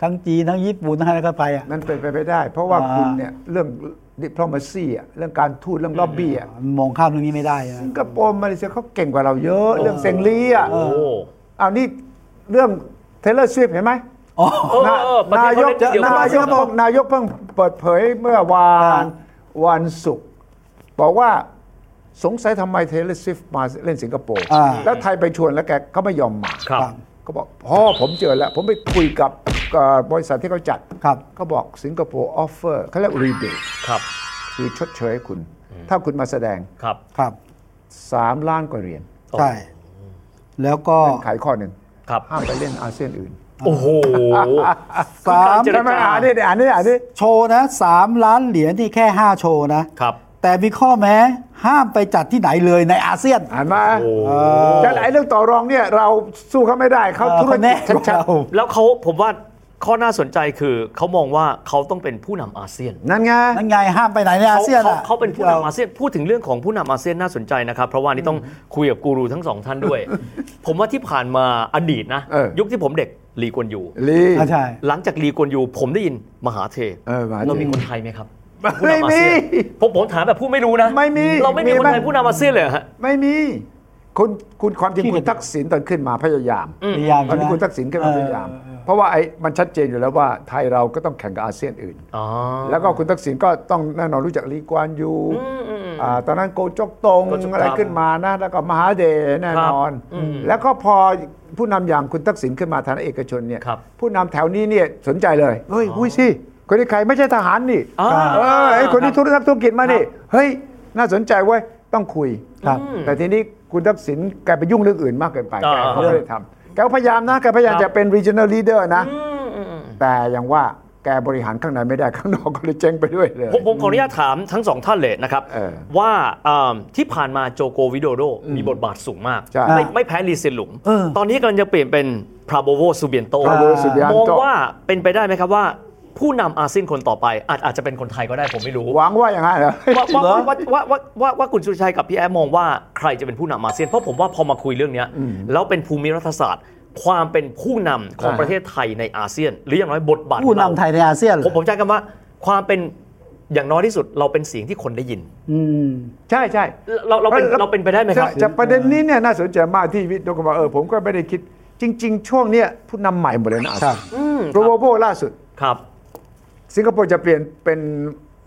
Speaker 2: ทั้งจีนทั้งญี่ปุ่นทั้งอะไรก็ไปอ่ะ
Speaker 3: นั่นเป็นไปไม่ได้ เพราะว่า
Speaker 2: อ่า
Speaker 3: คุณเนี่ยเรื่องดิปโลมาซีอ่ะเรื่องการทูตเรื่องล็อบบี้อ่ะ
Speaker 2: มันมองข้ามเรื่องนี้ไม่ได้นะ
Speaker 3: สิงคโปร์มาเลเซียเขาเก่งกว่าเราเยอะ เรื่องเซงลีอ่ะ
Speaker 4: โอ้
Speaker 3: เอานี่เรื่องเทเลอร์สวิฟเห็นไหม
Speaker 2: อ๋อ
Speaker 4: เออเออเออประเท
Speaker 3: นา
Speaker 4: ศ
Speaker 3: ยก
Speaker 4: เขาเล่นเดี่ยวกัน
Speaker 3: นายก
Speaker 4: เนอะ
Speaker 3: นายกเพิ่งเปิดเผยเมื่อวานวันศุกร์บอกว่าสงสัยทำไมเทเลอร์สวิฟมาเล่นสิงคโปร์
Speaker 2: อ่า
Speaker 3: แล้วไทยไปชวนแล้วแกก็ไม่ยอมมา
Speaker 4: ครับ
Speaker 3: ก็บอกพ่อผมเจอแล้ว ผมไปคุยกับเอ่อบริษัทที่เขาจัด
Speaker 2: ครับ
Speaker 3: ก็บอกสิงคโปร์ออฟเฟอร์เขาเรียกรีเบท
Speaker 4: ครับ
Speaker 3: คือชดเชยให้คุณ ถ้าคุณมาแสดง
Speaker 4: ครับ
Speaker 2: ครับ
Speaker 3: 3 ล้านกว่าเหรียญ
Speaker 2: ใช่ แล้วก็
Speaker 3: ขายข้อหนึ่ง
Speaker 4: ครับ
Speaker 3: ห้ามไปเล่นอาเซียนอื่น
Speaker 4: โอ้โห
Speaker 2: สาม
Speaker 4: เจรจา
Speaker 3: ทำไมอ่านนี่อ่านนี่อ่านนี่
Speaker 2: โชว์นะสามล้านเหรียญนี่แค่ห้าโชว์นะ
Speaker 4: ครับ
Speaker 2: แต่มีข้อแม้ห้ามไปจัดที่ไหนเลยในอาเซียน
Speaker 3: อ่านมา
Speaker 4: โอ้
Speaker 3: จะไอ้เรื่องต่อรองเนี่ยเราสู้เขาไม่ได้เขา
Speaker 2: เออ
Speaker 3: ธุร
Speaker 2: เขาแน่
Speaker 3: กิจชัด
Speaker 2: เรา
Speaker 4: แล้วเขาผมว่าข้อน่าสนใจคือเขามองว่าเขาต้องเป็นผู้นำอาเซียน
Speaker 3: ๆนั่นไง
Speaker 2: นั่นไงห้ามไปไหนในอาเซียน
Speaker 4: เขา
Speaker 2: อ่ะ
Speaker 4: เขาเป็นผู้นำอาเซียนพูดถึงเรื่องของผู้นำอาเซียนน่าสนใจนะครับ เพราะว่านี่ต้องคุยกับกูรูทั้งสองท่านด้วย ผมว่าที่ผ่านมาอดีตนะ
Speaker 3: เออ
Speaker 4: ยุคที่ผมเด็กลีกวนยู
Speaker 3: ลี
Speaker 2: อ่ะใช่
Speaker 4: หลังจากลีกวนยูผมได้ยินมหาเท
Speaker 3: เออมา
Speaker 4: เรา
Speaker 3: ดิ
Speaker 4: มีคนไทยไหมครับ
Speaker 3: ไม่มี
Speaker 4: ผู้นำอาเซียนผมผมถามแบบผู้ไม่รู้นะ
Speaker 3: ไม่มี
Speaker 4: เราไม่มี
Speaker 3: มี
Speaker 4: คน
Speaker 3: ไหม
Speaker 4: ไทยผู้นำอาเซียนเลยเหรอฮะ
Speaker 3: ไม่มีคุณคุณความจริง
Speaker 2: ที่
Speaker 3: คุณ
Speaker 2: เป็น
Speaker 3: ทักษิณตอนขึ้นมาพยายาม
Speaker 2: พยายาม
Speaker 3: ตอนนี้
Speaker 2: ใช่ไหม
Speaker 3: คุณทักษิณขึ้นมาพยายาม
Speaker 2: เออ
Speaker 3: เพราะว่าไอ้มันชัดเจนอยู่แล้วว่าไทยเราก็ต้องแข่งกับอาเซียนอื่น
Speaker 4: อ๋อ
Speaker 3: แล้วก็คุณทักษิณก็ต้องแน่นอนรู้จักลีกวานยูอ่าตอนนั้นโกจกตง
Speaker 4: โกจกตง
Speaker 3: อะไรขึ้นมานะแล้วก็มหาเดชแน่นอน
Speaker 4: ครับอืม
Speaker 3: แล้วก็พอผู้นำอย่างคุณทักษิณขึ้นมาฐานะเอกชนเนี่ย
Speaker 4: ครับ
Speaker 3: ผู้นำแถวนี้เนี่ยสนใจเลยเฮ้ยหุ้ยสิคนนี้ใครไม่ใช่ทหารนี่
Speaker 4: อ่า
Speaker 3: เออไอ้คนนี้ธุรนักธุรกิจมานี่เฮ้ยน่าสนใจเว้ยต้องคุย
Speaker 2: ครับ
Speaker 3: แต่ทีนี้คุณทักษิณแกไปยุ่งเรื่องอื่นมากเกินไปแก
Speaker 4: อ่า
Speaker 3: ก็ไม่ได้ทำแกก็พยายามนะแกพยายาม
Speaker 4: ครับ
Speaker 3: จะเป็น regional leader นะ
Speaker 4: อืมอืมอืม
Speaker 3: แต่อย่างว่าแกบริหารข้างในไม่ได้ข้างนอกก็เลยเจ๊งไปด้วยเลย
Speaker 4: ผมผมขออนุญาตถามทั้งสองท่านเลยนะครับ
Speaker 3: เออ
Speaker 4: ว่าเอิ่มที่ผ่านมาโจโกวิโดโด มีบทบาทสูงมาก
Speaker 3: ใช่
Speaker 4: ไม่ไม่แพ้ลีเซียนหลุง
Speaker 2: เออ
Speaker 4: ตอนนี้กำลังจะเปลี่ยนเป็นพราโบโวซูเบียนโต
Speaker 3: Prabowo Subianto
Speaker 4: มองว่าเป็นไปได้ไหมครับว่า ผู้นำอาเซียนคนต่อไป อาจอาจจะเป็นคนไทยก็ได้ผมไม่รู้
Speaker 3: ห
Speaker 4: ว่า
Speaker 3: วังว่าอย่างนั้นเหรอ
Speaker 4: ว่าว่าว่าว่าว่าว่าคุณสุรชัยกับพี่แอมมองว่าใครจะเป็นผู้นำอาเซียนเพราะผมว่าพอมาคุยเรื่องเนี้ยแล้วเป็นภูมิรัฐศาสตร์ ความเป็นผู้นำของ
Speaker 3: อ่า
Speaker 4: ประเทศไทยในอาเซียน หรืออย่างน้อยบทบาทของ
Speaker 2: ผู้
Speaker 4: เรา
Speaker 2: นำไทยในอาเซียนเหร
Speaker 4: ผ
Speaker 2: อ
Speaker 4: มผมใช้คำว่าความเป็นอย่างน้อยที่สุดเราเป็นเสียงที่คนได้ยิน
Speaker 2: อืม
Speaker 3: ใช่ใช่
Speaker 4: เราเราเป็นเราเป็นไปได้ไหมครับ
Speaker 3: จะจะประเด็นนี้เนี่ยน่าสนใจมากที่วิทย์ยกมาเออผมก็ไม่ได้คิด จริง ๆ ช่วงเนี้ยผู้นำใหม่หมดเลยนะครับ
Speaker 4: อืม
Speaker 3: โรโบโบล่าสุด
Speaker 4: ครับ
Speaker 3: สิงคโปร์จะเปลี่ยนเป็น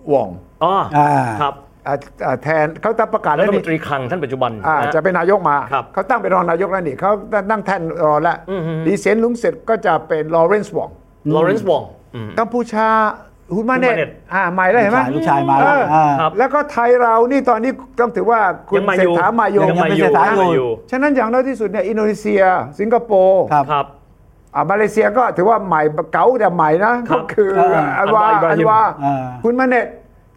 Speaker 3: หว่อง
Speaker 4: อ๋อ
Speaker 2: อ่า
Speaker 4: ครับ
Speaker 3: อ่าอ่าแทนเขาตั้งประกาศ
Speaker 4: รั
Speaker 3: แล้ว
Speaker 4: ฐม
Speaker 3: นี่
Speaker 4: นตรีคลังท่านปัจจุบัน
Speaker 3: อ่า
Speaker 4: นะ
Speaker 3: จะเป็นนายกมา
Speaker 4: ครับ
Speaker 3: เขาตั้งเป็นรองนายกแล้วนี่เขานั่งแทนรอแล้ว
Speaker 4: อือฮึ
Speaker 3: ดีเซนลุงเสร็จก็จะเป็นลอเรนซ์หว่อง
Speaker 4: ลอเรนซ์วองอืม
Speaker 3: กัมพูชาฮุนมาเนต
Speaker 4: Hulmanet
Speaker 3: อ่าใหม่แล้วเห็นไหม
Speaker 2: ลูกชายมาแล้ว
Speaker 3: เอออ่
Speaker 2: า
Speaker 4: ครับ
Speaker 3: แล้วก็ไทยเรานี่ตอนนี้ต้องถือว่าคุ
Speaker 4: ยั
Speaker 3: ณ
Speaker 4: งมา
Speaker 3: เศรษ
Speaker 4: อยู่
Speaker 3: ฐามาโย
Speaker 4: ยังมาอยู่
Speaker 2: ยังเป็นเศรษฐา
Speaker 4: ยังมาอยู่
Speaker 3: ฉะนั้นอย่างน้อยที่สุดเนี่ยอินโดนีเซีย สิงคโปร์
Speaker 2: ครับ
Speaker 4: ครับ
Speaker 3: อ่ะมาเลเซียก็ถือว่าใหม่เก๋าแต่ใหม่นะครับก็คือ
Speaker 2: เออ
Speaker 3: อันวา
Speaker 4: อันวาอิบรา
Speaker 3: อัน
Speaker 4: ฮิม
Speaker 3: วา
Speaker 2: อ่า
Speaker 3: คุณมาเนต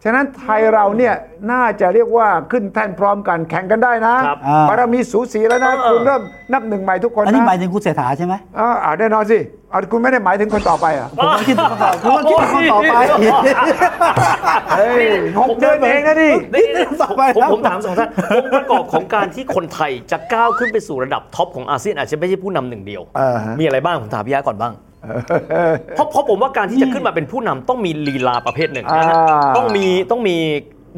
Speaker 3: ฉะนั้นไทยเราเนี่ยน่าจะเรียกว่าขึ้นแท่นพร้อมกันแข่งกันได้นะครับ
Speaker 2: อ่า
Speaker 3: บารมีสูสีแล้วนะ
Speaker 4: เออ
Speaker 3: คุณเริ่มนับหนึ่งใหม่ทุกคน
Speaker 2: อันนี้หมาย
Speaker 3: นะ
Speaker 2: ถึงคุณเศรษฐาใช่ไหม
Speaker 3: อ่าอ่าแน่นอนสิอ่าคุณไม่ได้หมายถึงคนต่อไปเหรอ่ะ
Speaker 2: ผมก็คิดถึงคำตอบผมก็คิดถึงคำตอบไป
Speaker 3: เฮ้ยหกเดือนเองนะดิ
Speaker 4: นี่นี่
Speaker 2: ต่อไป
Speaker 4: ผม
Speaker 2: ครับ
Speaker 4: ผมถามสองท่านองค์ประกอบของการที่คนไทยจะก้าวขึ้นไปสู่ระดับท็อปของอาเซียนอาจจะไม่ใช่ผู้นำหนึ่งเดียว
Speaker 3: อ่าฮะ
Speaker 4: มีอะไรบ้างผมถามพี่ยาก่อน บ้าง เพราะเพราะผมว่าการที่จะขึ้นมาเป็นผู้นำต้องมีลีลาประเภทหนึ่งนะฮะ
Speaker 3: อ่า
Speaker 4: ต้องมีต้องมี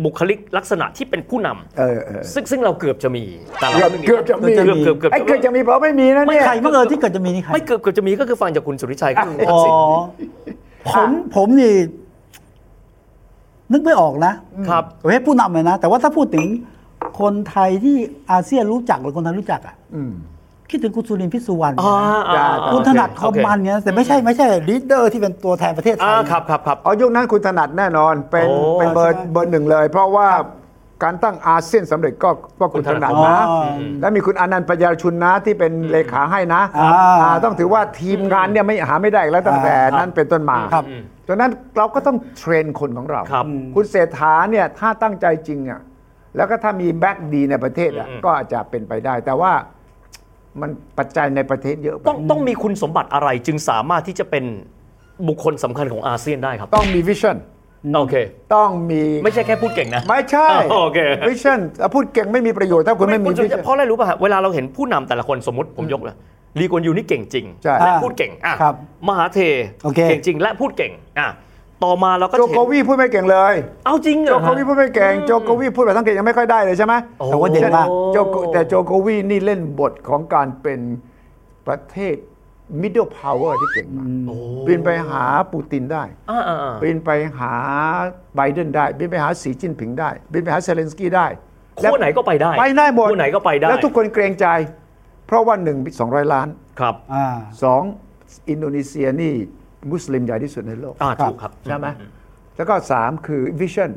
Speaker 4: บุคลิกลักษณะที่เป็นผู้นำ
Speaker 3: เออเออ
Speaker 4: ซึ่งซึ่งเราเกือบจะมี แต่เรา
Speaker 3: เกือบเกือบ
Speaker 4: ไม่มี
Speaker 3: จะมี
Speaker 4: เกือบเกือบเกือบ
Speaker 3: ไอ้เกือบจะมีเพราะไม่มีนะ
Speaker 2: ไม่
Speaker 3: เนี่ย
Speaker 2: ใครเมื่อเออที่เกิดจะมีนี่ใคร
Speaker 4: ไม่เกือบเกือบจะมีก็คือฟังจากคุณสุริชัยก็คือ
Speaker 2: อ๋อผมผมนี่ นึกไม่ออกนะครับ ประเภทผู้นำเลยนะ แต่ว่าถ้าพูดถึงคนไทยที่อาเซียนรู้จักหรือคนไทยรู้จักอ่ะคิดถึงคุณสุรินทร์พิศสุวรรณ
Speaker 4: อ่าอ่า
Speaker 2: คุณถนัดคอม
Speaker 4: โเ
Speaker 2: มันเนี่ยแต่ไม่ใช่ไม่ใช่ลีดเดอร์ที่เป็นตัวแทนประเทศไท
Speaker 4: อ่าย ครับครับครับ
Speaker 3: เอายุคนั้นคุณถนัดแน่นอนเป็น
Speaker 4: โอ้
Speaker 3: เป็นเบอ
Speaker 2: ใช่
Speaker 3: ร์
Speaker 2: ไหม
Speaker 3: เบอร์หนึ่งเลย เพราะว่า การตั้งอาเซียนสำเร็จก็ก็คุณถนัด
Speaker 2: อ๋อ
Speaker 3: นะและมีคุณอนันต์ปัญญาชุนนะที่เป็นเลขาให้นะ
Speaker 2: อ่า
Speaker 3: อ่าต้องถือว่าทีมงานเนี่ยไม่หาไม่ได้อีกแล้วตั้งแต่
Speaker 2: อ่าครับ
Speaker 3: นั้นเป็นต้นมา
Speaker 2: ครับ
Speaker 3: ดังนั้นเราก็ต้องเทรนคนของเรา
Speaker 4: ครับ
Speaker 3: คุณเศรษฐาเนี่ยถ้าตั้งใจจริงอ่ะแล้วก็ถ้ามีแบ็กดีในประเทศอ่ะก็อาจจะเป็นไปได้ แต่ว่ามันปัจจัยในประเทศเยอะไป
Speaker 4: ต้องต้องมีคุณสมบัติอะไรจึงสามารถที่จะเป็นบุคคลสำคัญของอาเซียนได้ครับ
Speaker 3: ต้องมีวิชั่น
Speaker 4: โอเค
Speaker 3: ต้องมี
Speaker 4: ไม่ใช่แค่พูดเก่งนะ
Speaker 3: ไม่ใช่
Speaker 4: โอเค
Speaker 3: วิชั่นพูดเก่งไม่มีประโยชน์ถ้าคุณไม่มี
Speaker 4: คุณ
Speaker 3: วิ
Speaker 4: จะ
Speaker 3: ชั่น
Speaker 4: เพราะอะไรรู้ป่ะฮะเวลาเราเห็นผู้นำแต่ละคนสมมติผมยกเลยลีกวนยูนี่เก่งจริง
Speaker 3: ใช่
Speaker 4: และพูดเก่งอ่ะ
Speaker 2: ครับ
Speaker 4: มหาเท
Speaker 2: โอเค
Speaker 4: งจริงและพูดเก่งอ่ะต่อมาเราก็
Speaker 3: โจ
Speaker 4: จะเห็น
Speaker 3: โกวีพูดไม่เก่งเลย
Speaker 4: เอาจริงเหร
Speaker 3: โจ
Speaker 4: อ
Speaker 3: โกวีพูดไม่เก่งโจโกวีพูดภาษาอังกฤษยังไม่ค่อยได้เลยใช่ไหม
Speaker 2: แต่ว่าเด่นมาก
Speaker 3: โจโกแต่โจโกวีนี่เล่นบทของการเป็นประเทศ middle power ที่เก่งมากบินไปหาปูตินได้
Speaker 4: อ่าอ่าอ่า
Speaker 3: บินไปหาไบเดนได้บินไปหาสีจิ้นผิงได้บินไปหาเซเลนสกี้ได้
Speaker 4: ขั้วไหนก็ไปได้
Speaker 3: ไปได้หมด
Speaker 4: ขั้วไหนก็ไปได้
Speaker 3: แล้วทุกคนเกรงใจ เพราะว่าหนึ่งสองร้อยล้าน
Speaker 4: ครับ
Speaker 2: อ่า
Speaker 3: สองอินโดนีเซียนี่มุสลิมใหญ่ที่สุดในโลก
Speaker 4: อ่าถูกครับ
Speaker 3: ใช่ไหมแล้วก็ 3 คือ vision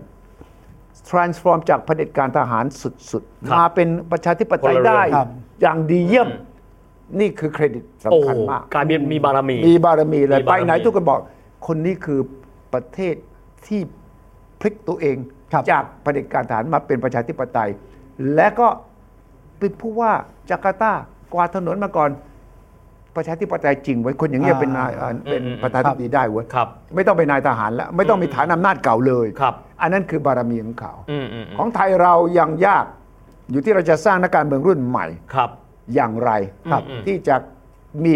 Speaker 3: transform จากเผด็จการทหารสุด
Speaker 4: ค
Speaker 3: ๆ
Speaker 4: รับ
Speaker 3: มาเป็นประชาธิปไตย
Speaker 4: พลเรือน
Speaker 3: ได้
Speaker 2: ครับ
Speaker 3: อย่างดีเยี่ยม นี่คือเครดิต
Speaker 4: โอ้
Speaker 3: สำคัญมาก
Speaker 4: การมีมีบารมี
Speaker 3: มีบารมีเลย
Speaker 4: มี
Speaker 3: ไป
Speaker 4: บารมี
Speaker 3: ไหนทุกคนบอก คนนี้คือประเทศที่พลิกตัวเอง
Speaker 2: ครับ
Speaker 3: จากเผด็จการทหารมาเป็นประชาธิปไตย และก็เป็นผู้ว่าจาการ์ตากวาดถนนมาก่อน ประชาธิปไตยจริงไว้ยคนอย่างเงี้ยเป็นนายเอ่อเป็นประธานาธิบดีได้เว้ย
Speaker 4: ครับ
Speaker 3: ไม่ต้องเป็นนายทหารแล้วไม่ต้องมีฐานอำนาจเก่าเลย
Speaker 4: ครับ
Speaker 3: อันนั้นคือบารมีของเขา
Speaker 4: อืมอืมอืม
Speaker 3: ของไทยเรายังยากอยู่ที่เราจะสร้างนักการเมืองรุ่นใหม่
Speaker 4: ครับ
Speaker 3: อย่างไรครับที่จะมี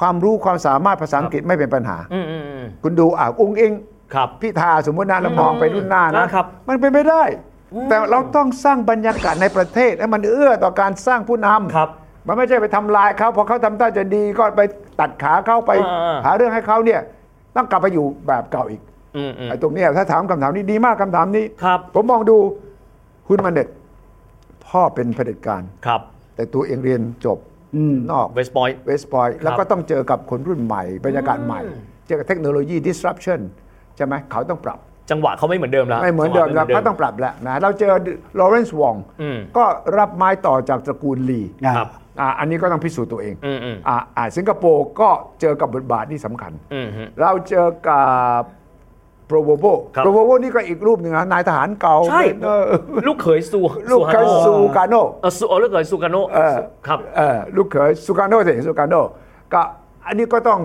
Speaker 3: ความรู้ความสามารถภาษาอังกฤษไม่เป็นปัญหา
Speaker 4: อืมอืมอืม
Speaker 3: คุณดูอ่ะองค์เอง
Speaker 4: ครับ
Speaker 3: พิธาสมมตินะเรามองไปรุ่นหน้านะ
Speaker 4: นะครับ
Speaker 3: มันเป็นไม่ได้ แต่เราต้องสร้างบรรยากาศในประเทศให้มันเอื้อต่อการสร้างผู้นำ
Speaker 4: ครับ
Speaker 3: มันไม่ใช่ไปทำลายเขาพอเขาทำท่าจะดีก็ไปตัดขาเขาไป
Speaker 4: อ่าๆ
Speaker 3: หาเรื่องให้เขาเนี่ยต้องกลับไปอยู่แบบเก่าอีก
Speaker 4: อืมอืม
Speaker 3: ไอ้ตรงเนี้ยถ้าถามคำถามนี้ดีมากคำถามนี้
Speaker 4: ครับ
Speaker 3: ผมมองดูคุณมันเด็ดพ่อเป็นเผด็จการ
Speaker 4: ครับ
Speaker 3: แต่ตัวเองเรียนจบนอก
Speaker 4: เวสปอย
Speaker 3: เวสปอยแล้วก็ต้องเจอกับคนรุ่นใหม่ บรรยากาศใหม่ เจอกับเทคโนโลยี disruption ใช่ไหมเขาต้องปรับ
Speaker 4: จังหวะเขาไม่เหมือนเดิมแล้ว
Speaker 3: ไม่เหมือนเดิมแล้ว
Speaker 4: จัหะ
Speaker 3: เขาต้องปรับแล้วนะเราเจอลอเรนซ์วองก็รับไม้ต่อจากตระกูลลี
Speaker 2: อ่า
Speaker 4: ครับ
Speaker 3: อ่ะอันนี้ก็ต้องพิสูจน์ตัวเอง
Speaker 4: อืมอืม
Speaker 3: อ่ะอ่ะสิงคโปร์ก็เจอกับบทบาทที่สำคัญ
Speaker 4: อืมฮึ
Speaker 3: เราเจอกับโปรโวโบ
Speaker 4: ครับ
Speaker 3: โปรโวโบนี่ก็อีกรูปหนึ่งนะนายทหารเก่า
Speaker 4: ใช่
Speaker 3: เออ
Speaker 4: ลูกเขยสู
Speaker 3: ลูกเขย
Speaker 4: ฮา
Speaker 3: ซู
Speaker 4: โนะ
Speaker 3: กาโน
Speaker 4: เออสูเออลูกเขยสูกาโนะครับครับ
Speaker 3: เออลูกเขยซูกาโนสิซูกาโนก็อันนี้ก็ต้อง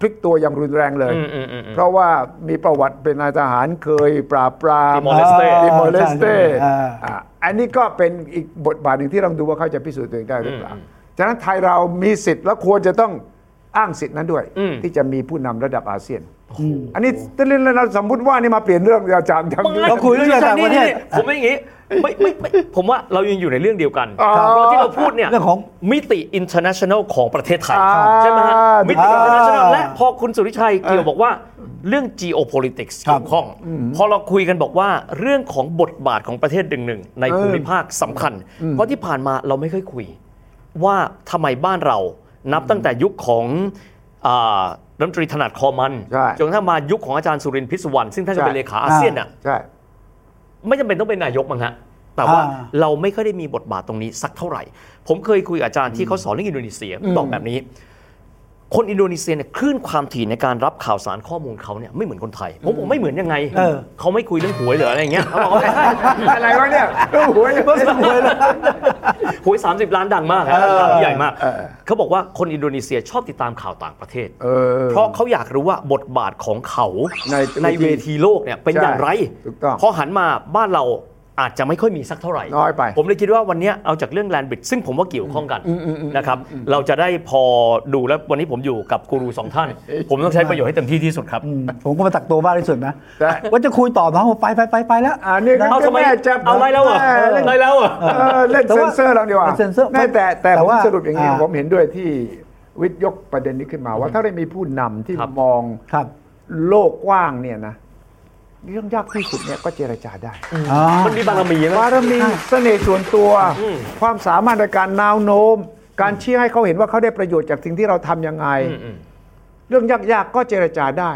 Speaker 3: พลิกตัวอย่างรุนแรงเลย
Speaker 4: อืมอืมอืมอืม
Speaker 3: เพราะว่ามีประวัติเป็นนายทหารเคยปราบปราม
Speaker 4: ติมอร์เลสเต้
Speaker 3: ติมอร์เลสเต้
Speaker 2: อ่า
Speaker 3: อ่ะอันนี้ก็เป็นอีกบทบาทหนึ่งที่ต้องดูว่าเขาจะพิสูจน์ตัวเองได้หรือเปล่าฉะนั้นไทยเรามีสิทธิ์และควรจะต้องอ้างสิทธินั้นด้วย ที่จะมีผู้นำระดับอาเซียน อันนี้ถ้าเล่นแล้วเราสมมติว่านี่มาเปลี่ยนเรื่องอาจารย์ทำ
Speaker 2: เราคุยเรื่องต่างประเทศ
Speaker 4: นี่นี่ผมไม่อย่างนี้ไม่ไม่ไม่ผมว่าเรายังอยู่ในเรื่องเดียวกัน
Speaker 3: อ๋อ
Speaker 4: เพราะที่เราพูดเนี่ย
Speaker 2: เรื่องของ
Speaker 4: มิติ international ของประเทศไทย
Speaker 3: อ่า
Speaker 4: ใช่ไหมฮะมิติ
Speaker 2: อ่า
Speaker 4: international และพอคุณสุริชัยเกี่ยวบอกว่าเรื่อง geopolitics เกี่ยวข้อง พอเราคุยกันบอกว่าเรื่องของบทบาทของประเทศหนึ่งๆในภูมิภาคสำคัญ เพราะที่ผ่านมาเราไม่ค่อยคุย ว่าทำไมบ้านเรานับตั้งแต่ยุคของอ่ารัฐมนตรีถนัดคอมัน
Speaker 3: ใช่
Speaker 4: จนกระทั่งมายุคของอาจารย์สุรินทร์พิศวรรณซึ่งท่านก็เป็นเลขาอาเซียนอ่ะ
Speaker 3: ใช่
Speaker 4: ไม่จำเป็นต้องเป็นนายกมั้งฮะ แต่ว่า
Speaker 2: อ่า
Speaker 4: เราไม่ค่อยได้มีบทบาทตรงนี้สักเท่าไหร่ ผมเคยคุยกับอาจารย์ที่เขาสอนเรื่องอินโดนีเซียบอกแบบนี้ คนอินโดนีเซียเนี่ยคลื่นความถี่ในการรับข่าวสารข้อมูลเขาเนี่ยไม่เหมือนคนไทย ผมบอกไม่เหมือนยังไงเขาไม่คุยเรื่องหวยเหรืออะไรอย่างเงี้ยเขาบอกว่า
Speaker 3: อะไรวะเนี่ยโอ้โหเบอร์สมวยเลย
Speaker 4: หวย 30 ล้านดังมากฮะดังใหญ่มากเขาบอกว่าคนอินโดนีเซียชอบติดตามข่าวต่างประเทศ เพราะเขาอยากรู้ว่าบทบาทของเขา
Speaker 3: ใน
Speaker 4: ในเวทีโลกเนี่ยเป็น
Speaker 3: ใช่
Speaker 4: อย่างไร
Speaker 3: ถูกต้อง
Speaker 4: พอหันมาบ้านเราอาจจะไม่ค่อยมีสักเท่าไหร่
Speaker 3: น้อยไป
Speaker 4: ผมเลยคิดว่าวันเนี้ยเอาจากเรื่องแลนบิดซึ่งผมว่าเกี่ยวข้องกันนะครับ เราจะได้พอดูแล้ววันนี้ผมอยู่กับกูรูสองท่าน ผมต้องใช้ประโยชน์ให้เต็มที่ที่สุดครับ
Speaker 2: อืมผมก็มาตักตัวบ้างที่สุดนะ
Speaker 3: ได้
Speaker 2: ว่าจะคุยต่อน้องผมไปไปไปไปแล้ว
Speaker 3: อ่านี่ก็
Speaker 4: เอาทำไม
Speaker 3: แม่จับ
Speaker 4: เอาไล่แล้วเหรอ
Speaker 3: แม่เล่น
Speaker 4: ไล่แล้วเหรอ
Speaker 3: เออเล่น
Speaker 2: แต่
Speaker 3: เซ
Speaker 2: ว่าน
Speaker 3: เซอร์เราดีกว่า
Speaker 2: เล่นเซ็นเซอร์
Speaker 3: ไม่แต่แต่
Speaker 2: แต่
Speaker 3: ผม
Speaker 2: ว่า
Speaker 3: สรุปอย่างนี้
Speaker 2: อ่า
Speaker 3: ผมเห็นด้วยที่วิทย์ยกประเด็นนี้ขึ้นมาว่าถ้าได้มีผู้นำที่
Speaker 4: ครับ
Speaker 3: มอง
Speaker 2: ครับ
Speaker 3: โลกกว้างเนี่ยนะเรื่องยากที่สุดเนี่ยก็เจรจาได้
Speaker 2: อ๋อ
Speaker 4: มันมีบารมีไหม
Speaker 3: บารมีเสน่ห์ส่วนตัว ความสามารถในการนาวโน้ม การชี้ให้เขาเห็นว่าเขาได้ประโยชน์จากสิ่งที่เราทำยังไง เรื่องยากๆก็เจรจาได้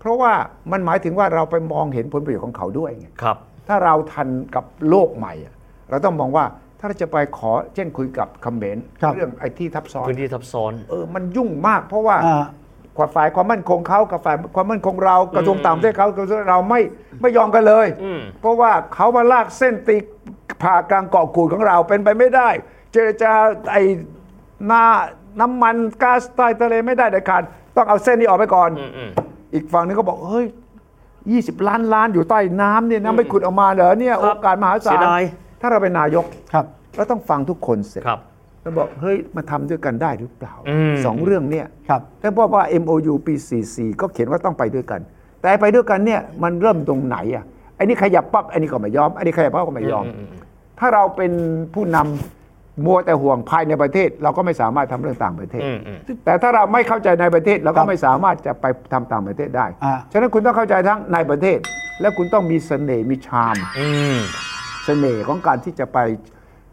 Speaker 3: เพราะว่ามันหมายถึงว่าเราไปมองเห็นผลประโยชน์ของเขาด้วยไง
Speaker 4: ครับ
Speaker 3: ถ้าเราทันกับโลกใหม่อะเราต้องมองว่าถ้าเราจะไปขอเช่นคุยกับเขมร
Speaker 2: ครับ
Speaker 3: เรื่องไอ้ที่ทับซ้อน
Speaker 4: พื้นที่ซับซ้อน
Speaker 3: เออ มันยุ่งมากเพราะว่า
Speaker 2: อ่า
Speaker 3: ขวาฝ่ายความมั่นคงเขากับฝ่ายความมั่นคงเรากระทรวงต่างประเทศเขากระทรวงเราไม่ไม่ยอมกันเลย
Speaker 4: อืม
Speaker 3: เพราะว่าเขามาลากเส้นตีผ่ากลางเกาะกูดของเราเป็นไปไม่ได้ เจรจาไอ้นาน้ำมันก๊าซใต้ทะเลไม่ได้เด็ดขาดต้องเอาเส้นนี้ออกไปก่อน
Speaker 4: อืม
Speaker 3: อีกฝั่งนึงก็บอกเฮ้ย 20 ล้านล้านอยู่ใต้น้ำเนี่ยนะไม่ขุดออกมาเหรอเนี่ย
Speaker 4: ค
Speaker 3: โอ
Speaker 4: รับ
Speaker 3: กาสมหาศา
Speaker 4: เสี
Speaker 3: ล
Speaker 4: ยดาย
Speaker 3: ถ้าเราเป็นนายก
Speaker 2: ครับ
Speaker 3: เราต้องฟังทุกคนเสร็จ
Speaker 4: ครับ
Speaker 3: แล้วบอกเฮ้ยมาทำด้วยกันได้หรือเปล่า
Speaker 4: อืม
Speaker 3: สองเรื่องเนี่ย
Speaker 2: ครับ
Speaker 3: แต่บอกว่า MOU ปี 44 ก็เขียนว่าต้องไปด้วยกัน แต่ไปด้วยกันเนี่ยมันเริ่มตรงไหนอ่ะไอ้นี่ขยับปั๊บไอ้นี่ก็ไม่ยอมไอ้นี่ขยับปั๊บก็ไม่ยอม ถ้าเราเป็นผู้นำมัวแต่ห่วงภายในประเทศ เราก็ไม่สามารถทำเรื่องต่างประเทศ
Speaker 4: อืมอืม
Speaker 3: แต่ถ้าเราไม่เข้าใจในประเทศเรา
Speaker 2: ครั
Speaker 3: ก็
Speaker 2: บ
Speaker 3: ไม่สามารถจะไปทำต่างประเทศได้
Speaker 2: อ่า
Speaker 3: ฉะนั้นคุณต้องเข้าใจทั้งในประเทศ และคุณต้องมีเสน่ห์มีชาม
Speaker 4: อืม
Speaker 3: เสน่ห์ของการที่จะไป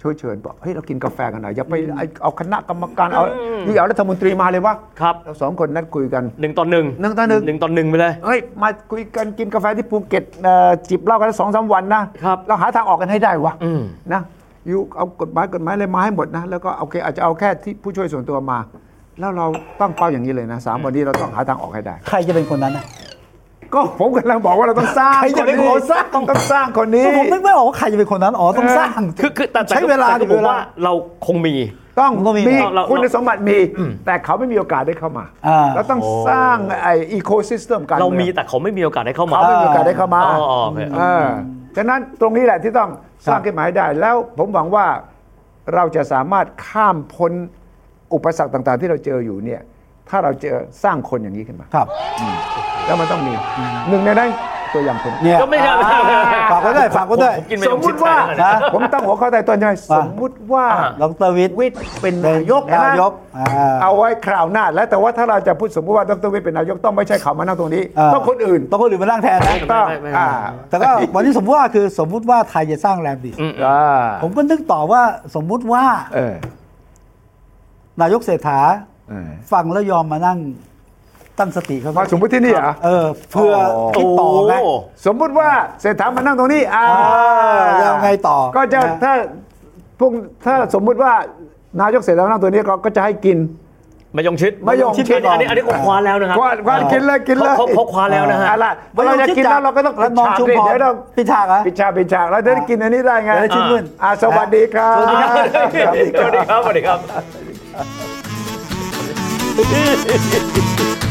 Speaker 3: ช่วยเชิญบอกเฮ้ยเรากินกาแฟกันหน่อยอย่าไปไอ้เอาคณะกรรมการเอาอยู่เอารัฐมนตรีมาเลยวะ
Speaker 4: ครับ
Speaker 3: เราสองคนนัดคุยกัน
Speaker 4: หนึ่งต่อหนึ่ง
Speaker 3: หนึ่งต่อหนึ่ง
Speaker 4: หนึ่งต่อหนึ่งไปเลย
Speaker 3: เฮ้ยมาคุยกันกินกาแฟที่ภูเก็ตเอ่อจิบเหล้ากันสองสามวันนะครับ เราหาทางออกกันให้ได้วะ
Speaker 4: อืม
Speaker 3: นะอยู่เอากฎหมายกฎหมายอะไรมาให้หมดนะแล้วก็โอเคอาจจะเอาแค่ที่ผู้ช่วยส่วนตัวมา แล้วเราตั้งเป้าอย่างนี้เลยนะสามวันนี้เราต้องหาทางออกให้ได้
Speaker 2: ใครจะเป็นคนนั้นน่ะ
Speaker 3: ก็ผมกำลังบอกว่าเราต้องสร้าง
Speaker 2: ใครจะเป็นคนสร้าง
Speaker 3: ต้องต้องสร้างคนนี้
Speaker 2: ก็ผมนึกไม่ออกว่าใครจะเป็นคนนั้นอ๋อต้องสร้าง
Speaker 4: คือคือแต่แต่
Speaker 2: ใช้เวลา
Speaker 4: แต่ก็ผม
Speaker 2: เวล
Speaker 4: ว่าเราคงมี
Speaker 3: ต้อง
Speaker 2: มันก็มี
Speaker 3: มี
Speaker 4: เราเรา
Speaker 3: คุณสมบัติมี แต่เขาไม่มีโอกาสได้เข้ามา
Speaker 2: อ่า
Speaker 3: เราต้องสร้างไอ้อีโคซิสเต็มการ
Speaker 4: เรา
Speaker 3: อง
Speaker 4: มีแต่เขาไม่มีโอกาสได้เข้ามา
Speaker 3: เขาไม่มีโอกาสได้เข้ามา
Speaker 4: อ๋ออ๋อโอเค
Speaker 3: เออฉะนั้นตรงนี้แหละที่ต้องสร้างขึ้นมาให้ได้ แล้วผมหวังว่าเราจะสามารถข้ามพ้นอุปสรรคต่าง ๆ ที่เราเจออยู่เนี่ยถ้าเราเจอสร้างคนอย่างนี้ขึ้นมา
Speaker 2: ครับ
Speaker 3: แล้วมันต้องมีหนึ่งในนั้นตัวอย่างคน
Speaker 2: เนี่ย
Speaker 4: ก็ไม่ใช่
Speaker 2: ฝากไว้ด้วยฝากไว้ด้วย
Speaker 4: ผมกินไป
Speaker 3: สมมติว่า
Speaker 4: ผมคิด
Speaker 3: ผม
Speaker 4: แทนเลยนะ
Speaker 3: ตั้งหัวข้อใต้ต้นใช่ไหมสมมติว่า
Speaker 4: อ่า
Speaker 2: ดรวิทย์
Speaker 3: วิทย์เป็นนายก
Speaker 2: เป็นนายก
Speaker 3: นะ
Speaker 2: อ่า
Speaker 3: เอาไว้คราวหน้า แล้วแต่ว่าถ้าเราจะพูดสมมติว่าดรวิทย์เป็นนายกต้องไม่ใช่เขามานั่งตรงนี้
Speaker 2: า
Speaker 3: ต้องคนอื่น
Speaker 2: ต้องคนอื่นมานั่งแทนนะ
Speaker 3: ต้อง
Speaker 4: ไม่ไม่ไม่
Speaker 3: อ่า
Speaker 2: แต่ ก็วันนี้สมมติว่าคือสมมุติว่าไทยจะสร้างแรมดิส
Speaker 3: อ่า
Speaker 2: ผมก็นึกต่อว่าสมมุติว่า
Speaker 3: เออน
Speaker 2: ายกเศรษฐา
Speaker 3: เออ
Speaker 2: ฟังแล้วยอมมานั่งตั้งสติเขา
Speaker 3: มาสมมุติที่นี่เหรอ
Speaker 2: เออเพื่อ
Speaker 3: โอ้
Speaker 2: คิดต่อไง
Speaker 4: โ
Speaker 3: สมมุติว่าเศรษฐามานั่งตรงนี้อ่า
Speaker 2: อ่าจะเอาไงต่อ
Speaker 3: ก็จะ
Speaker 2: นะ
Speaker 3: ถ้าพวกถ้าสมมุติว่านายกเศรษฐามานั่งตัวนี้ก็ก็จะให้กิน
Speaker 4: มายงชิด
Speaker 3: มะยงชิด
Speaker 4: อันนี้อันนี้ผมคว้าแล้วนะครั
Speaker 3: คว้านคว้านกินเลยกินเลย
Speaker 4: เขาเขาคว้าแล้วนะฮะ
Speaker 3: เอล่เราจะกินแล้วเราก็ต้อง
Speaker 2: แล้วน้องชุมพ
Speaker 3: เดี๋
Speaker 2: ร
Speaker 3: ยวต้อง
Speaker 2: ปิดฉากเหรอ
Speaker 3: ปิดฉากปิดฉากแล้วได้กินอันนี้ได้ไง
Speaker 2: เดี๋ยวได้ชื่นมื่น
Speaker 3: อ่าสวัสดีครับ
Speaker 4: สวัสดีครับสวัสดีครับสวัสดีครับ